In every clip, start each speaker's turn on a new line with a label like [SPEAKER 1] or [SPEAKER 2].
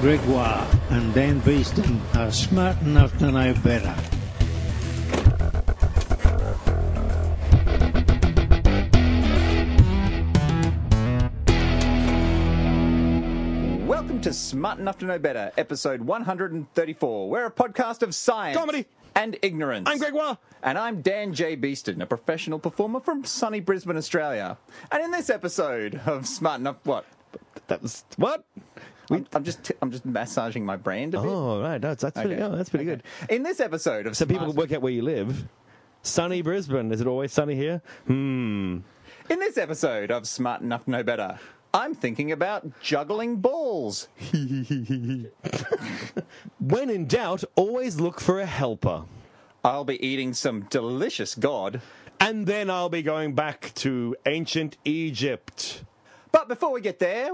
[SPEAKER 1] Gregoire and Dan Beeston are smart enough to know better.
[SPEAKER 2] Welcome to Smart Enough to Know Better, episode 134. We're a podcast of science,
[SPEAKER 3] Comedy.
[SPEAKER 2] and ignorance.
[SPEAKER 3] I'm Greg Wah.
[SPEAKER 2] And I'm Dan J. Beeston, a professional performer from sunny Brisbane, Australia. And in this episode of Smart Enough, what?
[SPEAKER 3] That was what?
[SPEAKER 2] I'm, I'm just t- I'm just massaging my brain a bit.
[SPEAKER 3] Oh right, no, that's that's pretty.
[SPEAKER 2] Okay.
[SPEAKER 3] Oh, that's pretty
[SPEAKER 2] Okay.
[SPEAKER 3] good.
[SPEAKER 2] In this episode of
[SPEAKER 3] So people
[SPEAKER 2] Smart-
[SPEAKER 3] can work out where you live. Sunny Brisbane. Is it always sunny here? Hmm.
[SPEAKER 2] in this episode of Smart Enough to Know Better, I'm thinking about juggling balls.
[SPEAKER 3] When in doubt, always look for a helper.
[SPEAKER 2] I'll be eating some delicious god.
[SPEAKER 3] And then I'll be going back to ancient Egypt.
[SPEAKER 2] But before we get there,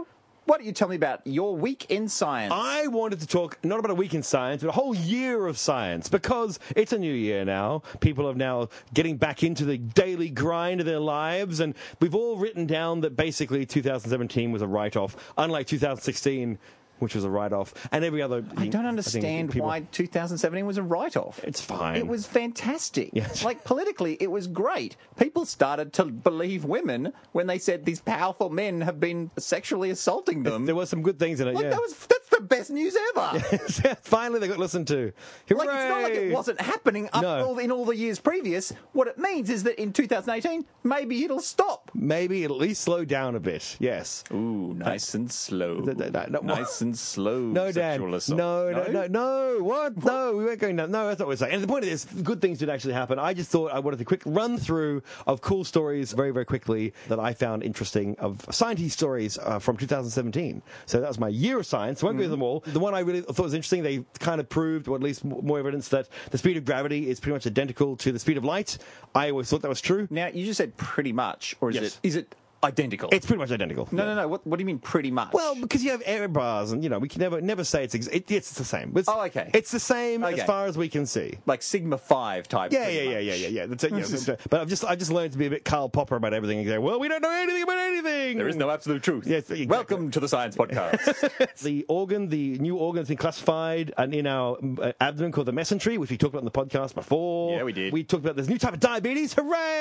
[SPEAKER 2] why don't you tell me about your week in science?
[SPEAKER 3] I wanted to talk not about a week in science, but a whole year of science because it's a new year now. People are now getting back into the daily grind of their lives, and we've all written down that basically 2017 was a write off, unlike 2016, which was a write off, and every other.
[SPEAKER 2] I don't understand why 2017 was a write off.
[SPEAKER 3] It's fine.
[SPEAKER 2] It was fantastic.
[SPEAKER 3] Yes.
[SPEAKER 2] Like, politically, it was great. People started to believe women when they said these powerful men have been sexually assaulting them.
[SPEAKER 3] There were some good things in it,
[SPEAKER 2] like,
[SPEAKER 3] yeah.
[SPEAKER 2] that was, that's the best news ever.
[SPEAKER 3] Finally, they got listened to.
[SPEAKER 2] Like, it's not like
[SPEAKER 3] Hooray!
[SPEAKER 2] it wasn't happening up
[SPEAKER 3] No.
[SPEAKER 2] all, in all the years previous. What it means is that in 2018, maybe it'll stop.
[SPEAKER 3] Maybe it'll at least slow down a bit, yes.
[SPEAKER 2] Ooh, nice and slow.
[SPEAKER 3] Th- th- th- no,
[SPEAKER 2] nice and slow.
[SPEAKER 3] No, Dan.
[SPEAKER 2] sexual
[SPEAKER 3] No,
[SPEAKER 2] assault.
[SPEAKER 3] no, no, no. What? No, we weren't going down. No, that's not what we're saying. And the point is, good things did actually happen. I just thought I wanted a quick run through of cool stories very, very quickly that I found interesting of science stories uh, from 2017. So that was my year of science. Won't go
[SPEAKER 2] Mm-hmm.
[SPEAKER 3] through them all. The one I really thought was interesting. They kind of proved, or at least m- more evidence, that the speed of gravity is pretty much identical to the speed of light. I always thought that was true.
[SPEAKER 2] Now, you just said pretty much, or is
[SPEAKER 3] Yes.
[SPEAKER 2] it is it identical?
[SPEAKER 3] It's pretty much identical.
[SPEAKER 2] No, no, no. What, what do you mean, pretty much?
[SPEAKER 3] Well, because you have error bars, and you know we can never never say it's ex- it, it's the same. It's,
[SPEAKER 2] Oh, okay.
[SPEAKER 3] It's the same
[SPEAKER 2] Okay.
[SPEAKER 3] as far as we can see.
[SPEAKER 2] like Sigma Five type.
[SPEAKER 3] Yeah,
[SPEAKER 2] pretty
[SPEAKER 3] yeah, yeah,
[SPEAKER 2] much.
[SPEAKER 3] yeah, yeah, yeah. That's it, yeah, that's it. But I've just I've just learned to be a bit Karl Popper about everything. And go, well, we don't know anything about anything.
[SPEAKER 2] There is no absolute truth.
[SPEAKER 3] Yes, exactly.
[SPEAKER 2] Welcome to the Science Podcast.
[SPEAKER 3] the organ, the new organ has been classified and in our um, uh, abdomen called the mesentery, which we talked about in the podcast before.
[SPEAKER 2] Yeah, we did.
[SPEAKER 3] We talked about this new type of diabetes.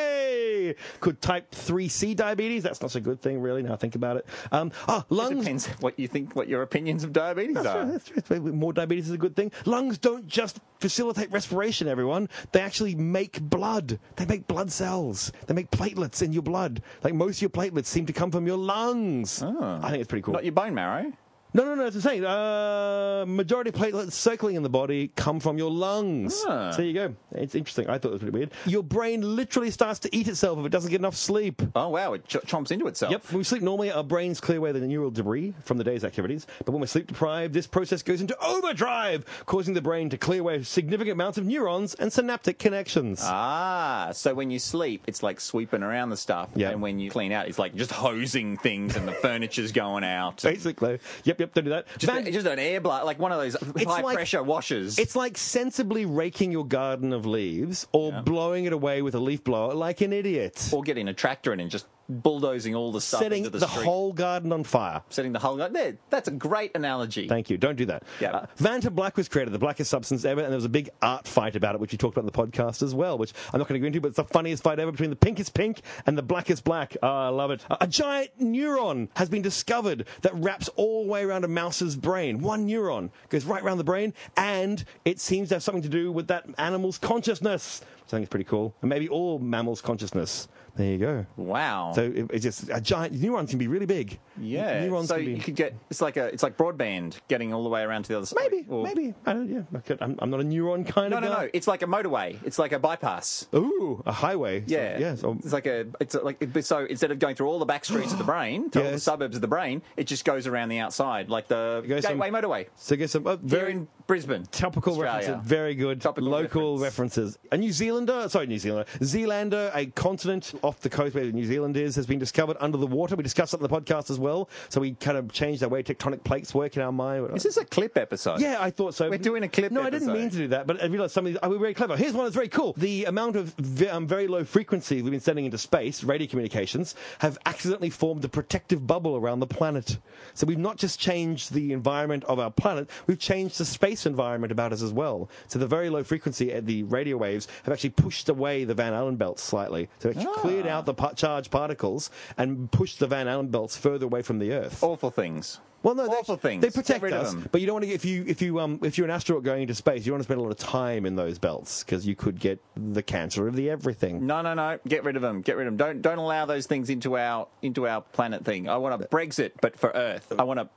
[SPEAKER 3] Hooray! Could type 3C diabetes. That's not a good thing, really, now I think about it. Um, oh, lungs.
[SPEAKER 2] Depends what you think, what your opinions of diabetes
[SPEAKER 3] That's
[SPEAKER 2] are.
[SPEAKER 3] right, that's right. That's right. More diabetes is a good thing. Lungs don't just facilitate respiration, everyone. They actually make blood. They make blood cells. They make platelets in your blood. Like most of your platelets seem to come from your lungs. I think it's pretty cool.
[SPEAKER 2] Ah. Not your bone marrow.
[SPEAKER 3] no, no, no. That's insane. Uh, majority of platelets circling in the body come from your lungs.
[SPEAKER 2] Ah.
[SPEAKER 3] So there you go. It's interesting. I thought it was pretty weird. Your brain literally starts to eat itself if it doesn't get enough sleep.
[SPEAKER 2] Oh wow, it ch- chomps into itself.
[SPEAKER 3] Yep, when we sleep normally, our brains clear away the neural debris from the day's activities. But when we're sleep deprived, this process goes into overdrive, causing the brain to clear away significant amounts of neurons and synaptic connections.
[SPEAKER 2] Ah, so when you sleep, it's like sweeping around the stuff,
[SPEAKER 3] Yeah.
[SPEAKER 2] and when you clean out, it's like just hosing things, and the furniture's going out.
[SPEAKER 3] Basically. Yep, yep, don't do that.
[SPEAKER 2] Just,
[SPEAKER 3] Van-
[SPEAKER 2] just an air blast, like one of those high
[SPEAKER 3] like-
[SPEAKER 2] pressure washers.
[SPEAKER 3] it's like sensibly raking your garden of leaves or blowing it away with a leaf blower like an idiot.
[SPEAKER 2] or getting a tractor in and just bulldozing all the stuff
[SPEAKER 3] setting
[SPEAKER 2] into the,
[SPEAKER 3] the
[SPEAKER 2] street.
[SPEAKER 3] whole garden on fire.
[SPEAKER 2] setting the whole. There, that's a great analogy.
[SPEAKER 3] Thank you. Don't do that.
[SPEAKER 2] Yeah.
[SPEAKER 3] Uh, Vanta Black was created, the blackest substance ever, and there was a big art fight about it, which you talked about in the podcast as well, which I'm not going to go into, but it's the funniest fight ever between the pinkest pink and the blackest black. Oh, I love it. A, a giant neuron has been discovered that wraps all the way around a mouse's brain. One neuron goes right around the brain, and it seems to have something to do with that animal's consciousness, which I think is pretty cool. And maybe all mammals' consciousness. There you go.
[SPEAKER 2] Wow.
[SPEAKER 3] So it, it's just a giant neurons can be really big.
[SPEAKER 2] yeah.
[SPEAKER 3] neurons
[SPEAKER 2] so
[SPEAKER 3] can be.
[SPEAKER 2] you could get it's like a it's like broadband getting all the way around to the other side.
[SPEAKER 3] Maybe,
[SPEAKER 2] Or-
[SPEAKER 3] maybe. I don't, yeah, I could, I'm, I'm not a neuron kind
[SPEAKER 2] No,
[SPEAKER 3] of
[SPEAKER 2] no,
[SPEAKER 3] guy.
[SPEAKER 2] no. It's like a motorway. It's like a bypass.
[SPEAKER 3] Ooh, a highway.
[SPEAKER 2] Yeah,
[SPEAKER 3] So, yeah. So,
[SPEAKER 2] it's like a, it's a, like so. Instead of going through all the back streets of the brain, to all the
[SPEAKER 3] Yes.
[SPEAKER 2] suburbs of the brain, it just goes around the outside, like the
[SPEAKER 3] goes
[SPEAKER 2] gateway
[SPEAKER 3] some-
[SPEAKER 2] motorway.
[SPEAKER 3] so get some uh,
[SPEAKER 2] Very
[SPEAKER 3] very
[SPEAKER 2] in Brisbane,
[SPEAKER 3] topical
[SPEAKER 2] Australia.
[SPEAKER 3] references. Very good
[SPEAKER 2] Topical
[SPEAKER 3] local
[SPEAKER 2] reference.
[SPEAKER 3] references. A New Zealander, sorry, New Zealander, Zealander, a continent off the coast where New Zealand is has been discovered under the water. We discussed that on the podcast as well. So we kind of changed the way tectonic plates work in our mind.
[SPEAKER 2] Is this a clip episode?
[SPEAKER 3] Yeah, I thought so.
[SPEAKER 2] We're doing a clip
[SPEAKER 3] No, I didn't
[SPEAKER 2] episode.
[SPEAKER 3] mean to do that, but I realised some of these. I was very clever. Here's one that's very cool. The amount of ve- um, very low frequency we've been sending into space, radio communications, have accidentally formed a protective bubble around the planet. So we've not just changed the environment of our planet, we've changed the space environment about us as well. So the very low frequency at the radio waves have actually pushed away the Van Allen belts slightly. So it
[SPEAKER 2] Ah.
[SPEAKER 3] actually cleared out the pa- charged particles and pushed the Van Allen belts further away from the Earth.
[SPEAKER 2] Awful things.
[SPEAKER 3] Well, no,
[SPEAKER 2] awful
[SPEAKER 3] they,
[SPEAKER 2] things.
[SPEAKER 3] They
[SPEAKER 2] Get
[SPEAKER 3] protect
[SPEAKER 2] rid of
[SPEAKER 3] us,
[SPEAKER 2] them.
[SPEAKER 3] but you don't want to. If you if you um if you're an astronaut going into space, you don't want to spend a lot of time in those belts because you could get the cancer of the everything.
[SPEAKER 2] No, no, no. Get rid of them. Get rid of them. Don't don't allow those things into our into our planet thing. I want a Brexit, but for Earth. I want a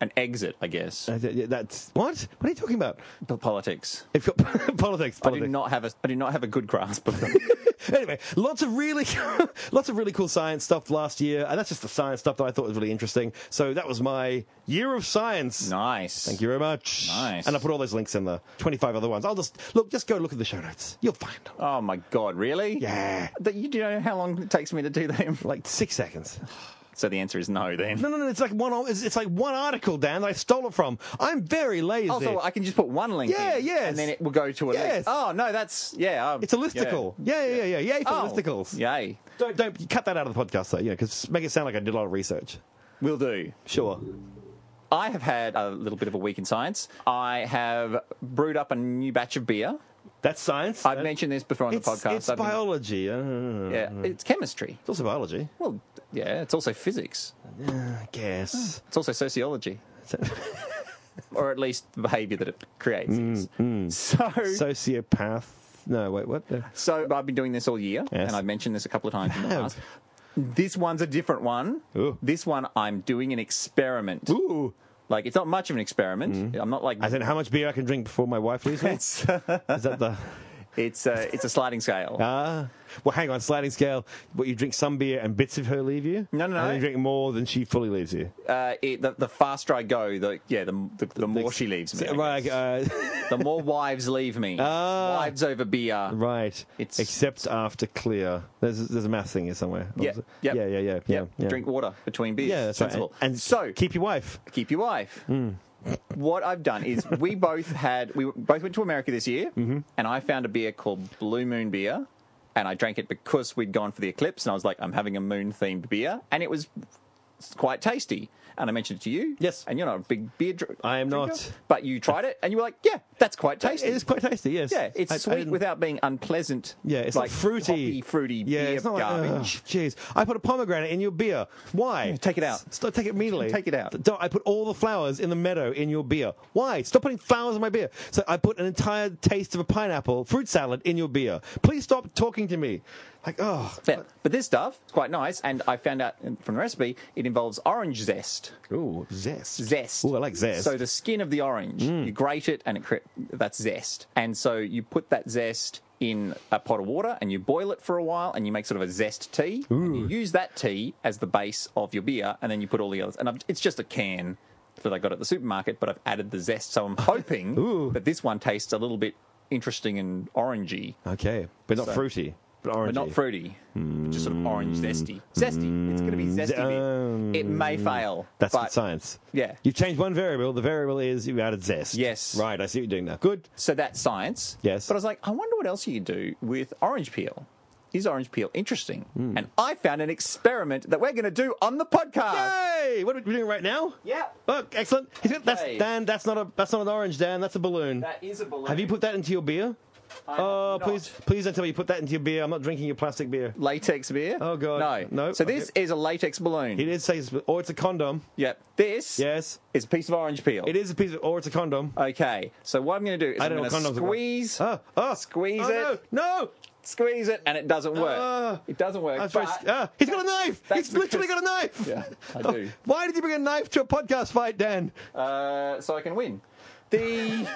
[SPEAKER 2] an exit, I guess.
[SPEAKER 3] Uh, th- That's what? What are you talking about?
[SPEAKER 2] The politics.
[SPEAKER 3] If you're, politics, politics.
[SPEAKER 2] I do not have a I do not have a good grasp of them.
[SPEAKER 3] anyway, lots of really, lots of really cool science stuff last year, and that's just the science stuff that I thought was really interesting. So that was my year of science.
[SPEAKER 2] nice.
[SPEAKER 3] Thank you very much.
[SPEAKER 2] Nice.
[SPEAKER 3] And I put all those links in the 25 other ones. I'll just look. Just go look at the show notes. You'll find them.
[SPEAKER 2] Oh my god, really?
[SPEAKER 3] Yeah.
[SPEAKER 2] That you do know how long it takes me to do them?
[SPEAKER 3] Like six seconds.
[SPEAKER 2] So the answer is no then.
[SPEAKER 3] No, no, no. It's like one. It's, it's like one article, Dan. That I stole it from. I'm very lazy.
[SPEAKER 2] Also, Oh, I can just put one link
[SPEAKER 3] Yeah,
[SPEAKER 2] in,
[SPEAKER 3] yes.
[SPEAKER 2] and then it will go to a
[SPEAKER 3] Yes.
[SPEAKER 2] link. Oh, no, that's, yeah. um,
[SPEAKER 3] it's a
[SPEAKER 2] yeah.
[SPEAKER 3] listicle. Yeah, yeah, yeah, yeah. Yay for
[SPEAKER 2] Oh,
[SPEAKER 3] listicles.
[SPEAKER 2] Yay.
[SPEAKER 3] Don't don't cut that out of the podcast though. You know, because make it sound like I did a lot of research.
[SPEAKER 2] Will do.
[SPEAKER 3] Sure.
[SPEAKER 2] I have had a little bit of a week in science. I have brewed up a new batch of beer.
[SPEAKER 3] That's science.
[SPEAKER 2] I've
[SPEAKER 3] That-
[SPEAKER 2] mentioned this before on
[SPEAKER 3] It's,
[SPEAKER 2] the podcast.
[SPEAKER 3] it's
[SPEAKER 2] I've been-
[SPEAKER 3] biology. Uh,
[SPEAKER 2] yeah, it's chemistry.
[SPEAKER 3] It's also biology,
[SPEAKER 2] Well, yeah, it's also physics.
[SPEAKER 3] I guess.
[SPEAKER 2] It's also sociology. or at least the behaviour that it creates.
[SPEAKER 3] Mm,
[SPEAKER 2] is. So,
[SPEAKER 3] Sociopath. No, wait, what? No.
[SPEAKER 2] so I've been doing this all year,
[SPEAKER 3] Yes.
[SPEAKER 2] and I've mentioned this a couple of times in the
[SPEAKER 3] have.
[SPEAKER 2] past. This one's a different one.
[SPEAKER 3] Ooh.
[SPEAKER 2] This one, I'm doing an experiment.
[SPEAKER 3] Ooh. Mm.
[SPEAKER 2] Like, it's not much of an experiment. I'm not like
[SPEAKER 3] I said how much beer I can drink before my wife leaves me. Is that the?
[SPEAKER 2] it's a it's a sliding scale.
[SPEAKER 3] Ah, well, hang on. Sliding scale. What you drink some beer and bits of her leave you.
[SPEAKER 2] No, no,
[SPEAKER 3] And
[SPEAKER 2] no.
[SPEAKER 3] then you drink more than she fully leaves you.
[SPEAKER 2] uh, it, the, the faster I go, the yeah, the the, the more she leaves me. I
[SPEAKER 3] Right.
[SPEAKER 2] guess.
[SPEAKER 3] Uh,
[SPEAKER 2] the more wives leave me.
[SPEAKER 3] Ah.
[SPEAKER 2] wives over beer.
[SPEAKER 3] right.
[SPEAKER 2] It's-
[SPEAKER 3] Except after clear. There's there's a math thing here somewhere.
[SPEAKER 2] Yeah,
[SPEAKER 3] Yeah.
[SPEAKER 2] yep.
[SPEAKER 3] Yeah. Yeah. Yeah.
[SPEAKER 2] Yep.
[SPEAKER 3] yeah.
[SPEAKER 2] Drink water between beers.
[SPEAKER 3] Yeah. That's right. And,
[SPEAKER 2] sensible.
[SPEAKER 3] and
[SPEAKER 2] so keep,
[SPEAKER 3] keep Hmm. your wife.
[SPEAKER 2] your wife. What I've done is we both had we both went to America this year,
[SPEAKER 3] Mm-hmm.
[SPEAKER 2] and I found a beer called Blue Moon Beer, and I drank it because we'd gone for the eclipse, and I was like, I'm having a moon themed beer, and it was quite tasty. And I mentioned it to you.
[SPEAKER 3] Yes.
[SPEAKER 2] And you're not a big beer dr-
[SPEAKER 3] I am
[SPEAKER 2] drinker,
[SPEAKER 3] not.
[SPEAKER 2] But you tried it, and you were like, yeah, that's quite tasty.
[SPEAKER 3] It is quite tasty. Yes.
[SPEAKER 2] Yeah, it's
[SPEAKER 3] I- I
[SPEAKER 2] sweet
[SPEAKER 3] didn't-
[SPEAKER 2] without being unpleasant.
[SPEAKER 3] Yeah, it's
[SPEAKER 2] like
[SPEAKER 3] like fruity,
[SPEAKER 2] hoppy, fruity
[SPEAKER 3] yeah,
[SPEAKER 2] beer
[SPEAKER 3] it's not
[SPEAKER 2] garbage.
[SPEAKER 3] Like, Jeez, I put a pomegranate in your beer. Why?
[SPEAKER 2] take it out.
[SPEAKER 3] S- Stop, take it immediately.
[SPEAKER 2] Take it out.
[SPEAKER 3] Don't, I put all the flowers in the meadow in your beer. Why? Stop putting flowers in my beer. So I put an entire taste of a pineapple fruit salad in your beer. Please stop talking to me. Like, oh,
[SPEAKER 2] Yeah, but this stuff is quite nice, and I found out from the recipe it involves orange zest.
[SPEAKER 3] ooh, zest,
[SPEAKER 2] Zest.
[SPEAKER 3] Ooh, I like zest. Mm.
[SPEAKER 2] So the skin of the orange, you grate it, and it cre- that's zest. And so you put that zest in a pot of water, and you boil it for a while, and you make sort of a zest tea. And you use that tea as the base of your beer, and then you put all the others. And I've, it's just a can that I got at the supermarket, but I've added the zest. So I'm hoping that this one tastes a little bit interesting and orangey.
[SPEAKER 3] okay, but not fruity, but orangey. Mm.
[SPEAKER 2] But not fruity, just sort of orange zesty. Zesty. It's going to be zesty. beer. it may fail.
[SPEAKER 3] That's
[SPEAKER 2] but
[SPEAKER 3] good science.
[SPEAKER 2] Yeah.
[SPEAKER 3] You've changed one variable. The variable is you added zest.
[SPEAKER 2] Yes.
[SPEAKER 3] Right, I see what you're doing now. Good.
[SPEAKER 2] So that's science.
[SPEAKER 3] Yes.
[SPEAKER 2] But I was like, I wonder what else you could do with orange peel. Is orange peel interesting?
[SPEAKER 3] Hmm.
[SPEAKER 2] And I found an experiment that we're going to do on the podcast.
[SPEAKER 3] Yay! What are we doing right now?
[SPEAKER 2] Yeah.
[SPEAKER 3] Oh, excellent. He's got- that's
[SPEAKER 2] Yay.
[SPEAKER 3] Dan. That's not a. That's not an orange, Dan. That's a balloon.
[SPEAKER 2] That is a balloon.
[SPEAKER 3] have you put that into your beer?
[SPEAKER 2] I
[SPEAKER 3] oh,
[SPEAKER 2] have not.
[SPEAKER 3] please, please don't tell me you put that into your beer. I'm not drinking your plastic beer.
[SPEAKER 2] Latex beer?
[SPEAKER 3] Oh, God.
[SPEAKER 2] No.
[SPEAKER 3] No.
[SPEAKER 2] So this is a latex balloon.
[SPEAKER 3] It is. Says, or it's a condom.
[SPEAKER 2] Yep. This
[SPEAKER 3] Yes.
[SPEAKER 2] is a piece of orange peel.
[SPEAKER 3] It is a piece of. Or it's a
[SPEAKER 2] Uh,
[SPEAKER 3] condom.
[SPEAKER 2] Okay. So what I'm going to do is
[SPEAKER 3] I
[SPEAKER 2] I'm
[SPEAKER 3] don't know
[SPEAKER 2] going to
[SPEAKER 3] what condoms are called.
[SPEAKER 2] squeeze,
[SPEAKER 3] Oh, oh,
[SPEAKER 2] squeeze
[SPEAKER 3] oh,
[SPEAKER 2] it,
[SPEAKER 3] No,
[SPEAKER 2] squeeze it, and it doesn't work.
[SPEAKER 3] Ah.
[SPEAKER 2] it doesn't
[SPEAKER 3] no.
[SPEAKER 2] work.
[SPEAKER 3] I was very
[SPEAKER 2] but-
[SPEAKER 3] sc- ah, he's got a knife.
[SPEAKER 2] That's
[SPEAKER 3] He's literally got
[SPEAKER 2] because-
[SPEAKER 3] a knife. Oh.
[SPEAKER 2] Yeah, I do.
[SPEAKER 3] Why did you bring a knife to a podcast fight, Dan?
[SPEAKER 2] uh, so I can win. The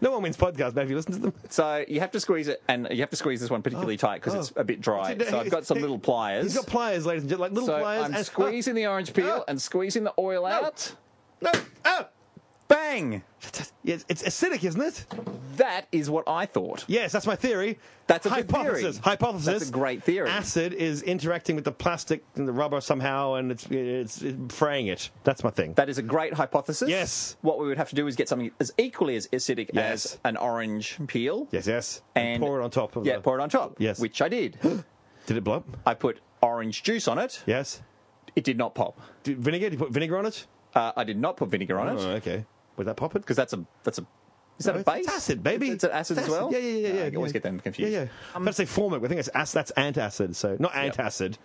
[SPEAKER 3] No one wins podcasts. Now, if you listen to them,
[SPEAKER 2] so you have to squeeze it, and you have to squeeze this one particularly tight 'cause tight because
[SPEAKER 3] oh.
[SPEAKER 2] it's a bit dry.
[SPEAKER 3] See,
[SPEAKER 2] So I've got some
[SPEAKER 3] he-
[SPEAKER 2] little pliers.
[SPEAKER 3] he's got pliers, ladies and uh, gentlemen, like little
[SPEAKER 2] so
[SPEAKER 3] pliers.
[SPEAKER 2] I'm
[SPEAKER 3] and,
[SPEAKER 2] squeezing the orange peel
[SPEAKER 3] Ah.
[SPEAKER 2] and squeezing the oil out.
[SPEAKER 3] No. Oh.
[SPEAKER 2] Bang!
[SPEAKER 3] Yes, it's acidic, isn't it?
[SPEAKER 2] That is what I thought.
[SPEAKER 3] Yes, that's my theory.
[SPEAKER 2] That's a good
[SPEAKER 3] hypothesis.
[SPEAKER 2] theory.
[SPEAKER 3] Hypothesis.
[SPEAKER 2] That's a great theory.
[SPEAKER 3] Acid is interacting with the plastic and the rubber somehow, and it's it's, it's fraying it. That's my thing.
[SPEAKER 2] That is a great hypothesis.
[SPEAKER 3] Yes.
[SPEAKER 2] What we would have to do is get something as equally as acidic
[SPEAKER 3] Yes.
[SPEAKER 2] as an orange peel.
[SPEAKER 3] yes, yes.
[SPEAKER 2] And,
[SPEAKER 3] pour it on top of.
[SPEAKER 2] Yeah,
[SPEAKER 3] the,
[SPEAKER 2] pour it on top.
[SPEAKER 3] Yes.
[SPEAKER 2] Which I did.
[SPEAKER 3] Did it blow up?
[SPEAKER 2] I put orange juice on it.
[SPEAKER 3] Yes.
[SPEAKER 2] It did not pop.
[SPEAKER 3] Did vinegar? Did you put vinegar on it?
[SPEAKER 2] Uh, I did not put vinegar on it. 'Cause
[SPEAKER 3] Oh,
[SPEAKER 2] it
[SPEAKER 3] okay. Would that pop it?
[SPEAKER 2] because that's a that's a is that
[SPEAKER 3] No,
[SPEAKER 2] a
[SPEAKER 3] it's-
[SPEAKER 2] base?
[SPEAKER 3] It's acid, baby.
[SPEAKER 2] It's, it's an acid
[SPEAKER 3] It's
[SPEAKER 2] as well.
[SPEAKER 3] Yeah, yeah, yeah.
[SPEAKER 2] No,
[SPEAKER 3] yeah
[SPEAKER 2] I always
[SPEAKER 3] yeah.
[SPEAKER 2] get them confused.
[SPEAKER 3] Yeah, yeah. I'm going to say formic. but I think it's ac- that's antacid. So not antacid,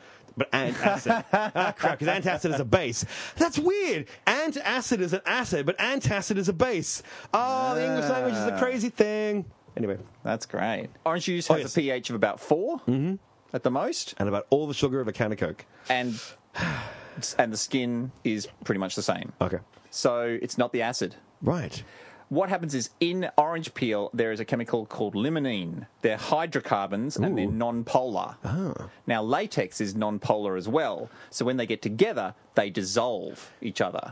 [SPEAKER 3] but antacid. ah, crap, because antacid is a base. That's weird. Antacid is an acid, but antacid is a base. Oh, the
[SPEAKER 2] Ah.
[SPEAKER 3] English language is a crazy thing. Anyway,
[SPEAKER 2] That's great. Mm-hmm. Orange juice
[SPEAKER 3] Oh,
[SPEAKER 2] has
[SPEAKER 3] yes.
[SPEAKER 2] a pH of about 4 at the most,
[SPEAKER 3] and about all the sugar of a can of Coke.
[SPEAKER 2] and and the skin is pretty much the same.
[SPEAKER 3] Okay.
[SPEAKER 2] So it's not the acid.
[SPEAKER 3] Right.
[SPEAKER 2] What happens is in orange peel there is a chemical called limonene. They're hydrocarbons and they're non-polar.
[SPEAKER 3] Ah.
[SPEAKER 2] Now latex is non-polar as well. So when they get together, they dissolve each other.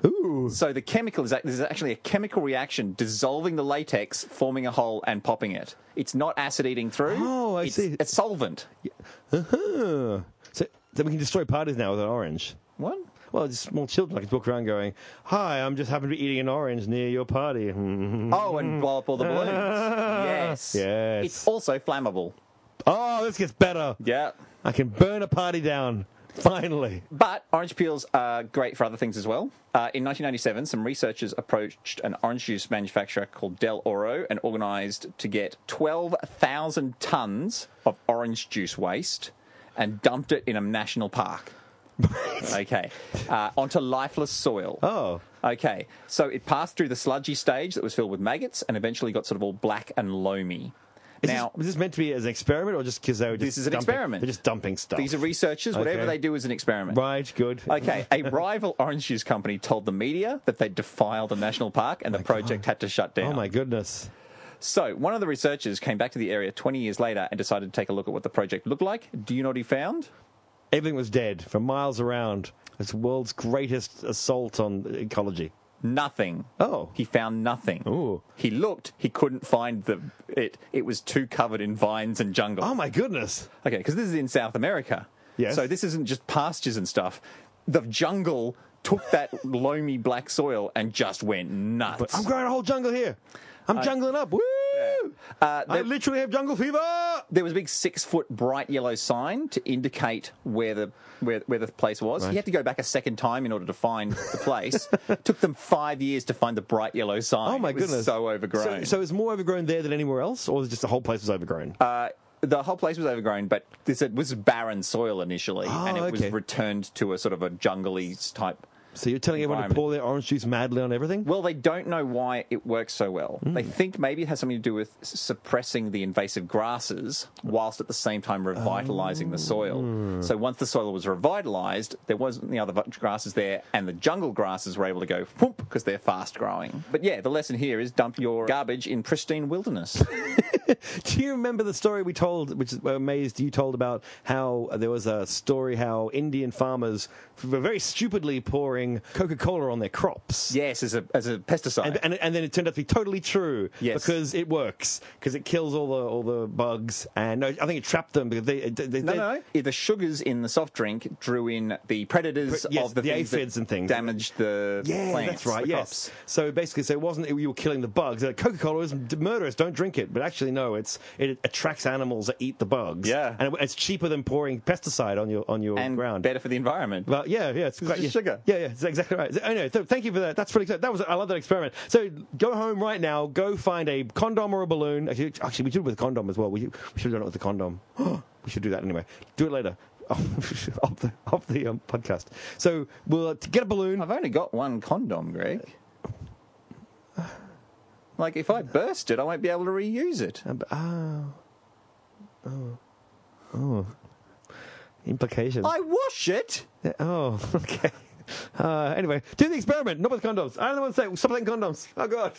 [SPEAKER 2] So the chemical is act- there's actually a chemical reaction dissolving the latex, forming a hole and popping it. It's not acid eating through.
[SPEAKER 3] Oh, I
[SPEAKER 2] it's
[SPEAKER 3] see.
[SPEAKER 2] a solvent.
[SPEAKER 3] Uh-huh. So, so we can destroy parties now with an orange.
[SPEAKER 2] What?
[SPEAKER 3] Well, just small children I can walk around going, "Hi, I'm just happened to be eating an orange near your party." Hmm.
[SPEAKER 2] Oh, and blow up all the balloons. yes.
[SPEAKER 3] Mm-hmm. Yes.
[SPEAKER 2] It's also flammable.
[SPEAKER 3] oh, this gets better.
[SPEAKER 2] Yeah.
[SPEAKER 3] I can burn a party down. Finally.
[SPEAKER 2] But orange peels are great for other things as well. Uh, in 1997, some researchers approached an orange juice manufacturer called Del Oro and organized to get 12,000 tons of orange juice waste and dumped it in a national park. okay. Uh, onto lifeless soil.
[SPEAKER 3] Oh.
[SPEAKER 2] Okay. So it passed through the sludgy stage that was filled with maggots and eventually got sort of all black and loamy.
[SPEAKER 3] Is
[SPEAKER 2] now,
[SPEAKER 3] this, was this meant to be as an experiment or just because they were just
[SPEAKER 2] This is an
[SPEAKER 3] dumping-
[SPEAKER 2] experiment.
[SPEAKER 3] They're just dumping stuff.
[SPEAKER 2] these are researchers. Whatever
[SPEAKER 3] Okay.
[SPEAKER 2] they do is an experiment.
[SPEAKER 3] right, good.
[SPEAKER 2] Okay, a rival orange juice company told the media that they'd defiled a national park and the project had to shut down.
[SPEAKER 3] Oh my goodness.
[SPEAKER 2] So, one of the researchers came back to the area 20 years later and decided to take a look at what the project looked like. Do you know what he found?
[SPEAKER 3] Everything was dead for miles around. It's the world's greatest assault on ecology.
[SPEAKER 2] Nothing.
[SPEAKER 3] Oh.
[SPEAKER 2] He found nothing.
[SPEAKER 3] Ooh.
[SPEAKER 2] He looked, he couldn't find the it. It was too covered in vines and jungle.
[SPEAKER 3] Oh my goodness.
[SPEAKER 2] Okay, because this is in South America.
[SPEAKER 3] Yes.
[SPEAKER 2] So this isn't just pastures and stuff. The jungle took that loamy black soil and just went nuts.
[SPEAKER 3] I'm growing a whole jungle here. I'm jungling up. Woo!
[SPEAKER 2] Uh,
[SPEAKER 3] I
[SPEAKER 2] there-
[SPEAKER 3] literally have jungle fever. Oh,
[SPEAKER 2] there was a big six foot bright yellow sign to indicate where the where, where the place was.
[SPEAKER 3] Right.
[SPEAKER 2] You had to go back a second time in order to find the place. Took them five years to find the bright yellow sign.
[SPEAKER 3] Oh my
[SPEAKER 2] It was
[SPEAKER 3] goodness.
[SPEAKER 2] so overgrown.
[SPEAKER 3] So, so it's more overgrown there than anywhere else, or is just the whole place was overgrown?
[SPEAKER 2] uh, the whole place was overgrown, but this it was barren soil initially, and it
[SPEAKER 3] Oh, okay.
[SPEAKER 2] was returned to a sort of a jungly type.
[SPEAKER 3] so you're telling everyone to
[SPEAKER 2] environment.
[SPEAKER 3] pour their orange juice madly on everything?
[SPEAKER 2] Well, they don't know why it works so well.
[SPEAKER 3] Hmm.
[SPEAKER 2] They think maybe it has something to do with s- suppressing the invasive grasses whilst at the same time revitalizing the
[SPEAKER 3] Oh.
[SPEAKER 2] soil. So once the soil was revitalized, there wasn't the other v- grasses there, and the jungle grasses were able to go whoop because they're fast growing. But yeah, the lesson here is dump your garbage in pristine wilderness.
[SPEAKER 3] Do you remember the story we told, which is amazed you told about how there was a story how Indian farmers were very stupidly pouring Coca Cola on their crops?
[SPEAKER 2] yes, as a, as a pesticide.
[SPEAKER 3] And, and, and then it turned out to be totally true
[SPEAKER 2] Yes.
[SPEAKER 3] because it works because it kills all the all the bugs and no, I think it trapped them because they, they, they
[SPEAKER 2] no, no, no. The sugars in the soft drink drew in the predators
[SPEAKER 3] Pre- yes,
[SPEAKER 2] of the,
[SPEAKER 3] the
[SPEAKER 2] things that
[SPEAKER 3] aphids and things.
[SPEAKER 2] damaged the
[SPEAKER 3] yeah
[SPEAKER 2] plants,
[SPEAKER 3] that's right
[SPEAKER 2] the
[SPEAKER 3] yes
[SPEAKER 2] crops.
[SPEAKER 3] so basically so it wasn't that you were killing the bugs Coca Cola is murderous don't drink it but actually no it's it attracts animals that eat the bugs
[SPEAKER 2] Yeah.
[SPEAKER 3] and it's cheaper than pouring pesticide on your on your
[SPEAKER 2] and
[SPEAKER 3] ground
[SPEAKER 2] better for the environment.
[SPEAKER 3] Well, yeah, yeah, it's quite
[SPEAKER 2] just
[SPEAKER 3] yeah,
[SPEAKER 2] sugar.
[SPEAKER 3] Yeah, yeah, it's exactly right. Oh no, so thank you for that. That's pretty. That was I love that experiment. So go home right now. Go find a condom or a balloon. Actually, actually we did it with a condom as well. We, we should have done it with a condom. we should do that anyway. Do it later. off the off the um, podcast. So we'll uh, get a balloon.
[SPEAKER 2] I've only got one condom, Greg. Like, if I burst it, I won't be able to reuse it.
[SPEAKER 3] Um, oh, oh, oh. Implications.
[SPEAKER 2] I wash it.
[SPEAKER 3] Yeah, Oh, okay. Uh, anyway, do the experiment, not with condoms. I don't want to say, stop playing condoms. Oh, God.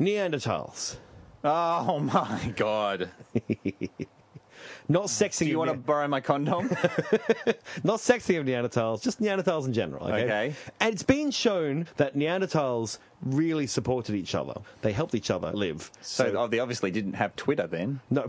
[SPEAKER 3] Neanderthals.
[SPEAKER 2] Oh my god!
[SPEAKER 3] Not sexing.
[SPEAKER 2] Do you want to borrow my condom?
[SPEAKER 3] not sexy of Neanderthals, just Neanderthals in general. Okay?
[SPEAKER 2] Okay.
[SPEAKER 3] And it's been shown that Neanderthals really supported each other. They helped each other live.
[SPEAKER 2] so oh, they obviously didn't have Twitter then.
[SPEAKER 3] No.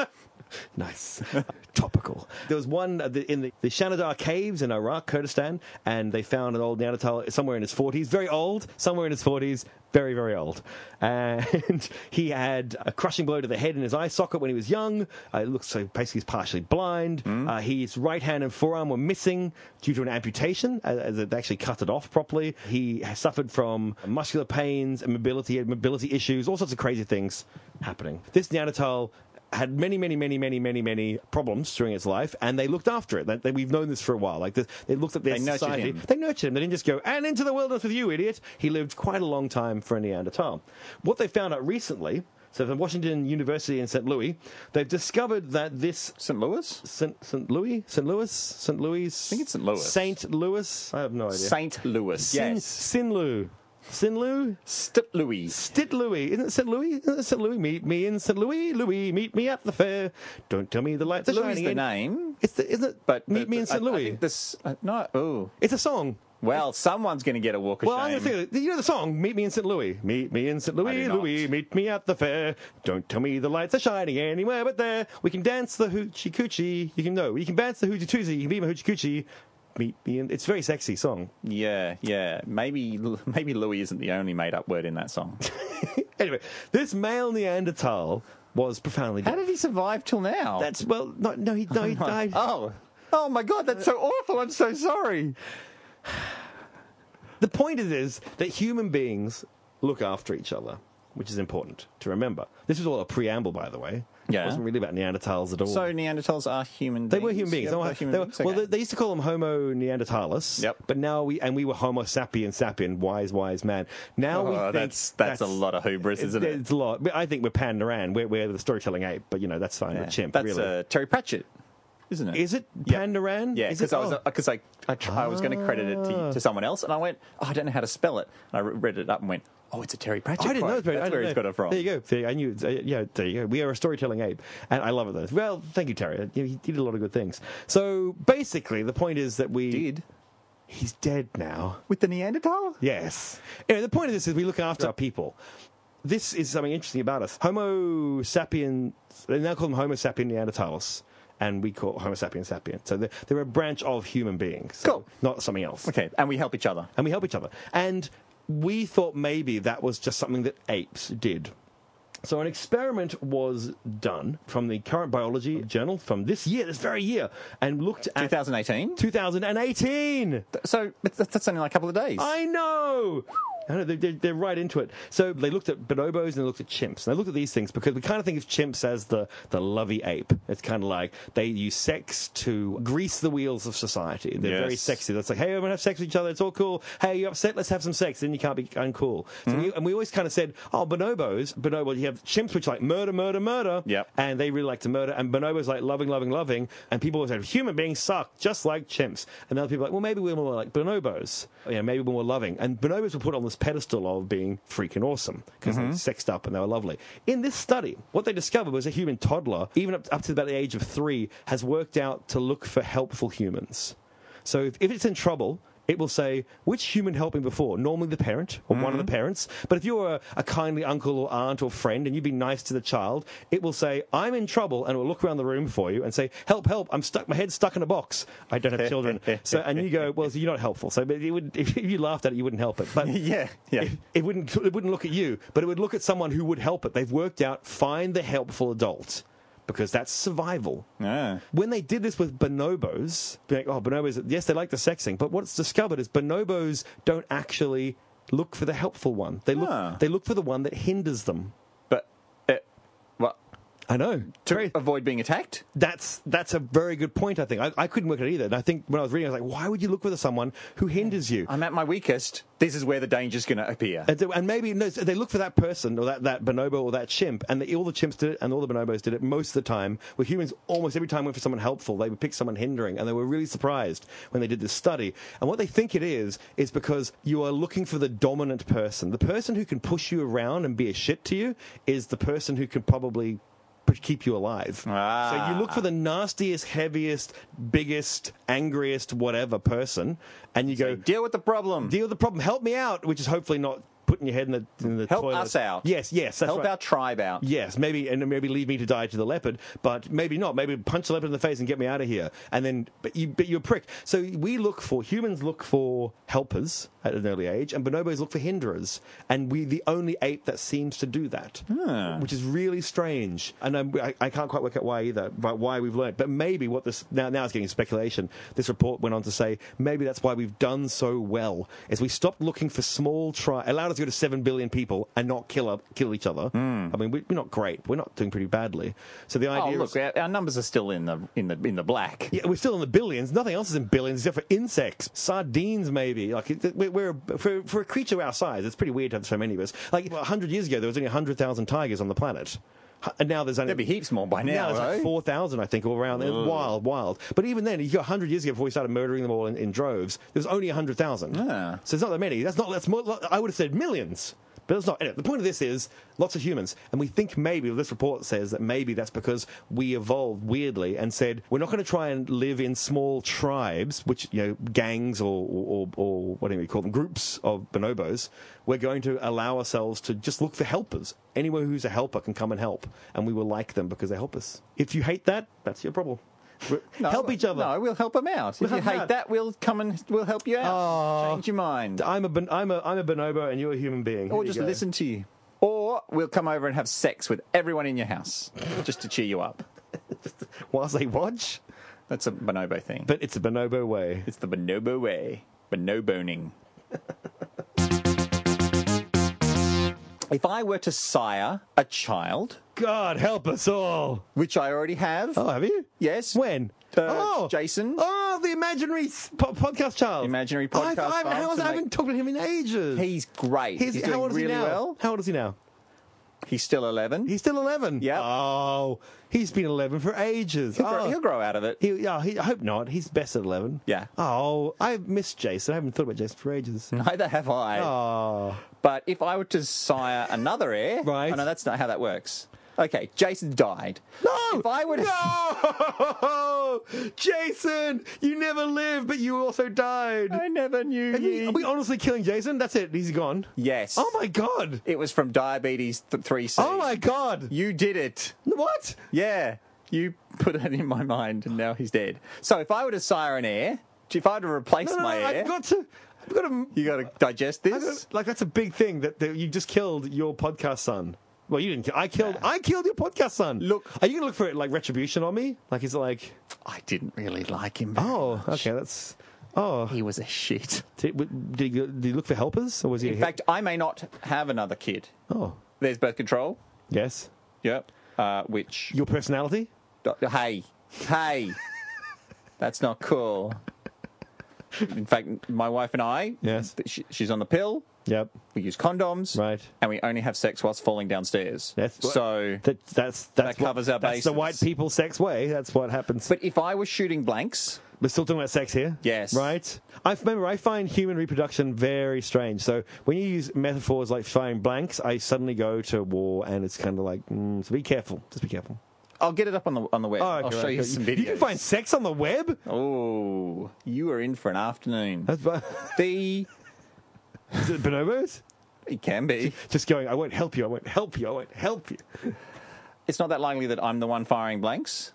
[SPEAKER 3] nice. Topical. There was one at the- in the, the Shanidar caves in Iraq, Kurdistan, and they found an old Neanderthal somewhere in his 40s, very old, somewhere in his 40s, very, very old. And he had a crushing blow to the head in his eye socket when he was young. Uh, it looks so basically he's partially blind. Uh, his right hand and forearm were missing due to an amputation, as, as they actually cut it off properly. He suffered from muscular pains and mobility, mobility issues, all sorts of crazy things happening. This Neanderthal had many, many, many, many, many, many problems during its life, and they looked after it. That that we've known this for a while. Like this, they looked at their
[SPEAKER 2] They nurtured
[SPEAKER 3] society.
[SPEAKER 2] him.
[SPEAKER 3] They nurtured him. They didn't just go and into the wilderness with you, idiot. He lived quite a long time for a Neanderthal. What they found out recently. So, from Washington University in St. Louis, they've discovered that this
[SPEAKER 2] St. Louis?
[SPEAKER 3] St. St. Louis, St. Louis, St. Louis. I
[SPEAKER 2] think it's St. Louis.
[SPEAKER 3] St. Louis. I have no idea.
[SPEAKER 2] St. Louis.
[SPEAKER 3] Sin-
[SPEAKER 2] Yes.
[SPEAKER 3] Sinlu. Sinlu?
[SPEAKER 2] St. Louis.
[SPEAKER 3] St. Louis. Isn't it St. Louis? Isn't it St. Louis? Meet me in St. Louis. Louis, meet me at the fair. Don't tell me the lights are
[SPEAKER 2] Louis is
[SPEAKER 3] shining
[SPEAKER 2] the
[SPEAKER 3] in.
[SPEAKER 2] name.
[SPEAKER 3] It's the, isn't it?
[SPEAKER 2] But
[SPEAKER 3] meet
[SPEAKER 2] but-
[SPEAKER 3] me in
[SPEAKER 2] but I-
[SPEAKER 3] St.
[SPEAKER 2] I
[SPEAKER 3] Louis.
[SPEAKER 2] think this uh, no. Oh,
[SPEAKER 3] It's a song.
[SPEAKER 2] well, someone's going to get a walk of
[SPEAKER 3] Well, I'm
[SPEAKER 2] shame.
[SPEAKER 3] gonna think of it. you know the song "Meet Me in St. Louis." Meet me in St. Louis,
[SPEAKER 2] do not.
[SPEAKER 3] Louis. Meet me at the fair. Don't tell me the lights are shining anywhere but there. We can dance the hoochie coochie. You can know. You can dance the hoochie toochie. You can be my hoochie coochie. Meet me in. It's a very sexy song.
[SPEAKER 2] yeah, yeah. Maybe maybe Louis isn't the only made up word in that song.
[SPEAKER 3] Anyway, this male Neanderthal was profoundly.
[SPEAKER 2] How did he survive till now?
[SPEAKER 3] That's well, no, no, he, no, he died.
[SPEAKER 2] oh. Oh my god, that's so awful. I'm so sorry.
[SPEAKER 3] The point is, is that human beings look after each other, which is important to remember. This was all a preamble, by the way.
[SPEAKER 2] Yeah.
[SPEAKER 3] It wasn't really about Neanderthals at all.
[SPEAKER 2] So Neanderthals are human
[SPEAKER 3] they
[SPEAKER 2] beings.
[SPEAKER 3] were human beings.
[SPEAKER 2] Yeah,
[SPEAKER 3] They were-
[SPEAKER 2] they're human
[SPEAKER 3] they were-
[SPEAKER 2] beings.
[SPEAKER 3] Well,
[SPEAKER 2] Okay.
[SPEAKER 3] they, they used to call them Homo Neanderthalis.
[SPEAKER 2] Yep.
[SPEAKER 3] But now we and we were Homo sapien sapien, wise wise man. Now we
[SPEAKER 2] Oh,
[SPEAKER 3] think
[SPEAKER 2] that's, that's a lot of hubris, isn't it?
[SPEAKER 3] It's a lot. But I think we're Pandaran. We're, we're the storytelling ape, but you know that's fine. We're
[SPEAKER 2] Yeah.
[SPEAKER 3] chimp,
[SPEAKER 2] That's
[SPEAKER 3] really.
[SPEAKER 2] uh, Terry Pratchett, isn't it?
[SPEAKER 3] is it
[SPEAKER 2] Yeah.
[SPEAKER 3] Pandaran?
[SPEAKER 2] Yeah,
[SPEAKER 3] Is it-
[SPEAKER 2] because I was
[SPEAKER 3] oh. Ah.
[SPEAKER 2] because I I, tr- I was going to credit it to, to someone else, and I went, oh, I don't know how to spell it. And I re- read it up and went, oh, it's a Terry Pratchett.
[SPEAKER 3] I didn't know.
[SPEAKER 2] quote.
[SPEAKER 3] It's very,
[SPEAKER 2] That's
[SPEAKER 3] I didn't
[SPEAKER 2] where he's
[SPEAKER 3] know.
[SPEAKER 2] got it from.
[SPEAKER 3] There you go. See, I knew. uh, yeah, there you go. We are a storytelling ape, and I love it. Though. Well, thank you, Terry. You know, He did a lot of good things. So basically, the point is that we
[SPEAKER 2] Did
[SPEAKER 3] he's dead now.
[SPEAKER 2] with the Neanderthal?
[SPEAKER 3] Yes. Anyway, the point of this is we look after our people. This is something interesting about us. Homo sapien, they now call them Homo sapien neanderthalis, and we call Homo sapien sapien. So they're, they're a branch of human beings, so
[SPEAKER 2] Cool.
[SPEAKER 3] not something else
[SPEAKER 2] Okay, and we help each other.
[SPEAKER 3] and we help each other. And we thought maybe that was just something that apes did. So an experiment was done from the current biology journal from this year, this very year, and looked at
[SPEAKER 2] 2018.
[SPEAKER 3] 2018.
[SPEAKER 2] So but that's that's only like a couple of days.
[SPEAKER 3] I know. I know they're, they're, they're right into it. So they looked at bonobos and they looked at chimps. And they looked at these things because we kind of think of chimps as the, the lovey ape. It's kind of like they use sex to grease the wheels of society. They're very
[SPEAKER 2] Yes.
[SPEAKER 3] sexy. That's like, hey, everyone have sex with each other. It's all cool. Hey, you're upset. Let's have some sex. Then you can't be uncool. So we, and we always kind of said, oh, bonobos, bonobo, you have chimps which like murder, murder, murder.
[SPEAKER 2] Yep.
[SPEAKER 3] And they really like to murder. And bonobos like loving, loving, loving. And people always said, human beings suck, just like chimps. And other people are like, well, maybe we're more like bonobos. You know, maybe we're more loving. And bonobos were put on this pedestal of being freaking awesome because they sexed up and they were lovely. In this study, what they discovered was a human toddler, even up, up to about the age of three, has worked out to look for helpful humans. So if, if it's in trouble, it will say which human helped me before. Normally the parent or one of
[SPEAKER 2] Mm-hmm.
[SPEAKER 3] the parents. But if you're a, a kindly uncle or aunt or friend and you've been nice to the child, it will say I'm in trouble and it will look around the room for you and say help, help! I'm stuck. My head's stuck in a box. I don't have children. so and you go well, so you're not helpful. So but it would, if you laughed at it, you wouldn't help it. But
[SPEAKER 2] yeah, yeah.
[SPEAKER 3] it, it wouldn't it wouldn't look at you, but it would look at someone who would help it. They've worked out find the helpful adult because that's survival.
[SPEAKER 2] Ah.
[SPEAKER 3] When they did this with bonobos, being like, oh, bonobos, yes, they like the sexing, but what's discovered is bonobos don't actually look for the helpful one. They look
[SPEAKER 2] Ah.
[SPEAKER 3] they look for the one that hinders them.
[SPEAKER 2] But uh, well,
[SPEAKER 3] I know.
[SPEAKER 2] to
[SPEAKER 3] Very-
[SPEAKER 2] avoid being attacked.
[SPEAKER 3] that's that's a very good point. I think I, I couldn't work it either. And I think when I was reading, I was like, why would you look for someone who hinders you?
[SPEAKER 2] I'm at my weakest. This is where the danger's going to appear.
[SPEAKER 3] And, so- and maybe no, so they look for that person or that, that bonobo or that chimp, and the, all the chimps did it, and all the bonobos did it most of the time. Where humans almost every time went for someone helpful, they would pick someone hindering, and they were really surprised when they did this study. And what they think it is is because you are looking for the dominant person, the person who can push you around and be a shit to you, is the person who can probably push, keep you alive.
[SPEAKER 2] Ah.
[SPEAKER 3] So you look for the nastiest, heaviest, biggest, angriest, whatever person, and you go,
[SPEAKER 2] Deal with the problem.
[SPEAKER 3] deal with the problem. Help me out, which is hopefully not putting your head in the in the
[SPEAKER 2] Help
[SPEAKER 3] toilet.
[SPEAKER 2] us out.
[SPEAKER 3] Yes, yes, that's
[SPEAKER 2] Help
[SPEAKER 3] right.
[SPEAKER 2] our tribe out.
[SPEAKER 3] Yes, maybe and maybe leave me to die to the leopard, but maybe not. Maybe punch the leopard in the face and get me out of here. And then, but you, but you're a prick. So we look for humans look for helpers at an early age, and bonobos look for hinderers. And we the only ape that seems to do that,
[SPEAKER 2] Hmm.
[SPEAKER 3] which is really strange. And I'm, I, I can't quite work out why either, but why we've learned. But maybe what this now now it's getting speculation. This report went on to say maybe that's why we've done so well is we stopped looking for small tri allowed us to go to seven billion people and not kill up, kill each other. I mean, we, we're not great. We're not doing pretty badly. So the
[SPEAKER 2] Hmm. Oh,
[SPEAKER 3] idea
[SPEAKER 2] look,
[SPEAKER 3] is.
[SPEAKER 2] our, our numbers are still in the in the in the black.
[SPEAKER 3] Yeah, we're still in the billions. Nothing else is in billions except for insects, sardines, maybe. Like it- we're, we're for, for a creature our size, it's pretty weird to have so many of us. Like hundred years ago, there was only hundred thousand tigers on the planet, Hu- and now there's only
[SPEAKER 2] There'd be heaps more by
[SPEAKER 3] now
[SPEAKER 2] now.
[SPEAKER 3] it's like
[SPEAKER 2] though.
[SPEAKER 3] 4,000, I think, all around. It's Wild, wild. But even then, you got 100 years ago before we started murdering them all in, in droves, there was only 100,000.
[SPEAKER 2] Yeah.
[SPEAKER 3] So it's not that many. That's not, that's more, I would have said millions. But it's not. Anyway, the point of this is lots of humans. And we think maybe, this report says that maybe that's because we evolved weirdly and said, we're not going to try and live in small tribes, which, you know, gangs or, or, or whatever you call them, groups of bonobos. We're going to allow ourselves to just look for helpers. Anyone who's a helper can come and help. And we will like them because they help us. If you hate that, that's your problem.
[SPEAKER 2] No,
[SPEAKER 3] help each other.
[SPEAKER 2] No, we'll help them out.
[SPEAKER 3] We'll
[SPEAKER 2] if you
[SPEAKER 3] help 'em
[SPEAKER 2] hate
[SPEAKER 3] out. Oh.
[SPEAKER 2] that, we'll come and we'll help you out. Change your mind,
[SPEAKER 3] I'm a, bon- I'm, a, I'm a bonobo and you're a human being.
[SPEAKER 2] or
[SPEAKER 3] Here you
[SPEAKER 2] just
[SPEAKER 3] go.
[SPEAKER 2] listen to you, or we'll come over and have sex with everyone in your house just to cheer you up.
[SPEAKER 3] Whilst they watch.
[SPEAKER 2] That's a bonobo thing.
[SPEAKER 3] But it's a bonobo way.
[SPEAKER 2] It's the bonobo way. Bonoboning. if I were to sire a child,
[SPEAKER 3] God help us all.
[SPEAKER 2] which I already have,
[SPEAKER 3] Oh, have you?
[SPEAKER 2] Yes.
[SPEAKER 3] When?
[SPEAKER 2] Uh, Jason.
[SPEAKER 3] Oh, the imaginary s- po- podcast child.
[SPEAKER 2] Imaginary
[SPEAKER 3] I've-
[SPEAKER 2] podcast
[SPEAKER 3] I've-
[SPEAKER 2] child
[SPEAKER 3] how is-
[SPEAKER 2] to
[SPEAKER 3] I
[SPEAKER 2] make-
[SPEAKER 3] haven't talked to him in ages.
[SPEAKER 2] he's great. He's, doing
[SPEAKER 3] how old is
[SPEAKER 2] really
[SPEAKER 3] he now?
[SPEAKER 2] well.
[SPEAKER 3] How old is he now?
[SPEAKER 2] He's still 11.
[SPEAKER 3] He's still 11.
[SPEAKER 2] Yep.
[SPEAKER 3] Oh, he's been 11 for ages.
[SPEAKER 2] he'll,
[SPEAKER 3] oh.
[SPEAKER 2] grow, he'll grow out of it.
[SPEAKER 3] He, oh, he, I hope not. He's best at 11.
[SPEAKER 2] Yeah. Mm.
[SPEAKER 3] Oh, I miss Jason. I haven't thought about Jason for ages.
[SPEAKER 2] Neither have I.
[SPEAKER 3] Oh.
[SPEAKER 2] But if I were to sire another heir,
[SPEAKER 3] Right.
[SPEAKER 2] Oh, no, that's not how that works. Okay, Jason died.
[SPEAKER 3] No!
[SPEAKER 2] If I were to,
[SPEAKER 3] No! Jason! You never lived, but you also died.
[SPEAKER 2] I never knew.
[SPEAKER 3] Are we-
[SPEAKER 2] ye-
[SPEAKER 3] are we honestly killing Jason? That's it. He's gone.
[SPEAKER 2] Yes.
[SPEAKER 3] Oh my god.
[SPEAKER 2] It was from diabetes th- three C.
[SPEAKER 3] Oh my god.
[SPEAKER 2] You did it.
[SPEAKER 3] What?
[SPEAKER 2] Yeah, you put it in my mind, and now he's dead. So if I were to sire an heir, if I were to replace
[SPEAKER 3] No, no, no,
[SPEAKER 2] my heir,
[SPEAKER 3] I've got to. I've got to.
[SPEAKER 2] you got to digest
[SPEAKER 3] I've got
[SPEAKER 2] this.
[SPEAKER 3] to- like that's a big thing that, that you just killed your podcast son. Well, you didn't. Kill, I killed. I killed your podcast son.
[SPEAKER 2] Look-
[SPEAKER 3] are you gonna look for like retribution on me? Like is it like?
[SPEAKER 2] I didn't really like him. very
[SPEAKER 3] Oh,
[SPEAKER 2] much.
[SPEAKER 3] okay. That's. Oh,
[SPEAKER 2] He was a shit.
[SPEAKER 3] did, w- did, he, go- did he look for helpers or was he?
[SPEAKER 2] In fact, I may not have another kid.
[SPEAKER 3] oh,
[SPEAKER 2] There's birth control.
[SPEAKER 3] yes.
[SPEAKER 2] Yep. Uh, which
[SPEAKER 3] Your personality.
[SPEAKER 2] Doctor, hey, hey, that's not cool. In fact, my wife and I,
[SPEAKER 3] Yes.
[SPEAKER 2] th- she, she's on the pill.
[SPEAKER 3] Yep.
[SPEAKER 2] We use condoms,
[SPEAKER 3] Right.
[SPEAKER 2] And we only have sex whilst falling downstairs.
[SPEAKER 3] That's
[SPEAKER 2] so.
[SPEAKER 3] That, that's that's what-
[SPEAKER 2] covers our
[SPEAKER 3] That's the
[SPEAKER 2] bases.
[SPEAKER 3] white people sex way. That's what happens.
[SPEAKER 2] But if I was shooting blanks,
[SPEAKER 3] We're still talking about sex here.
[SPEAKER 2] Yes.
[SPEAKER 3] Right? I remember I find human reproduction very strange. So when you use metaphors like firing blanks, I suddenly go to war and it's kind of like, mm, so be careful. Just be careful.
[SPEAKER 2] I'll get it up on the on the web.
[SPEAKER 3] Oh, okay,
[SPEAKER 2] I'll show
[SPEAKER 3] right,
[SPEAKER 2] you
[SPEAKER 3] okay.
[SPEAKER 2] some videos.
[SPEAKER 3] You can find sex on the web?
[SPEAKER 2] Oh, you are in for an afternoon.
[SPEAKER 3] That's bu-
[SPEAKER 2] the
[SPEAKER 3] Is it bonobos?
[SPEAKER 2] it can be.
[SPEAKER 3] Just going, I won't help you. I won't help you. I won't help you.
[SPEAKER 2] It's not that likely that I'm the one firing blanks.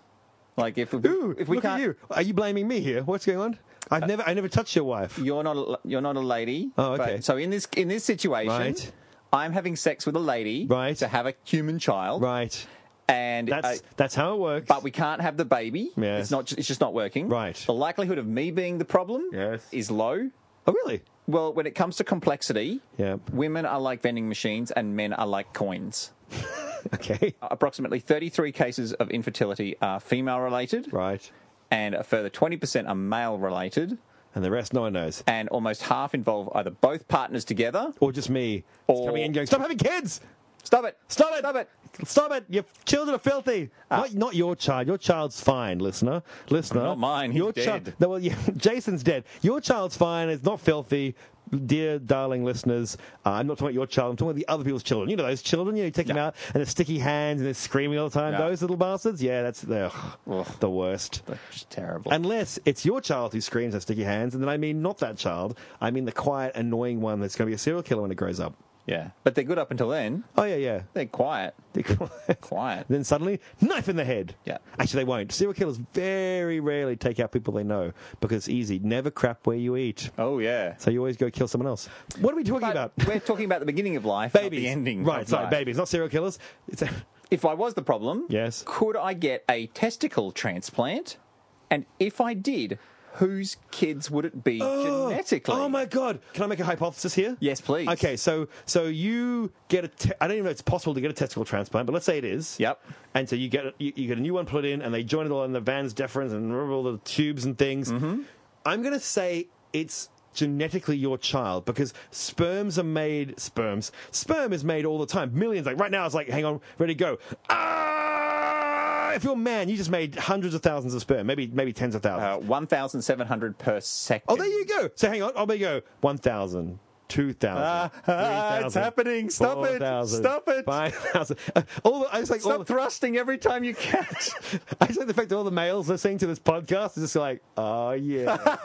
[SPEAKER 2] Like if we,
[SPEAKER 3] Ooh,
[SPEAKER 2] if we
[SPEAKER 3] look
[SPEAKER 2] can't, Uh,
[SPEAKER 3] at you. Are you blaming me here? What's going on? I've never, I never touched your wife.
[SPEAKER 2] you're not a, you're not a lady.
[SPEAKER 3] Oh, okay.
[SPEAKER 2] But- so in this in this situation,
[SPEAKER 3] Right.
[SPEAKER 2] I'm having sex with a lady
[SPEAKER 3] Right.
[SPEAKER 2] to have a human child,
[SPEAKER 3] Right.
[SPEAKER 2] and
[SPEAKER 3] That's,
[SPEAKER 2] uh,
[SPEAKER 3] that's how it works.
[SPEAKER 2] but we can't have the baby.
[SPEAKER 3] Yes.
[SPEAKER 2] It's not. It's just not working.
[SPEAKER 3] Right.
[SPEAKER 2] The likelihood of me being the problem
[SPEAKER 3] Yes.
[SPEAKER 2] is low.
[SPEAKER 3] oh, really?
[SPEAKER 2] Well, when it comes to complexity,
[SPEAKER 3] Yep.
[SPEAKER 2] women are like vending machines and men are like coins.
[SPEAKER 3] Okay.
[SPEAKER 2] Approximately 33 cases of infertility are female related,
[SPEAKER 3] Right.
[SPEAKER 2] and a further 20% are male related,
[SPEAKER 3] And the rest, no one knows.
[SPEAKER 2] and almost half involve either both partners together.
[SPEAKER 3] or just me
[SPEAKER 2] Or-
[SPEAKER 3] coming in going, stop having kids!
[SPEAKER 2] Stop it!
[SPEAKER 3] Stop it!
[SPEAKER 2] Stop it! Ah.
[SPEAKER 3] Stop it! Your children are filthy. not, not your child. Your child's fine, listener. Listener,
[SPEAKER 2] Not mine. He's
[SPEAKER 3] your chi-
[SPEAKER 2] dead.
[SPEAKER 3] No, well, yeah, Jason's dead. Your child's fine. It's not filthy. dear darling listeners, uh, I'm not talking about your child. I'm talking about the other people's children. You know those children. You, know, you take them
[SPEAKER 2] Yeah.
[SPEAKER 3] out and they're sticky hands and they're screaming all the time.
[SPEAKER 2] Yeah.
[SPEAKER 3] Those little bastards. Yeah, that's the
[SPEAKER 2] Ugh.
[SPEAKER 3] the worst.
[SPEAKER 2] That's terrible.
[SPEAKER 3] Unless it's your child who screams and sticky hands, and then I mean not that child. I mean the quiet, annoying one that's going to be a serial killer when it grows up.
[SPEAKER 2] yeah, but they're good up until then.
[SPEAKER 3] Oh yeah, yeah.
[SPEAKER 2] They're quiet.
[SPEAKER 3] They're quiet.
[SPEAKER 2] Quiet.
[SPEAKER 3] Then suddenly, knife in the head.
[SPEAKER 2] Yeah.
[SPEAKER 3] Actually, they won't. Serial killers very rarely take out people they know because it's easy. Never crap where you eat.
[SPEAKER 2] Oh yeah.
[SPEAKER 3] So you always go kill someone else. What are we talking
[SPEAKER 2] But
[SPEAKER 3] about?
[SPEAKER 2] we're talking about the beginning of life,
[SPEAKER 3] Babies.
[SPEAKER 2] not the ending.
[SPEAKER 3] Right,
[SPEAKER 2] of
[SPEAKER 3] sorry,
[SPEAKER 2] life.
[SPEAKER 3] babies, not serial killers. It's a,
[SPEAKER 2] If I was the problem,
[SPEAKER 3] Yes.
[SPEAKER 2] could I get a testicle transplant? And if I did, whose kids would it be genetically?
[SPEAKER 3] Oh my god! Can I make a hypothesis here?
[SPEAKER 2] Yes, please.
[SPEAKER 3] Okay, so so you get a te- I don't even know if it's possible to get a testicle transplant, but let's say it is.
[SPEAKER 2] Yep.
[SPEAKER 3] And so you get a, you, you get a new one put in, and they join it all in the Vans deferens and all the tubes and things.
[SPEAKER 2] Mm-hmm.
[SPEAKER 3] I'm gonna say it's genetically your child because sperms are made sperms sperm is made all the time millions like right now it's like hang on ready go ah! if you're a man you just made hundreds of thousands of sperm maybe maybe tens of thousands
[SPEAKER 2] Uh, 1,700 per second.
[SPEAKER 3] Oh, there you go. So hang on. Oh, there you go. 1,000. 2,000.
[SPEAKER 2] Ah, ah, it's
[SPEAKER 3] 3,000,
[SPEAKER 2] happening. Stop it.
[SPEAKER 3] 4,000,
[SPEAKER 2] Stop it.
[SPEAKER 3] 5,000. Uh, All the, I just like all
[SPEAKER 2] Stop
[SPEAKER 3] the,
[SPEAKER 2] thrusting every time you catch.
[SPEAKER 3] I just like the fact that all the males listening to this podcast is just like, oh yeah,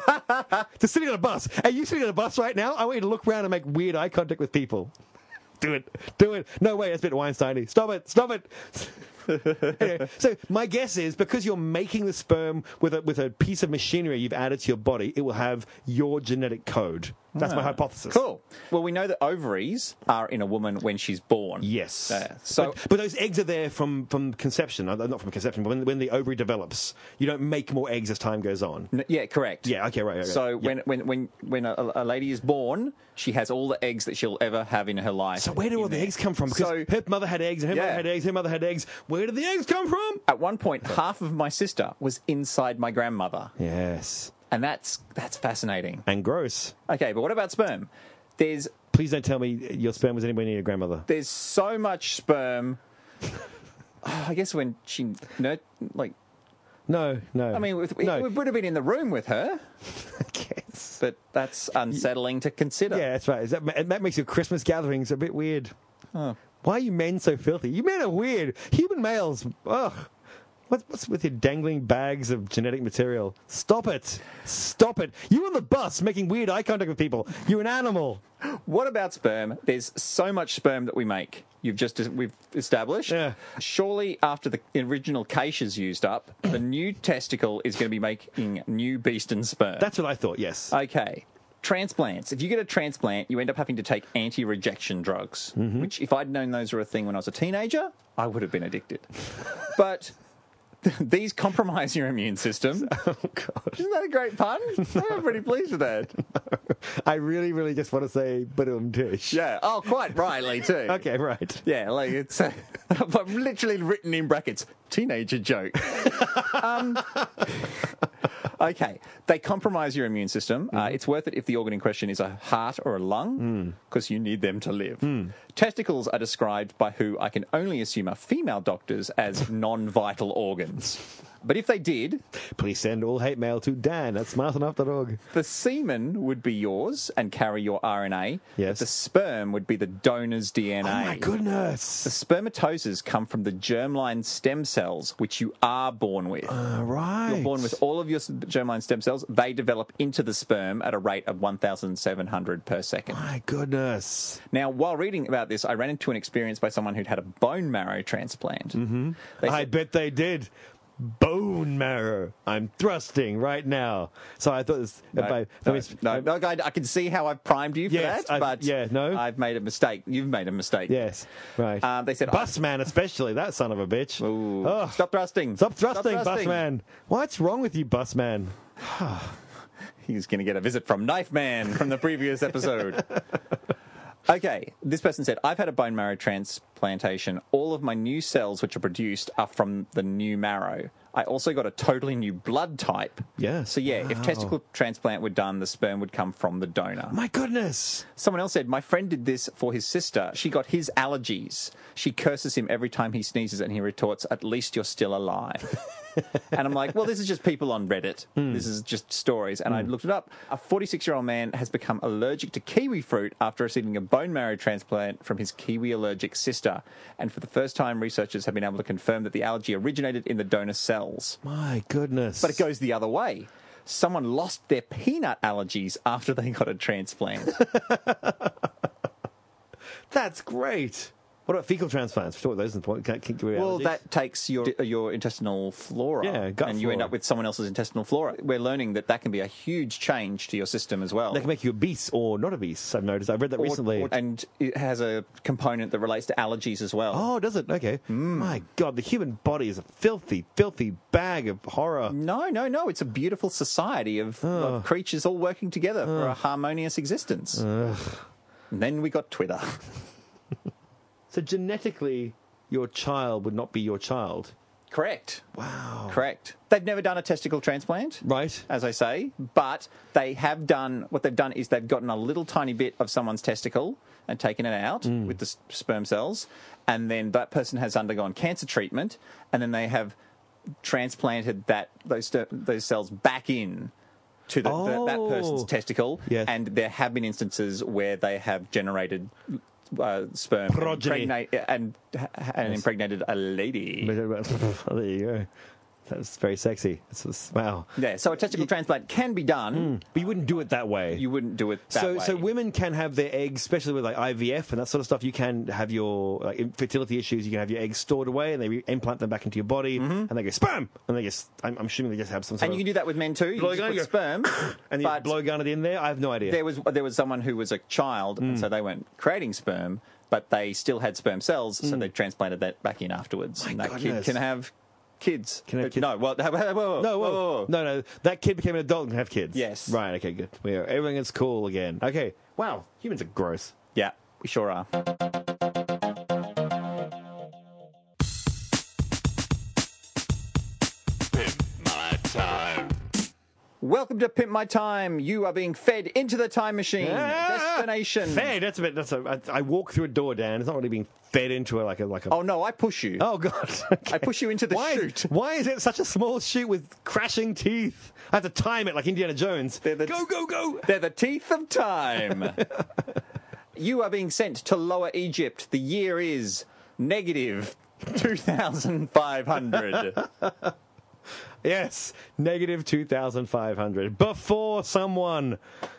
[SPEAKER 3] just sitting on a bus. Are you sitting on a bus right now? I want you to look around and make weird eye contact with people. Do it. Do it. No way. That's a bit Weinsteiny. Stop it. Stop it. Anyway, so my guess is because you're making the sperm with a with a piece of machinery you've added to your body, it will have your genetic code. That's my hypothesis.
[SPEAKER 2] Ah. Cool. Well, we know that ovaries are in a woman when she's born.
[SPEAKER 3] Yes.
[SPEAKER 2] Uh, so,
[SPEAKER 3] but, but those eggs are there from from conception, uh, not from conception, but when, when the ovary develops, you don't make more eggs as time goes on.
[SPEAKER 2] n- yeah, correct.
[SPEAKER 3] Yeah. Okay. Right. right, right.
[SPEAKER 2] So
[SPEAKER 3] Yeah.
[SPEAKER 2] when when when when a, a lady is born, she has all the eggs that she'll ever have in her life.
[SPEAKER 3] So where do
[SPEAKER 2] in
[SPEAKER 3] all the
[SPEAKER 2] there.
[SPEAKER 3] eggs come from? Because
[SPEAKER 2] So-
[SPEAKER 3] her mother had eggs, and her mother
[SPEAKER 2] Yeah.
[SPEAKER 3] had eggs, her mother had eggs. Where did the eggs come from?
[SPEAKER 2] At one point, half of my sister was inside my grandmother,
[SPEAKER 3] Yes.
[SPEAKER 2] and that's that's fascinating.
[SPEAKER 3] And gross.
[SPEAKER 2] Okay, but what about sperm? There's
[SPEAKER 3] Please don't tell me your sperm was anywhere near your grandmother.
[SPEAKER 2] there's so much sperm. I guess when she nur- like
[SPEAKER 3] No, no.
[SPEAKER 2] I mean, with, we
[SPEAKER 3] no.
[SPEAKER 2] we would have been in the room with her,
[SPEAKER 3] Yes.
[SPEAKER 2] but that's unsettling to consider.
[SPEAKER 3] Yeah, that's right. Is that, and that makes your Christmas gatherings a bit weird. Why are you men so filthy? You men are weird. Human males, ugh. What's, what's with your dangling bags of genetic material? Stop it. Stop it. You on the bus making weird eye contact with people. You're an animal.
[SPEAKER 2] What about sperm? There's so much sperm that we make. You've just we've established.
[SPEAKER 3] Yeah.
[SPEAKER 2] Surely after the original cache is used up, the new testicle is going to be making new beast and sperm.
[SPEAKER 3] That's what I thought, yes.
[SPEAKER 2] okay. Transplants. If you get a transplant, you end up having to take anti-rejection drugs,
[SPEAKER 3] Mm-hmm.
[SPEAKER 2] which if I'd known those were a thing when I was a teenager, I would have been addicted. but these compromise your immune system.
[SPEAKER 3] oh, God.
[SPEAKER 2] Isn't that a great pun? I'm pretty pleased with that.
[SPEAKER 3] I really, really just want to say boom dish.
[SPEAKER 2] Yeah. Oh, quite rightly too.
[SPEAKER 3] Okay, right.
[SPEAKER 2] Yeah, like it's uh, I've literally written in brackets teenager joke. um, okay, they compromise your immune system.
[SPEAKER 3] Hmm.
[SPEAKER 2] Uh, it's worth it if the organ in question is a heart or a lung because you need them to live.
[SPEAKER 3] Hmm.
[SPEAKER 2] Testicles are described by who I can only assume are female doctors as non-vital organs. But if they did,
[SPEAKER 3] Please send all hate mail to Dan at smartenough.org.
[SPEAKER 2] the semen would be yours and carry your RNA. But
[SPEAKER 3] Yes.
[SPEAKER 2] the sperm would be the donor's DNA.
[SPEAKER 3] Oh my
[SPEAKER 2] The
[SPEAKER 3] goodness.
[SPEAKER 2] spermatoses come from the germline stem cells, which you are born with.
[SPEAKER 3] All right.
[SPEAKER 2] You're born with all of your s- germline stem cells. They develop into the sperm at a rate of 1,700 per second.
[SPEAKER 3] My goodness.
[SPEAKER 2] Now, while reading about this, I ran into an experience by someone who'd had a bone marrow transplant. Mm-hmm. They
[SPEAKER 3] I
[SPEAKER 2] said,
[SPEAKER 3] bet they did. Bone marrow. I'm thrusting right now. So I thought this. if I,
[SPEAKER 2] no,
[SPEAKER 3] let me-
[SPEAKER 2] no, no, I, I can see how I've primed you for
[SPEAKER 3] Yes,
[SPEAKER 2] that,
[SPEAKER 3] I've-
[SPEAKER 2] but
[SPEAKER 3] yeah, no.
[SPEAKER 2] I've made a mistake. You've made a mistake.
[SPEAKER 3] Yes. Right.
[SPEAKER 2] Um, they said,
[SPEAKER 3] bus man, especially that son of a bitch.
[SPEAKER 2] Ooh,
[SPEAKER 3] Ugh.
[SPEAKER 2] stop thrusting.
[SPEAKER 3] Stop thrusting, bus
[SPEAKER 2] thrusting.
[SPEAKER 3] man. What's wrong with you, bus man?
[SPEAKER 2] He's going to get a visit from Knife Man from the previous episode. okay, this person said, I've had a bone marrow transplant transplantation, all of my new cells which are produced are from the new marrow. I also got a totally new blood type.
[SPEAKER 3] Yes.
[SPEAKER 2] So yeah, if testicle transplant were done, the sperm would come from the donor.
[SPEAKER 3] My goodness.
[SPEAKER 2] Someone else said, My friend did this for his sister. She got his allergies. She curses him every time he sneezes and he retorts, At least you're still alive. and I'm like, Well, this is just people on Reddit. This is just stories. And I looked it up. A 46 year old man has become allergic to kiwi fruit after receiving a bone marrow transplant from his kiwi allergic sister. And for the first time, researchers have been able to confirm that the allergy originated in the donor cells.
[SPEAKER 3] My goodness.
[SPEAKER 2] But it goes the other way. Someone lost their peanut allergies after they got a transplant.
[SPEAKER 3] That's great. What about fecal transplants? We talked about those in the point. Can't, can't give you
[SPEAKER 2] Well,
[SPEAKER 3] allergies.
[SPEAKER 2] that takes your your intestinal flora,
[SPEAKER 3] Yeah, gut
[SPEAKER 2] and you end
[SPEAKER 3] flora.
[SPEAKER 2] up with someone else's intestinal flora. We're learning that that can be a huge change to your system as well.
[SPEAKER 3] They can make you obese or not obese. I've noticed. I read that
[SPEAKER 2] Or-
[SPEAKER 3] recently.
[SPEAKER 2] or- and it has a component that relates to allergies as well.
[SPEAKER 3] oh, does it? Okay.
[SPEAKER 2] Hmm.
[SPEAKER 3] My God, the human body is a filthy, filthy bag of horror.
[SPEAKER 2] No, no, no! It's a beautiful society of, of creatures all working together for a harmonious existence. And then we got Twitter.
[SPEAKER 3] So genetically, your child would not be your child.
[SPEAKER 2] Correct.
[SPEAKER 3] Wow.
[SPEAKER 2] Correct. They've never done a testicle transplant.
[SPEAKER 3] Right.
[SPEAKER 2] as I say, but they have done what they've done is they've gotten a little tiny bit of someone's testicle and taken it out
[SPEAKER 3] Mm.
[SPEAKER 2] with the s- sperm cells, and then that person has undergone cancer treatment, and then they have transplanted that those st- those cells back in to the, the- that
[SPEAKER 3] Oh.
[SPEAKER 2] person's testicle,
[SPEAKER 3] Yes.
[SPEAKER 2] and there have been instances where they have generated. Uh, sperm
[SPEAKER 3] Progeny.
[SPEAKER 2] and, impregnate- and, and impregnated a lady.
[SPEAKER 3] there you go. That was very sexy. That's, that's, wow.
[SPEAKER 2] Yeah, so a testicle transplant can be done.
[SPEAKER 3] But you wouldn't do it that way.
[SPEAKER 2] You wouldn't do it that
[SPEAKER 3] Mm. so,
[SPEAKER 2] way.
[SPEAKER 3] so women can have their eggs, especially with like IVF and that sort of stuff. You can have your like infertility issues. You can have your eggs stored away, and they re- implant them back into your body, and they go sperm, and they just. I'm, I'm assuming they just have some.
[SPEAKER 2] Mm-hmm.
[SPEAKER 3] Sort
[SPEAKER 2] And you can
[SPEAKER 3] of,
[SPEAKER 2] do that with men too. You
[SPEAKER 3] Blow
[SPEAKER 2] can
[SPEAKER 3] gun,
[SPEAKER 2] just
[SPEAKER 3] you
[SPEAKER 2] put sperm.
[SPEAKER 3] and you
[SPEAKER 2] but
[SPEAKER 3] blow gun it in there. I have no idea.
[SPEAKER 2] there was there was someone who was a child,
[SPEAKER 3] Mm.
[SPEAKER 2] and so they weren't creating sperm, but they still had sperm cells, so they transplanted that back in afterwards. and that
[SPEAKER 3] Mm. goodness.
[SPEAKER 2] kid can have kids.
[SPEAKER 3] Can have
[SPEAKER 2] Uh,
[SPEAKER 3] kids.
[SPEAKER 2] No, well, whoa, whoa, whoa, whoa,
[SPEAKER 3] No, whoa.
[SPEAKER 2] whoa, whoa.
[SPEAKER 3] no, no. That kid became an adult and can have kids.
[SPEAKER 2] Oh. Yes.
[SPEAKER 3] Right. Okay. Good. We are, everything is cool again. Okay. Wow. Humans are gross.
[SPEAKER 2] Yeah, we sure are. Welcome to Pimp My Time. You are being fed into the time machine. Destination.
[SPEAKER 3] Fed. Ah! That's a bit. That's a. I, I walk through a door, Dan. It's not really being fed into it like a like a.
[SPEAKER 2] Oh no, I push you.
[SPEAKER 3] Oh, God. Okay.
[SPEAKER 2] I push you into the
[SPEAKER 3] why,
[SPEAKER 2] chute.
[SPEAKER 3] Why is it such a small chute with crashing teeth? I have to time it like Indiana Jones.
[SPEAKER 2] the-
[SPEAKER 3] go, go, go.
[SPEAKER 2] They're the teeth of time. you are being sent to Lower Egypt. The year is negative 2,500.
[SPEAKER 3] Yes. Negative 2,500. Before someone.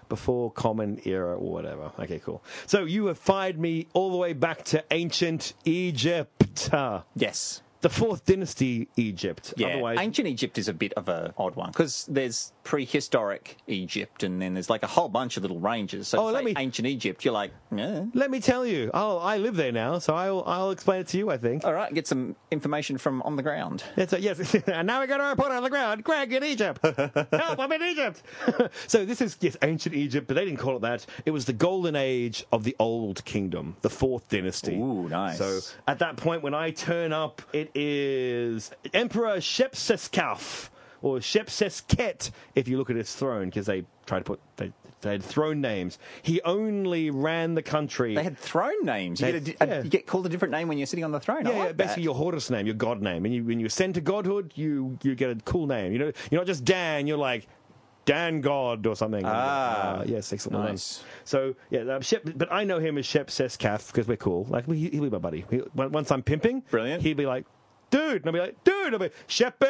[SPEAKER 3] Before Common Era or whatever. Okay, cool. So you have fired me all the way back to ancient Egypt. Uh,
[SPEAKER 2] yes.
[SPEAKER 3] The fourth dynasty Egypt.
[SPEAKER 2] Yeah.
[SPEAKER 3] Otherwise,
[SPEAKER 2] Ancient Egypt is a bit of an odd one because there's prehistoric Egypt and then there's like a whole bunch of little ranges. So
[SPEAKER 3] Oh,
[SPEAKER 2] to
[SPEAKER 3] let
[SPEAKER 2] say
[SPEAKER 3] me-
[SPEAKER 2] ancient Egypt, you're like, eh.
[SPEAKER 3] let me tell you. Oh, I live there now, so I'll, I'll explain it to you, I think.
[SPEAKER 2] all right, get some information from on the ground.
[SPEAKER 3] That's right, yes. and now we got our report on the ground. Greg in Egypt. Help, I'm in Egypt. so this is yes, ancient Egypt, but they didn't call it that. It was the golden age of the old kingdom, the fourth dynasty.
[SPEAKER 2] Ooh, nice.
[SPEAKER 3] So at that point when I turn up, it is Emperor Shepsetkaf. Or Shepsesket, if you look at his throne, because they tried to put they, they had throne names. He only ran the country.
[SPEAKER 2] They had throne names. You,
[SPEAKER 3] They-
[SPEAKER 2] get, a, di- a-
[SPEAKER 3] yeah.
[SPEAKER 2] you get called a different name when you're sitting on the throne. I
[SPEAKER 3] Yeah,
[SPEAKER 2] like
[SPEAKER 3] yeah, basically
[SPEAKER 2] that.
[SPEAKER 3] your Horus name, your god name, and you when you ascend to godhood, you you get a cool name. You know, you're not just Dan. You're like Dan God or something.
[SPEAKER 2] Ah,
[SPEAKER 3] uh, yes, excellent name.
[SPEAKER 2] nice.
[SPEAKER 3] So yeah, uh, Shep, but I know him as Shep Seskaf because we're cool. Like he, he'll be my buddy. He, on- once I'm pimping,
[SPEAKER 2] Brilliant.
[SPEAKER 3] He'll be like, dude, and I'll be like, dude, I'll be Shepard.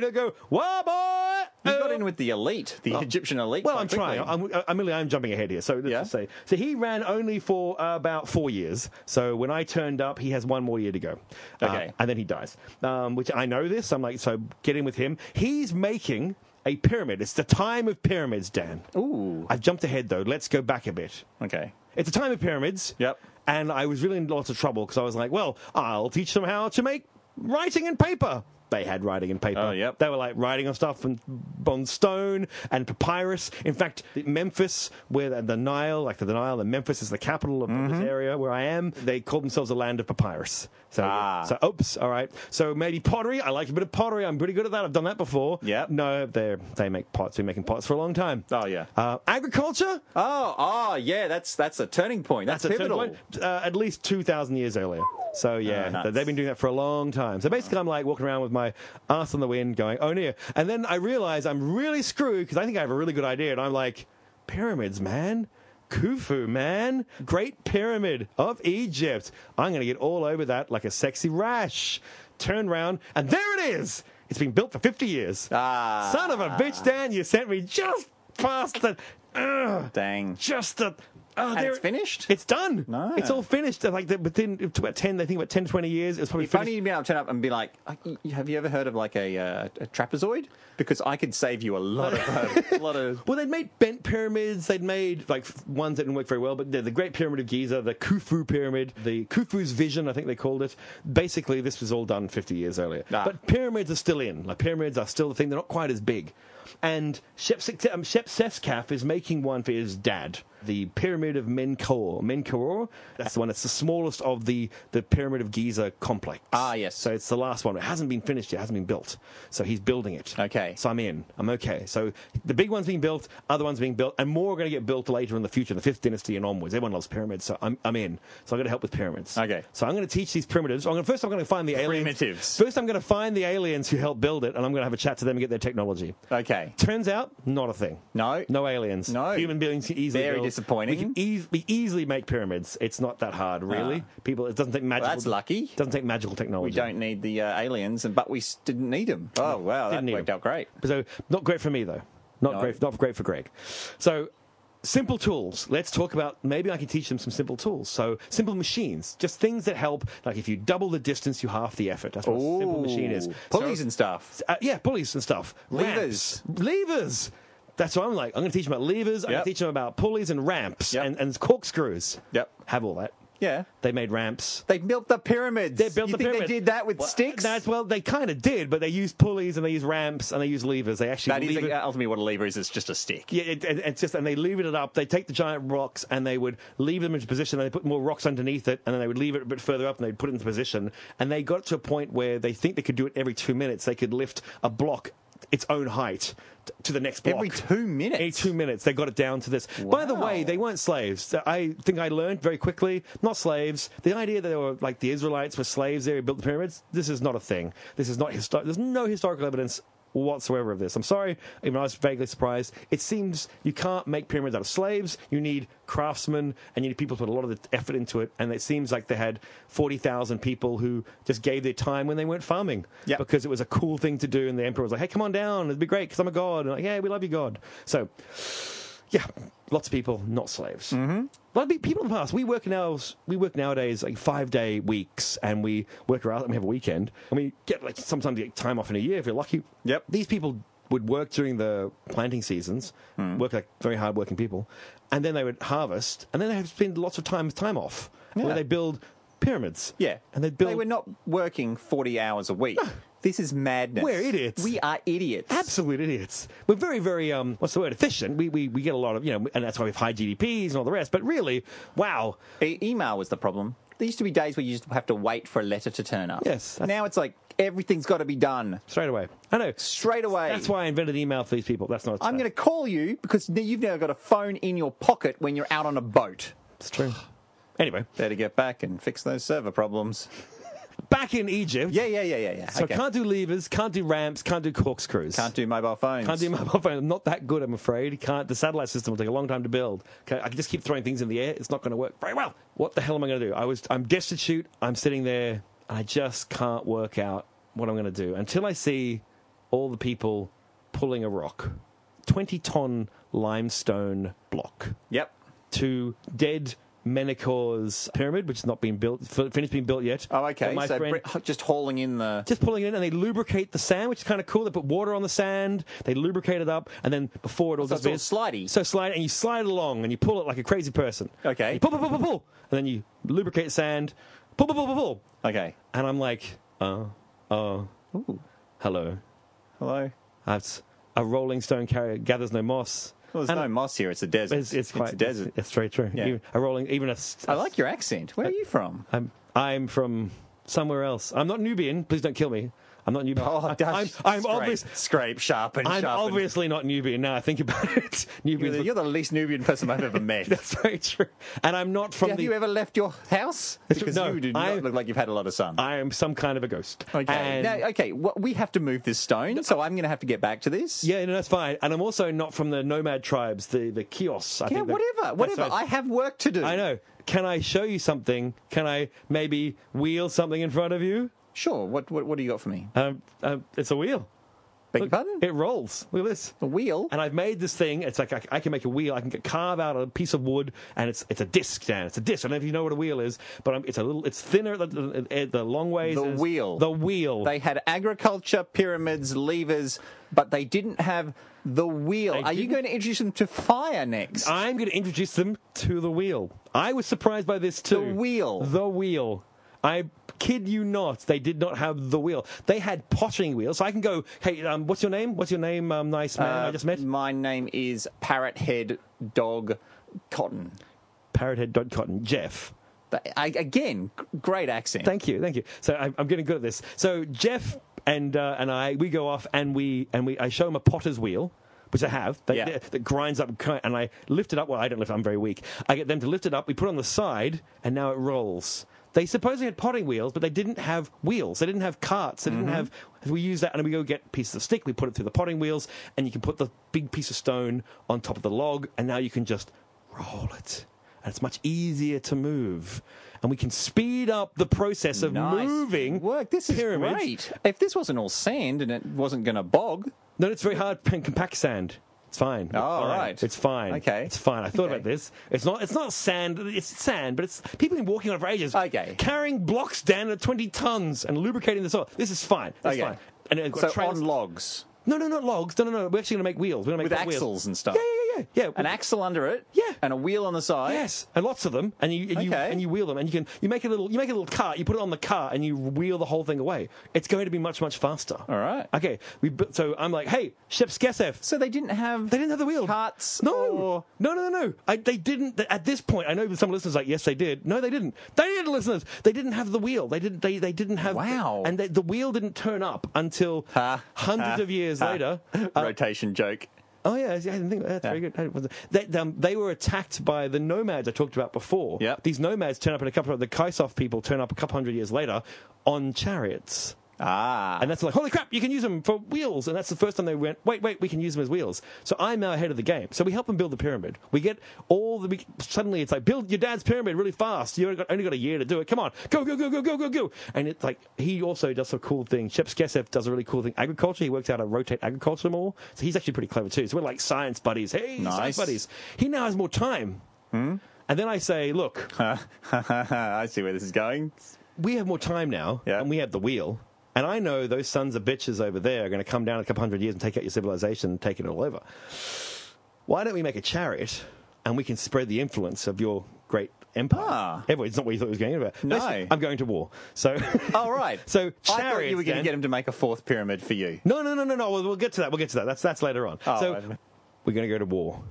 [SPEAKER 3] He'll go, wah boy.
[SPEAKER 2] You got in with the elite, the Egyptian elite.
[SPEAKER 3] Uh, oh. Well,
[SPEAKER 2] quite
[SPEAKER 3] I'm trying.
[SPEAKER 2] quickly.
[SPEAKER 3] I'm, I'm really I'm jumping ahead here. So let's
[SPEAKER 2] Yeah.
[SPEAKER 3] just say. So he ran only for uh, about four years. So when I turned up, he has one more year to go. Uh,
[SPEAKER 2] Okay.
[SPEAKER 3] and then he dies. Um, which I know this. I'm like, so get in with him. He's making a pyramid. It's the time of pyramids, Dan.
[SPEAKER 2] Ooh.
[SPEAKER 3] I've jumped ahead though. Let's go back a bit.
[SPEAKER 2] Okay.
[SPEAKER 3] It's a time of pyramids.
[SPEAKER 2] Yep.
[SPEAKER 3] And I was really in lots of trouble because I was like, well, I'll teach them how to make writing and paper. they had writing in paper.
[SPEAKER 4] Oh, yep.
[SPEAKER 3] They were like writing on stuff and on stone and papyrus. In fact, the- Memphis, where the, the Nile, like the, Nile, and Memphis is the capital of
[SPEAKER 4] Mm-hmm.
[SPEAKER 3] this area where I am. They call themselves the land of papyrus. So,
[SPEAKER 4] Ah.
[SPEAKER 3] so oops, all right. So maybe pottery. I like a bit of pottery. I'm pretty good at that. I've done that before.
[SPEAKER 4] Yep.
[SPEAKER 3] No, they they make pots. Been making pots for a long time.
[SPEAKER 4] Oh, yeah.
[SPEAKER 3] Uh, agriculture.
[SPEAKER 2] Oh, oh, yeah, that's that's a turning point. That's,
[SPEAKER 3] That's a
[SPEAKER 2] pivotal. Oh,
[SPEAKER 3] turning point, Uh, at least 2,000 years earlier. So, yeah,
[SPEAKER 4] nuts.
[SPEAKER 3] th- they've been doing that for a long time. So basically, I'm like walking around with my ass on the wind going, oh, near. And then I realize I'm really screwed because I think I have a really good idea. And I'm like, pyramids, man. Khufu, man. Great Pyramid of Egypt. I'm going to get all over that like a sexy rash. Turn round, and there it is. It's been built for 50 years.
[SPEAKER 2] Ah.
[SPEAKER 3] Son of a bitch, Dan, you sent me just past the. Ugh
[SPEAKER 2] Dang.
[SPEAKER 3] just the. Oh, there-
[SPEAKER 2] it's finished?
[SPEAKER 3] It's done.
[SPEAKER 2] Nice.
[SPEAKER 3] It's all finished. Like the, within it's about ten, I think about ten to twenty years, it's probably
[SPEAKER 2] If only
[SPEAKER 3] finished.
[SPEAKER 2] you'd been able to turn up and be like, "Uh, y- "Have you ever heard of like a, uh, a trapezoid?" Because I could save you a lot of a lot of.
[SPEAKER 3] Well, they'd made bent pyramids. They'd made like f- ones that didn't work very well, but the, the Great Pyramid of Giza, the Khufu Pyramid, the Khufu's Vision, I think they called it. Basically, this was all done 50 years earlier.
[SPEAKER 2] Ah.
[SPEAKER 3] But pyramids are still in. Like pyramids are still the thing. They're not quite as big. And Shepse- um, Shepseskaf is making one for his dad, the Pyramid of Menkaor. Menkaor, that's the one that's the smallest of the, the Pyramid of Giza complex.
[SPEAKER 2] Ah, yes.
[SPEAKER 3] So it's the last one. It hasn't been finished yet. It hasn't been built. So he's building it.
[SPEAKER 2] Okay.
[SPEAKER 3] So I'm in. I'm okay. So the big one's being built, other one's being built, and more are going to get built later in the future, the fifth dynasty and onwards. Everyone loves pyramids, so I'm, I'm in. So I'm going to help with pyramids.
[SPEAKER 4] Okay.
[SPEAKER 3] So I'm going to teach these primitives. I'm going to, first, I'm going to find the aliens.
[SPEAKER 4] Primitives.
[SPEAKER 3] First, I'm going to find the aliens who helped build it, and I'm going to have a chat to them and get their technology.
[SPEAKER 2] Okay.
[SPEAKER 3] Turns out, not a thing.
[SPEAKER 2] No.
[SPEAKER 3] No aliens.
[SPEAKER 2] No.
[SPEAKER 3] Human beings can easily.
[SPEAKER 2] Very
[SPEAKER 3] build-
[SPEAKER 2] disappointing.
[SPEAKER 3] We can eas- we easily make pyramids. It's not that hard, really. People, it doesn't take magical.
[SPEAKER 2] Ah. that's lucky.
[SPEAKER 3] Doesn't take magical technology.
[SPEAKER 2] We don't need the uh, aliens, and but we s- didn't need them. Oh wow, that
[SPEAKER 3] Didn't need
[SPEAKER 2] worked
[SPEAKER 3] 'em.
[SPEAKER 2] out great.
[SPEAKER 3] So not great for me though. Not
[SPEAKER 2] No.
[SPEAKER 3] great. Not great for Greg. So simple tools. Let's talk about maybe I can teach them some simple tools. So simple machines, just things that help. Like if you double the distance, you half the effort. That's what a simple machine is.
[SPEAKER 2] Ooh, pulleys
[SPEAKER 3] So-
[SPEAKER 2] and stuff.
[SPEAKER 3] uh, yeah, pulleys and stuff.
[SPEAKER 2] Levers.
[SPEAKER 3] Ramps. Levers. That's what I'm like. I'm going to teach them about levers. I'm going
[SPEAKER 2] Yep.
[SPEAKER 3] to teach them about pulleys and ramps
[SPEAKER 2] Yep.
[SPEAKER 3] and, and corkscrews.
[SPEAKER 2] Yep.
[SPEAKER 3] Have all that.
[SPEAKER 2] Yeah,
[SPEAKER 3] They made ramps.
[SPEAKER 2] they built the pyramids.
[SPEAKER 3] They built
[SPEAKER 2] you
[SPEAKER 3] the
[SPEAKER 2] think
[SPEAKER 3] pyramid.
[SPEAKER 2] They did that with
[SPEAKER 3] Well,
[SPEAKER 2] sticks.
[SPEAKER 3] That's well, they kind of did, but they used pulleys and they used ramps and they used levers. They actually
[SPEAKER 2] that is
[SPEAKER 3] lever-
[SPEAKER 2] uh, ultimately what a lever is. It's just a stick.
[SPEAKER 3] Yeah, it, it- it's just, and they levered it up. They take the giant rocks and they would leave them into position. And they put more rocks underneath it, and then they would leave it a bit further up and they'd put it into position. And they got to a point where they think they could do it every two minutes. They could lift a block its own height t- to the next block
[SPEAKER 2] Every two minutes.
[SPEAKER 3] Every two minutes, they got it down to this. By the way,
[SPEAKER 2] Wow.
[SPEAKER 3] they weren't slaves. So I think I learned very quickly, not slaves. The idea that they were like the Israelites were slaves there who built the pyramids. This is not a thing. This is not historic. There's no historical evidence whatsoever of this. I'm sorry, even I was vaguely surprised. It seems you can't make pyramids out of slaves. You need craftsmen and you need people to put a lot of the effort into it. And it seems like they had 40,000 people who just gave their time when they weren't farming
[SPEAKER 2] Yeah.
[SPEAKER 3] because it was a cool thing to do. And the emperor was like, hey, come on down. It'd be great because I'm a god. And like, yeah, we love you, God. So yeah, lots of people, not slaves. Mm-hmm. But be- people in the past, we work now. We work nowadays like five day weeks, and we work around. And we have a weekend, and we get like sometimes we get time off in a year if you're lucky.
[SPEAKER 4] Yep.
[SPEAKER 3] These people would work during the planting seasons,
[SPEAKER 2] Mm-hmm.
[SPEAKER 3] work like very hard working people, and then they would harvest, and then they would spend lots of time time off
[SPEAKER 2] Yeah.
[SPEAKER 3] where they build pyramids.
[SPEAKER 2] Yeah,
[SPEAKER 3] and they'd build.
[SPEAKER 2] They were not working forty hours a week. This is madness.
[SPEAKER 3] We're idiots.
[SPEAKER 2] We are idiots.
[SPEAKER 3] absolute idiots. We're very, very um, what's the word? Efficient. We, we we get a lot of you know, and that's why we have high GDPs and all the rest. But really, wow,
[SPEAKER 2] E- email was the problem. There used to be days where you used to have to wait for a letter to turn up.
[SPEAKER 3] Yes, that's-
[SPEAKER 2] Now it's like everything's got to be done
[SPEAKER 3] straight away. I know.
[SPEAKER 2] straight away.
[SPEAKER 3] That's why I invented email for these people. That's not.
[SPEAKER 2] I'm going to call you because n- you've now got a phone in your pocket when you're out on a boat.
[SPEAKER 3] It's true. Anyway,
[SPEAKER 2] Better get back and fix those server problems.
[SPEAKER 3] back in Egypt.
[SPEAKER 2] Yeah, yeah, yeah, yeah, yeah.
[SPEAKER 3] So
[SPEAKER 2] okay.
[SPEAKER 3] can't do levers, can't do ramps, can't do corkscrews.
[SPEAKER 2] Can't do mobile phones.
[SPEAKER 3] Can't do mobile phone. I'm not that good, I'm afraid. Can't. The satellite system will take a long time to build. Okay, I can just keep throwing things in the air. It's not going to work very well. What the hell am I going to do? I was. I'm destitute. I'm sitting there. And I just can't work out what I'm going to do until I see all the people pulling a rock, twenty ton limestone block.
[SPEAKER 2] Yep.
[SPEAKER 3] to dead Menacor's pyramid, which has not been built, fi- finished being built yet.
[SPEAKER 2] Oh, okay.
[SPEAKER 3] But my
[SPEAKER 2] so
[SPEAKER 3] friend-
[SPEAKER 2] Brit- just hauling in the.
[SPEAKER 3] just pulling it in, and they lubricate the sand, which is kind of cool. They put water on the sand, they lubricate it up, and then before it all
[SPEAKER 2] So
[SPEAKER 3] just
[SPEAKER 2] it's all slidey.
[SPEAKER 3] So slide, and you slide along, and you pull it like a crazy person.
[SPEAKER 2] Okay.
[SPEAKER 3] You pull, pull, pull, pull, pull, and then you lubricate sand, pull, pull, pull, pull, pull,
[SPEAKER 2] Okay.
[SPEAKER 3] and I'm like, oh, oh. uh, Hello.
[SPEAKER 2] Hello.
[SPEAKER 3] That's a rolling stone carrier gathers no moss.
[SPEAKER 4] Well, there's no moss here. It's a desert.
[SPEAKER 3] It's, it's quite
[SPEAKER 4] a desert.
[SPEAKER 3] It's, very true.
[SPEAKER 4] Yeah.
[SPEAKER 3] Even, a rolling, even a. s-
[SPEAKER 2] I like your accent. Where are you from?
[SPEAKER 3] I'm I'm from somewhere else. I'm not Nubian. Please don't kill me. I'm not Nubian.
[SPEAKER 4] Oh, that's
[SPEAKER 3] I'm, I'm,
[SPEAKER 4] scrape,
[SPEAKER 3] obvious,
[SPEAKER 4] Scrape, sharpen,
[SPEAKER 3] I'm
[SPEAKER 4] sharpen.
[SPEAKER 3] obviously not Nubian. Now I think about it.
[SPEAKER 2] You're
[SPEAKER 3] Nubians.
[SPEAKER 2] the,
[SPEAKER 3] look-
[SPEAKER 2] you're the least Nubian person I've ever met.
[SPEAKER 3] that's very true. And I'm not from
[SPEAKER 2] Have
[SPEAKER 3] the.
[SPEAKER 2] you ever left your house?
[SPEAKER 4] Because
[SPEAKER 3] No,
[SPEAKER 4] you do not
[SPEAKER 3] I-
[SPEAKER 4] look like you've had a lot of sun.
[SPEAKER 3] I am some kind of a ghost.
[SPEAKER 2] Okay.
[SPEAKER 3] And-
[SPEAKER 2] Now, uh, okay. Well, we have to move this stone, so I'm going to have to get back to this.
[SPEAKER 3] yeah, no, that's fine. And I'm also not from the nomad tribes, the the kiosks. I
[SPEAKER 2] Yeah,
[SPEAKER 3] think that-
[SPEAKER 2] whatever,
[SPEAKER 3] that's
[SPEAKER 2] whatever.
[SPEAKER 3] right.
[SPEAKER 2] I have work to do.
[SPEAKER 3] I know. Can I show you something? Can I maybe wheel something in front of you?
[SPEAKER 2] Sure. What What, what do you got for me?
[SPEAKER 3] Um, um, it's a wheel.
[SPEAKER 2] Beg your
[SPEAKER 3] Look,
[SPEAKER 2] pardon?
[SPEAKER 3] It rolls. Look at this.
[SPEAKER 2] a wheel.
[SPEAKER 3] And I've made this thing. It's like I, I can make a wheel. I can carve out a piece of wood, and it's it's a disc, Dan. It's a disc. I don't know if you know what a wheel is, but um, it's a little. It's thinner the, the, the- eh, the long ways.
[SPEAKER 2] The
[SPEAKER 3] It's-
[SPEAKER 2] wheel.
[SPEAKER 3] The wheel.
[SPEAKER 2] They had agriculture, pyramids, levers, but they didn't have the wheel.
[SPEAKER 3] They
[SPEAKER 2] Are you
[SPEAKER 3] didn't- Uh,
[SPEAKER 2] going to introduce them to fire next?
[SPEAKER 3] I'm going to introduce them to the wheel. I was surprised by this too.
[SPEAKER 2] The wheel.
[SPEAKER 3] The wheel. I kid you not. They did not have the wheel. They had potting wheels. So I can go. Hey, um, what's your name? What's your name? Um, nice
[SPEAKER 2] Uh,
[SPEAKER 3] man I just met.
[SPEAKER 2] My name is Parrot Head Dog Cotton.
[SPEAKER 3] Parrothead Dot Cotton Jeff.
[SPEAKER 2] But I, again, g- great accent.
[SPEAKER 3] Thank you, thank you. So I'm, I'm getting good at this. So Jeff and uh, and I we go off and we and we I show him a potter's wheel. Which I have that,
[SPEAKER 2] Yeah.
[SPEAKER 3] that grinds up, ki- and I lift it up. Well, I don't lift. it, I'm very weak. I get them to lift it up. We put it on the side, and now it rolls. They supposedly had potting wheels, but they didn't have wheels. They didn't have carts. They didn't
[SPEAKER 2] Mm-hmm.
[SPEAKER 3] have. We use that, and we go get pieces of stick. We put it through the potting wheels, and you can put the big piece of stone on top of the log, and now you can just roll it and it's much easier to move. And we can speed up the process of
[SPEAKER 2] Nice
[SPEAKER 3] moving
[SPEAKER 2] work. This is
[SPEAKER 3] pyramids.
[SPEAKER 2] great. If this wasn't all sand and it wasn't going to bog,
[SPEAKER 3] No, it's very hard and compact sand. It's fine.
[SPEAKER 2] Oh,
[SPEAKER 3] All
[SPEAKER 2] right.
[SPEAKER 3] It's fine.
[SPEAKER 2] Okay.
[SPEAKER 3] It's fine. I thought
[SPEAKER 2] Okay.
[SPEAKER 3] about this. It's not. It's not sand. It's sand, but it's people have been walking on it for ages.
[SPEAKER 2] Okay.
[SPEAKER 3] Carrying blocks down at twenty tons and lubricating the soil. This is fine. It's
[SPEAKER 2] Okay.
[SPEAKER 3] fine. And it
[SPEAKER 2] so
[SPEAKER 3] got trails.
[SPEAKER 2] on logs
[SPEAKER 3] no, no, not logs. No, no, no. We're actually going to make wheels. We're going to
[SPEAKER 2] with
[SPEAKER 3] make wheels.
[SPEAKER 2] axles and stuff.
[SPEAKER 3] Yeah, yeah, yeah, yeah.
[SPEAKER 2] An axle under it,
[SPEAKER 3] Yeah.
[SPEAKER 2] and a wheel on the side.
[SPEAKER 3] Yes, and lots of them, and you and, you
[SPEAKER 2] Okay.
[SPEAKER 3] and you wheel them, and you can you make a little you make a little cart, you put it on the cart, and you wheel the whole thing away. It's going to be much much faster.
[SPEAKER 2] All right.
[SPEAKER 3] Okay. We bu- so I'm like, hey, ships Gesef.
[SPEAKER 2] So they didn't have
[SPEAKER 3] They didn't have the wheel.
[SPEAKER 2] carts.
[SPEAKER 3] No,
[SPEAKER 2] or-
[SPEAKER 3] no, no, no. no. I, they didn't. At this point, I know that some listeners are like, yes, they did. No, they didn't. They didn't, listeners. They didn't have the wheel. They didn't. They, they didn't have.
[SPEAKER 2] Wow.
[SPEAKER 3] And they, the wheel didn't turn up until hundreds of years later. Uh,
[SPEAKER 4] Rotation joke.
[SPEAKER 3] Oh yeah, I didn't think that's very good. I was- They, um, they were attacked by the nomads I talked about before.
[SPEAKER 4] Yep.
[SPEAKER 3] These nomads turn up in a couple of the Kaisov people turn up a couple hundred years later on chariots.
[SPEAKER 4] Ah.
[SPEAKER 3] And that's like, holy crap, you can use them for wheels. And that's the first time they went, wait, wait, we can use them as wheels. So I'm now ahead of the game. So we help them build the pyramid. We get all the. We, suddenly it's like, build your dad's pyramid really fast. You only got, only got a year to do it. Come on, go, go, go, go, go, go, go. And it's like, he also does some cool thing. Sheps Kesef does a really cool thing. Agriculture, he works out how to rotate agriculture more. So he's actually pretty clever too. So we're like science buddies. Hey, science
[SPEAKER 4] Nice.
[SPEAKER 3] buddies. He now has more time. And then I say, look,
[SPEAKER 4] I see where this is going.
[SPEAKER 3] we have more time now,
[SPEAKER 4] Yeah.
[SPEAKER 3] and we have the wheel. And I know those sons of bitches over there are going to come down in a couple hundred years and take out your civilization and take it all over. Why don't we make a chariot and we can spread the influence of your great empire?
[SPEAKER 2] Ah.
[SPEAKER 3] Anyway, it's not what you thought it was going to be.
[SPEAKER 4] No.
[SPEAKER 3] Basically, I'm going to war. So,
[SPEAKER 2] All right.
[SPEAKER 3] So
[SPEAKER 2] I thought you
[SPEAKER 3] chariots,
[SPEAKER 2] were going to
[SPEAKER 3] Dan.
[SPEAKER 2] get him to make a fourth pyramid for you.
[SPEAKER 3] no, no, no, no, no. We'll, we'll get to that. We'll get to that. That's, that's later on.
[SPEAKER 4] Oh,
[SPEAKER 3] so,
[SPEAKER 4] I'm-
[SPEAKER 3] we're going to go to war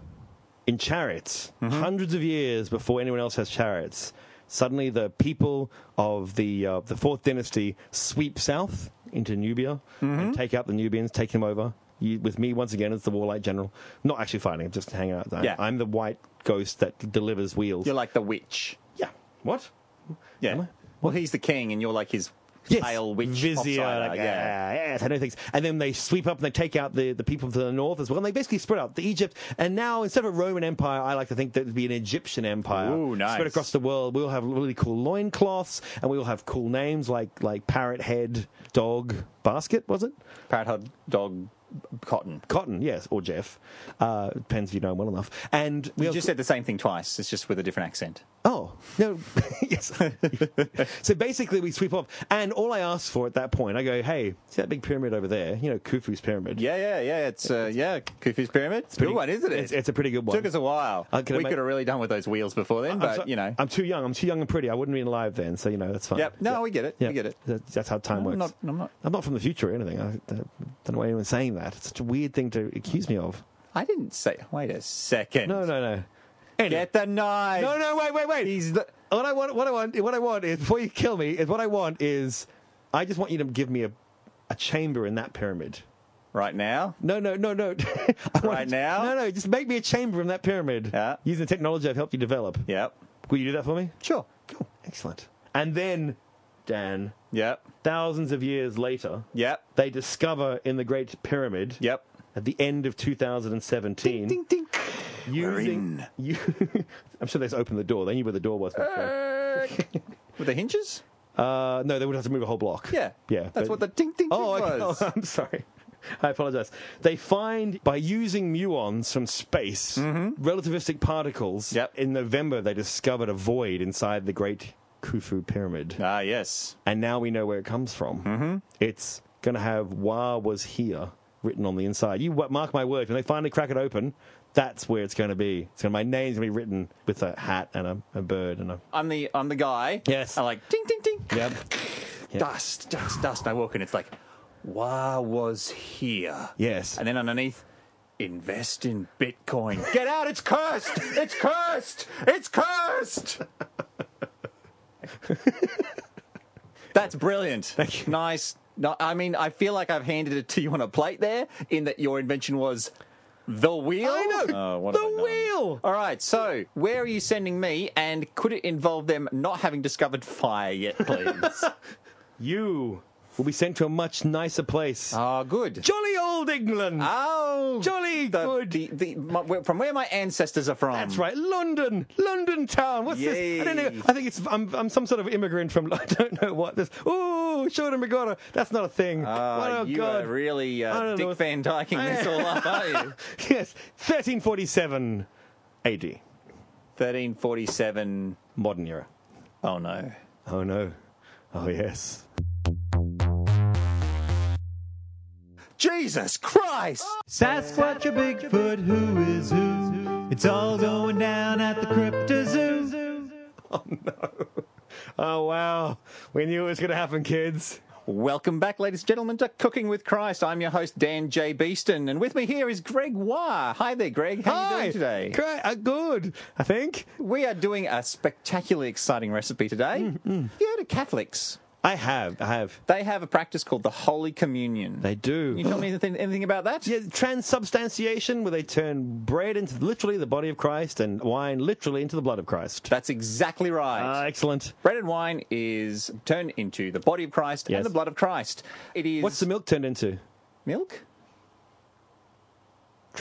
[SPEAKER 3] in chariots,
[SPEAKER 2] Mm-hmm.
[SPEAKER 3] hundreds of years before anyone else has chariots. Suddenly, the people of the uh, the fourth dynasty sweep south into Nubia
[SPEAKER 2] Mm-hmm.
[SPEAKER 3] and take out the Nubians, take them over. You, with me once again as the warlike general, not actually fighting, just hanging out. there.
[SPEAKER 2] Yeah.
[SPEAKER 3] I'm the white ghost that delivers wheels.
[SPEAKER 2] You're like the witch.
[SPEAKER 3] yeah, what?
[SPEAKER 4] Yeah.
[SPEAKER 2] Well, he's the king, and you're like his
[SPEAKER 3] Yes.
[SPEAKER 2] pale witch.
[SPEAKER 3] Vizier,
[SPEAKER 2] offsider,
[SPEAKER 3] like,
[SPEAKER 2] yeah.
[SPEAKER 3] yeah. yes, I know things. And then they sweep up and they take out the, the people to the north as well. And they basically spread out the Egypt. And now, instead of a Roman Empire, I like to think that would be an Egyptian Empire.
[SPEAKER 4] Ooh, nice.
[SPEAKER 3] Spread across the world. We'll have really cool loincloths and we'll have cool names like, like Parrot Head Dog Basket, was it?
[SPEAKER 2] Parrot Head Dog Cotton.
[SPEAKER 3] Cotton, yes, or Jeff. Uh, depends if you know him well enough. And we
[SPEAKER 2] You
[SPEAKER 3] have-
[SPEAKER 2] just said the same thing twice. It's just with a different accent.
[SPEAKER 3] Oh, no. yes. so basically, we sweep off. And all I ask for at that point, I go, hey, see that big pyramid over there? You know, Khufu's pyramid.
[SPEAKER 4] Yeah, yeah, yeah. It's uh, yeah, Kufi's pyramid. It's a
[SPEAKER 3] pretty-
[SPEAKER 4] good one, isn't it?
[SPEAKER 3] it's- it's a pretty good one.
[SPEAKER 4] Took us a while.
[SPEAKER 3] I can
[SPEAKER 4] we
[SPEAKER 3] ima-
[SPEAKER 4] could have really done with those wheels before then,
[SPEAKER 3] I'm
[SPEAKER 4] but
[SPEAKER 3] so-
[SPEAKER 4] you know.
[SPEAKER 3] I'm too young. I'm too young and pretty. I wouldn't have been alive then. So, you know, that's fine.
[SPEAKER 4] Yep. No, we get it.
[SPEAKER 3] Yeah.
[SPEAKER 4] We get it.
[SPEAKER 3] That- That's how time works.
[SPEAKER 2] I'm not. I'm not.
[SPEAKER 3] I'm not from the future or anything. I I don't know why anyone's saying that. It's such a weird thing to accuse me of.
[SPEAKER 2] I didn't say. Wait a second.
[SPEAKER 4] Second.
[SPEAKER 3] No, no, no. Anyway.
[SPEAKER 4] Get the knife.
[SPEAKER 3] No, no, wait, wait, wait.
[SPEAKER 4] He's the.
[SPEAKER 3] what I want, what I want, what I want is before you kill me, is what I want is, I just want you to give me a, a chamber in that pyramid.
[SPEAKER 4] Right now.
[SPEAKER 3] No, no, no, no. I want-
[SPEAKER 4] Right now?
[SPEAKER 3] No, no. Just make me a chamber in that pyramid.
[SPEAKER 4] Yeah.
[SPEAKER 3] Using the technology I've helped you develop.
[SPEAKER 4] Yep.
[SPEAKER 3] Will you do that for me?
[SPEAKER 4] Sure.
[SPEAKER 3] Cool. Excellent. And then, Dan,
[SPEAKER 4] Yep.
[SPEAKER 3] thousands of years later,
[SPEAKER 4] Yep.
[SPEAKER 3] they discover in the Great Pyramid.
[SPEAKER 4] Yep.
[SPEAKER 3] At the end of 2017,
[SPEAKER 4] Ding ding.
[SPEAKER 3] using you, I'm sure they just opened the door. They knew where the door was. back
[SPEAKER 4] Uh.
[SPEAKER 3] then.
[SPEAKER 2] With the hinges?
[SPEAKER 3] Uh, no, they would have to move a whole block.
[SPEAKER 2] Yeah.
[SPEAKER 3] yeah.
[SPEAKER 2] That's
[SPEAKER 3] but-
[SPEAKER 2] what the ding ding ding
[SPEAKER 3] Oh, okay.
[SPEAKER 2] was.
[SPEAKER 3] Oh, I'm sorry. I apologize. They find by using muons from space,
[SPEAKER 2] Mm-hmm.
[SPEAKER 3] relativistic particles.
[SPEAKER 4] Yep.
[SPEAKER 3] In November, they discovered a void inside the Great Khufu Pyramid,
[SPEAKER 4] Ah, yes.
[SPEAKER 3] and now we know where it comes from. Mm-hmm. It's going to have "Wa was here" written on the inside. You wa- mark my words. When they finally crack it open, that's where it's going to be. It's going to my name's going to be written with a hat and a, a bird and a
[SPEAKER 2] I'm the I'm the guy.
[SPEAKER 3] Yes.
[SPEAKER 2] I like ding ding ding.
[SPEAKER 3] yep.
[SPEAKER 2] Dust, dust, dust. And I walk in. It's like, why was here?
[SPEAKER 3] Yes.
[SPEAKER 2] And then underneath, invest in Bitcoin. Get out! It's cursed! It's cursed! It's cursed!
[SPEAKER 4] That's brilliant.
[SPEAKER 2] Thank you. Nice. No, I mean, I feel like I've handed it to you on a plate there. In that your invention was the wheel.
[SPEAKER 3] I know
[SPEAKER 4] Oh, what have I
[SPEAKER 3] the
[SPEAKER 4] done?
[SPEAKER 3] wheel.
[SPEAKER 2] All right, so where are you sending me, and could it involve them not having discovered fire yet, please?
[SPEAKER 3] You will be sent to a much nicer place.
[SPEAKER 2] Ah, good.
[SPEAKER 3] Jolly old England.
[SPEAKER 2] Oh,
[SPEAKER 3] Jolly
[SPEAKER 2] the,
[SPEAKER 3] good.
[SPEAKER 2] The, the, my, where- from where my ancestors are from.
[SPEAKER 3] That's right, London, London town. What's this? I don't know.
[SPEAKER 2] Yay.
[SPEAKER 3] I think it's I'm, I'm some sort of immigrant from I don't know what this. Ooh, Shorter Magora. That's not a thing.
[SPEAKER 2] Ah,
[SPEAKER 3] oh
[SPEAKER 2] you
[SPEAKER 3] God.
[SPEAKER 2] are really
[SPEAKER 3] I
[SPEAKER 2] uh,
[SPEAKER 3] don't
[SPEAKER 2] Dick
[SPEAKER 3] know.
[SPEAKER 2] Van Dyking this all up, are you?
[SPEAKER 3] yes, 1347 AD,
[SPEAKER 2] 1347.
[SPEAKER 3] modern era.
[SPEAKER 2] Oh no.
[SPEAKER 3] Oh no. Oh yes.
[SPEAKER 2] Jesus Christ!
[SPEAKER 1] Sasquatch or Bigfoot, who is who? It's all going down at the Crypto Zoo.
[SPEAKER 3] Oh wow. We knew it was going to happen, kids.
[SPEAKER 2] Welcome back, ladies and gentlemen, to Cooking with Christ. I'm your host, Dan J. Beeston, and with me here is Greg Wah. Hi there, Greg. How
[SPEAKER 3] Hi.
[SPEAKER 2] are you doing today?
[SPEAKER 3] Great. Uh, good. I think
[SPEAKER 2] We are doing a spectacularly exciting recipe
[SPEAKER 3] Mm,
[SPEAKER 2] today. You heard of Catholics.
[SPEAKER 3] I have. I have.
[SPEAKER 2] They have a practice called the Holy Communion.
[SPEAKER 3] They do.
[SPEAKER 2] Can you tell me anything, anything about that?
[SPEAKER 3] Yeah, transubstantiation, where they turn bread into literally the body of Christ and wine literally into the blood of Christ.
[SPEAKER 2] That's exactly
[SPEAKER 3] Ah,
[SPEAKER 2] right.
[SPEAKER 3] excellent.
[SPEAKER 2] Bread and wine is turned into the body of Christ
[SPEAKER 3] Yes.
[SPEAKER 2] and the blood of Christ. It is
[SPEAKER 3] What's the milk turned into?
[SPEAKER 2] milk?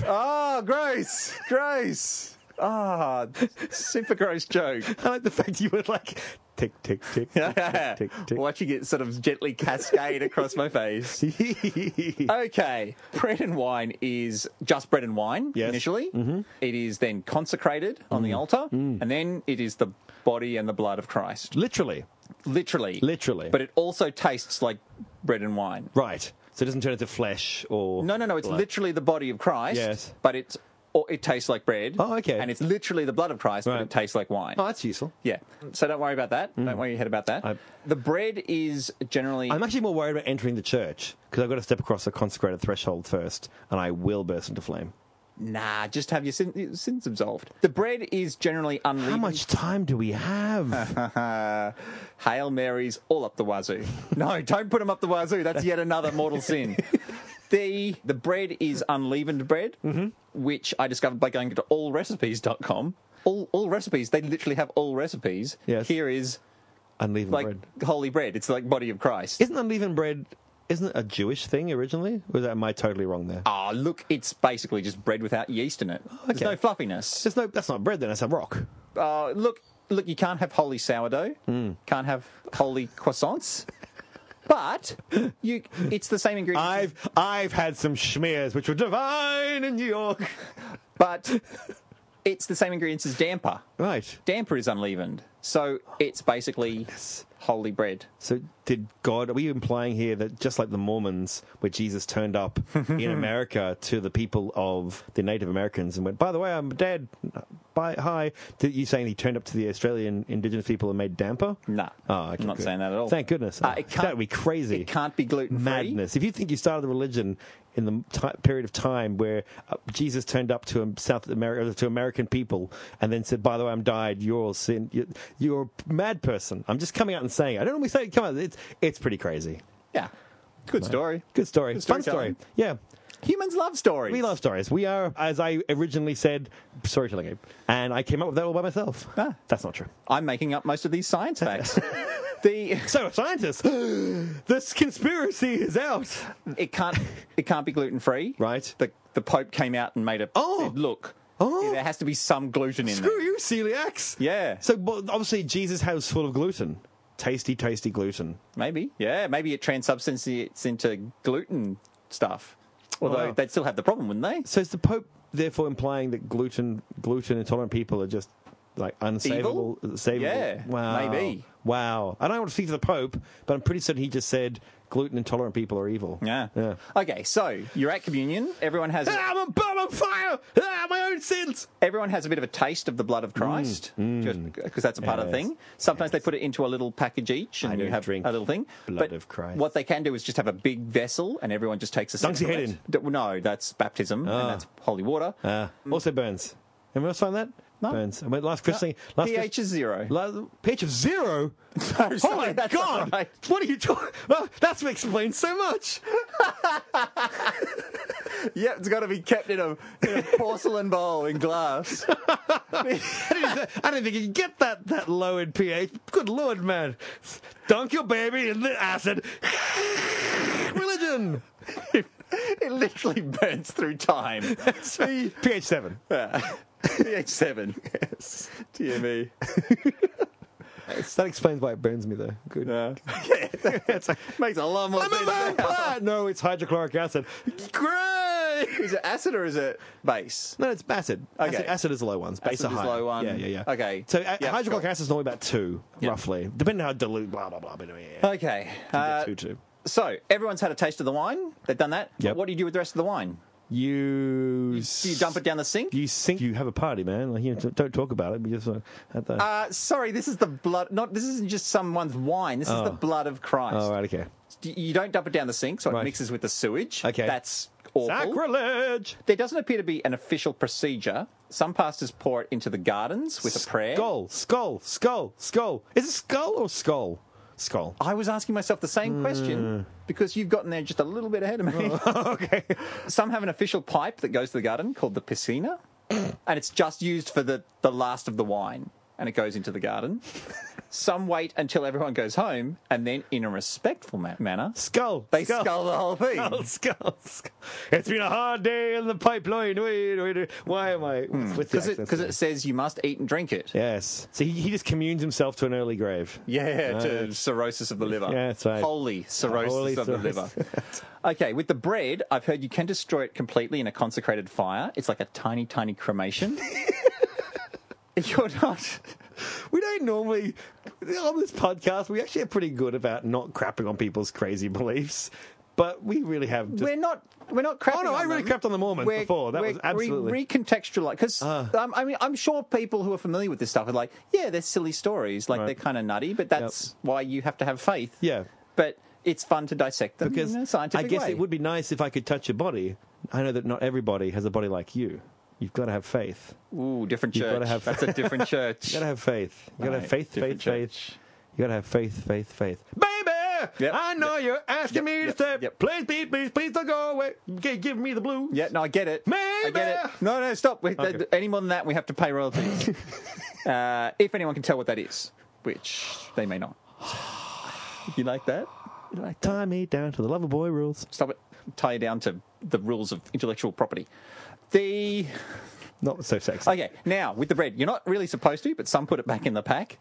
[SPEAKER 4] Oh, gross. gross.
[SPEAKER 2] Ah, super gross joke.
[SPEAKER 3] I like the fact you were like, tick, tick, tick, tick, tick,
[SPEAKER 2] Watching it sort of gently cascade across my face.
[SPEAKER 3] tick.
[SPEAKER 2] Okay, bread and wine is just bread and wine
[SPEAKER 3] Yes. Mm-hmm. Mm.
[SPEAKER 2] initially. It is then consecrated on the altar, and then it is the body and the blood of Christ.
[SPEAKER 3] literally.
[SPEAKER 2] Literally.
[SPEAKER 3] Literally.
[SPEAKER 2] But it also tastes like bread and wine.
[SPEAKER 3] Right. So it doesn't turn into flesh or.
[SPEAKER 2] No, no, no. It's
[SPEAKER 3] blood.
[SPEAKER 2] literally the body of Christ.
[SPEAKER 3] Yes.
[SPEAKER 2] But it's or it tastes like bread.
[SPEAKER 3] Oh, okay.
[SPEAKER 2] And it's literally the blood of Christ,
[SPEAKER 3] Right.
[SPEAKER 2] but it tastes like wine.
[SPEAKER 3] Oh, that's useful.
[SPEAKER 2] Yeah. So don't worry about that. Don't worry your head about that.
[SPEAKER 3] I-
[SPEAKER 2] The bread is generally.
[SPEAKER 3] I'm actually more worried about entering the church because I've got to step across a consecrated threshold first and I will burst into flame.
[SPEAKER 2] Nah, just have your sin, your sins absolved. The bread is generally unleavened.
[SPEAKER 3] How much time do we have?
[SPEAKER 2] Hail Marys all up the wazoo. No, don't put them up the wazoo. That's yet another mortal sin. The the bread is unleavened bread,
[SPEAKER 3] Mm-hmm.
[SPEAKER 2] which I discovered by going to allrecipes.com. All all recipes, they literally have all recipes.
[SPEAKER 3] Yes.
[SPEAKER 2] Here is
[SPEAKER 3] Unleavened
[SPEAKER 2] like
[SPEAKER 3] bread.
[SPEAKER 2] holy bread. It's like body of Christ.
[SPEAKER 3] Isn't unleavened bread isn't it a Jewish thing originally? Or am I totally wrong there?
[SPEAKER 2] Ah, look, it's basically just bread without yeast in it. There's
[SPEAKER 3] okay.
[SPEAKER 2] no fluffiness.
[SPEAKER 3] There's no, that's not bread then, that's a rock.
[SPEAKER 2] Uh,
[SPEAKER 3] Hmm.
[SPEAKER 2] look, look, you can't have holy sourdough. Can't have holy croissants. But you, it's the same ingredients.
[SPEAKER 3] I've I've had some schmears which were divine in New York.
[SPEAKER 2] but it's the same ingredients as damper.
[SPEAKER 3] Right.
[SPEAKER 2] Damper is unleavened, so it's basically holy bread.
[SPEAKER 3] So did God? Are we implying here that just like the Mormons, where Jesus turned up in America to the people of the Native Americans and went, "By the way, I'm dead. Bye, hi." Did you saying he turned up to the Australian Indigenous people and made damper?
[SPEAKER 2] Nah,
[SPEAKER 3] Oh, okay,
[SPEAKER 2] I'm not
[SPEAKER 3] good.
[SPEAKER 2] saying that at all.
[SPEAKER 3] Thank goodness.
[SPEAKER 2] Uh, it can't-
[SPEAKER 3] that would be crazy.
[SPEAKER 2] It can't be gluten free.
[SPEAKER 3] madness. If you think you started a religion in the ti period of time where uh, Jesus turned up to um, South America to American people and then said, "By the way, I'm died. You're all sin. You're, you're a mad person." I'm just coming out and saying. It. I don't always say. it. Come on, it's it's pretty crazy.
[SPEAKER 2] Yeah, good story.
[SPEAKER 3] Good story.
[SPEAKER 2] Good
[SPEAKER 3] Fun story.
[SPEAKER 2] storytelling.
[SPEAKER 3] Yeah.
[SPEAKER 2] Humans love stories.
[SPEAKER 3] We love stories. We are, as I originally said, storytelling ape. And I came up with that all by myself.
[SPEAKER 2] Ah.
[SPEAKER 3] That's not true.
[SPEAKER 2] I'm making up most of these science facts. the
[SPEAKER 3] So, scientists, this conspiracy is out.
[SPEAKER 2] it can't it can't be gluten free.
[SPEAKER 3] Right.
[SPEAKER 2] The the Pope came out and made a
[SPEAKER 3] Oh.
[SPEAKER 2] said, look.
[SPEAKER 3] Oh.
[SPEAKER 2] There has to be some gluten in
[SPEAKER 3] Screw
[SPEAKER 2] there.
[SPEAKER 3] you, celiacs.
[SPEAKER 2] Yeah.
[SPEAKER 3] So but obviously Jesus house full of gluten. Tasty, tasty gluten.
[SPEAKER 2] Maybe. Yeah, maybe it transubstantiates into gluten stuff. Although
[SPEAKER 3] wow.
[SPEAKER 2] they'd still have the problem, wouldn't they?
[SPEAKER 3] So is the Pope therefore implying that gluten gluten intolerant people are just like
[SPEAKER 2] Evil?
[SPEAKER 3] unsavable, savable?
[SPEAKER 2] Yeah,
[SPEAKER 3] wow.
[SPEAKER 2] maybe.
[SPEAKER 3] Wow. I don't want to speak to the Pope, but I'm pretty certain he just said gluten intolerant people are evil.
[SPEAKER 2] Yeah.
[SPEAKER 3] Yeah.
[SPEAKER 2] Okay, so you're at communion. Everyone has
[SPEAKER 3] Ah, I'm on, I'm on fire! Ah, my own sins!
[SPEAKER 2] everyone has a bit of a taste of the blood of Christ, because that's a part of the
[SPEAKER 3] Mm, Yes,
[SPEAKER 2] thing. Sometimes they put it into a little package each,
[SPEAKER 3] I
[SPEAKER 2] and you
[SPEAKER 3] don't
[SPEAKER 2] have
[SPEAKER 3] drink
[SPEAKER 2] a little thing.
[SPEAKER 3] blood
[SPEAKER 2] But
[SPEAKER 3] of Christ.
[SPEAKER 2] What they can do is just have a big vessel, and everyone just takes a. sip
[SPEAKER 3] Dunks your
[SPEAKER 2] of
[SPEAKER 3] head
[SPEAKER 2] it. D- No, that's baptism,
[SPEAKER 3] Ah.
[SPEAKER 2] and that's holy water.
[SPEAKER 3] Uh, also burns. Anyone else find that?
[SPEAKER 2] No.
[SPEAKER 3] Burns. I went last christening. Last
[SPEAKER 2] pH is zero.
[SPEAKER 3] La- pH of zero.
[SPEAKER 2] No,
[SPEAKER 3] oh my
[SPEAKER 2] sorry, that's not
[SPEAKER 3] god!
[SPEAKER 2] right.
[SPEAKER 3] What are you talking? Well, that's explains so much.
[SPEAKER 2] Yep, it's got to be kept in a, in a porcelain bowl in glass.
[SPEAKER 3] I didn't, I didn't think you could get that that low in pH. Good lord, man! Dunk your baby in the acid. Religion.
[SPEAKER 2] It literally burns through time. The-
[SPEAKER 3] pH seven.
[SPEAKER 2] yeah. pH seven. E. Yes. Dear me.
[SPEAKER 3] That explains why it burns me though. Good.
[SPEAKER 2] Yeah. It's like- makes a lot more
[SPEAKER 3] I'm a
[SPEAKER 2] sense. now.
[SPEAKER 3] vampire. No, it's hydrochloric acid. Great.
[SPEAKER 2] Is it acid or is it base?
[SPEAKER 3] No, it's acid.
[SPEAKER 2] Okay.
[SPEAKER 3] Acid, acid is the low ones. Base
[SPEAKER 2] Acid
[SPEAKER 3] are
[SPEAKER 2] is
[SPEAKER 3] high.
[SPEAKER 2] low one.
[SPEAKER 3] Yeah, yeah, yeah.
[SPEAKER 2] Okay.
[SPEAKER 3] So uh,
[SPEAKER 2] Yeah,
[SPEAKER 3] hydrochloric
[SPEAKER 2] sure.
[SPEAKER 3] acid is normally about two, roughly, depending on how dilute. Blah blah blah. But anyway, yeah.
[SPEAKER 2] Okay.
[SPEAKER 3] yeah,
[SPEAKER 2] Uh,
[SPEAKER 3] two, two.
[SPEAKER 2] so everyone's had a taste of the wine. They've done that.
[SPEAKER 3] Yep.
[SPEAKER 2] What do you do with the rest of the wine?
[SPEAKER 3] You. s-
[SPEAKER 2] Do you dump it down the sink?
[SPEAKER 3] You think you have a party, man? Like, you know, don't talk about it. We just uh, at the.
[SPEAKER 2] Uh, sorry, this is the blood. Not this isn't just someone's wine. This is the blood of Christ.
[SPEAKER 3] All right. Okay.
[SPEAKER 2] D- You don't dump it down the sink, so
[SPEAKER 3] Right.
[SPEAKER 2] it mixes with the sewage.
[SPEAKER 3] Okay.
[SPEAKER 2] that's awful.
[SPEAKER 3] Sacrilege.
[SPEAKER 2] There doesn't appear to be an official procedure. Some pastors pour it into the gardens with a prayer.
[SPEAKER 3] Skull. Skull. Skull. Skull. Is it skull or skull? Skull.
[SPEAKER 2] I was asking myself the same question because you've gotten there just a little bit ahead of me.
[SPEAKER 3] Hmm. okay.
[SPEAKER 2] Some have an official pipe that goes to the garden called the piscina, and it's just used for the, the last of the wine, and it goes into the garden. Some wait until everyone goes home, and then, in a respectful ma- manner,
[SPEAKER 3] Skull.
[SPEAKER 2] they scull the whole thing.
[SPEAKER 3] skull, skull, skull. It's been a hard day in the pipeline. Wait, wait, wait. Why am I? What's the
[SPEAKER 2] Because Hmm. it,
[SPEAKER 3] accent
[SPEAKER 2] 'cause
[SPEAKER 3] today?
[SPEAKER 2] it says you must eat and drink it.
[SPEAKER 3] Yes. So he, he just communes himself to an early grave.
[SPEAKER 2] Yeah, to cirrhosis of the liver.
[SPEAKER 3] Yeah, that's right.
[SPEAKER 2] Holy cirrhosis
[SPEAKER 3] Holy
[SPEAKER 2] of the liver.
[SPEAKER 3] cirrhosis.
[SPEAKER 2] okay, with the bread, I've heard you can destroy it completely in a consecrated fire. It's like a tiny, tiny cremation. You're not.
[SPEAKER 3] We don't normally, on this podcast, we actually are pretty good about not crapping on people's crazy beliefs, but we really have just.
[SPEAKER 2] we're not. We're not crapping.
[SPEAKER 3] Oh, no,
[SPEAKER 2] on
[SPEAKER 3] I really
[SPEAKER 2] them.
[SPEAKER 3] crapped on the Mormons
[SPEAKER 2] We're-
[SPEAKER 3] before. That
[SPEAKER 2] we're
[SPEAKER 3] was absolutely- Ah.
[SPEAKER 2] re- recontextualize because um, I mean I'm sure people who are familiar with this stuff are like, yeah, they're silly stories, like
[SPEAKER 3] Right.
[SPEAKER 2] they're kind of nutty, but that's why you have to have faith.
[SPEAKER 3] Yeah.
[SPEAKER 2] but it's fun to dissect them
[SPEAKER 3] because
[SPEAKER 2] in a scientific
[SPEAKER 3] I guess
[SPEAKER 2] way.
[SPEAKER 3] it would be nice if I could touch your body. I know that not everybody has a body like you. You've got to have faith.
[SPEAKER 2] Ooh, different
[SPEAKER 3] You've
[SPEAKER 2] church.
[SPEAKER 3] gotta have-
[SPEAKER 2] That's a different church.
[SPEAKER 3] You got to have faith. You got to have
[SPEAKER 2] Right,
[SPEAKER 3] faith, faith,
[SPEAKER 2] different
[SPEAKER 3] faith. You got to have faith, faith, faith. Baby,
[SPEAKER 2] Yep,
[SPEAKER 3] I know you're
[SPEAKER 2] yep,
[SPEAKER 3] asking me to
[SPEAKER 2] yep,
[SPEAKER 3] stay.
[SPEAKER 2] yep.
[SPEAKER 3] Please, please, please, please don't go away. G- Give me the blues.
[SPEAKER 2] Yeah, no, I get it. I get
[SPEAKER 3] Maybe.
[SPEAKER 2] it. No, no, stop. We,
[SPEAKER 3] Okay.
[SPEAKER 2] th- any more than that, we have to pay royalties. uh, if anyone can tell what that is, which they may not. You like that? You like that?
[SPEAKER 3] Tie me down to the lover boy rules.
[SPEAKER 2] Stop it. Tie you down to the rules of intellectual property. The
[SPEAKER 3] Not so sexy.
[SPEAKER 2] okay now with the bread, you're not really supposed to, but some put it back in the pack.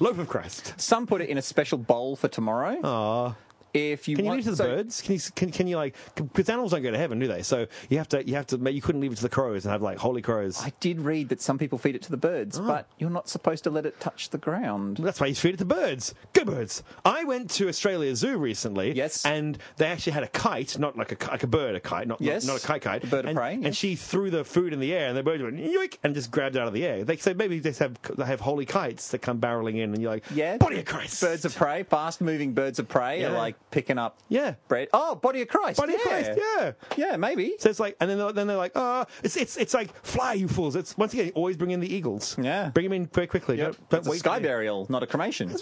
[SPEAKER 3] Loaf of crust.
[SPEAKER 2] Some put it in a special bowl for tomorrow.
[SPEAKER 3] Aw.
[SPEAKER 2] If you
[SPEAKER 3] Can you
[SPEAKER 2] want,
[SPEAKER 3] leave it to the
[SPEAKER 2] so-
[SPEAKER 3] birds? Can you can, can you like because animals don't go to heaven, do they? So you have to you have to make- you couldn't leave it to the crows and have like holy crows.
[SPEAKER 2] I did read that some people feed it to the
[SPEAKER 3] Oh.
[SPEAKER 2] birds, but you're not supposed to let it touch the ground.
[SPEAKER 3] That's why you feed it to birds. Go birds. I went to Australia Zoo recently.
[SPEAKER 2] Yes.
[SPEAKER 3] And they actually had a kite, not like a, ki- like a bird, a kite, not, not-
[SPEAKER 2] Yes.
[SPEAKER 3] not, a kite kite.
[SPEAKER 2] A bird of
[SPEAKER 3] and,
[SPEAKER 2] prey,
[SPEAKER 3] And
[SPEAKER 2] yes.
[SPEAKER 3] she threw the food in the air, and the bird went yoink and just grabbed it out of the air. They say maybe they just have they have holy kites that come barreling in, and you're like,
[SPEAKER 2] Yeah.
[SPEAKER 3] body of Christ,
[SPEAKER 2] Birds of prey, fast moving birds of prey
[SPEAKER 3] Yeah.
[SPEAKER 2] are like picking up
[SPEAKER 3] Yeah.
[SPEAKER 2] bread. Oh, body of Christ.
[SPEAKER 3] body of Christ, yeah.
[SPEAKER 2] Yeah, maybe.
[SPEAKER 3] So it's like, and then they're, then they're like, ah, it's it's it's like fly, you fools! It's once again, always bring in the eagles.
[SPEAKER 2] Yeah.
[SPEAKER 3] bring them in very quickly. Don't, don't
[SPEAKER 2] It's a
[SPEAKER 3] wait.
[SPEAKER 2] sky burial, not a cremation.
[SPEAKER 3] it.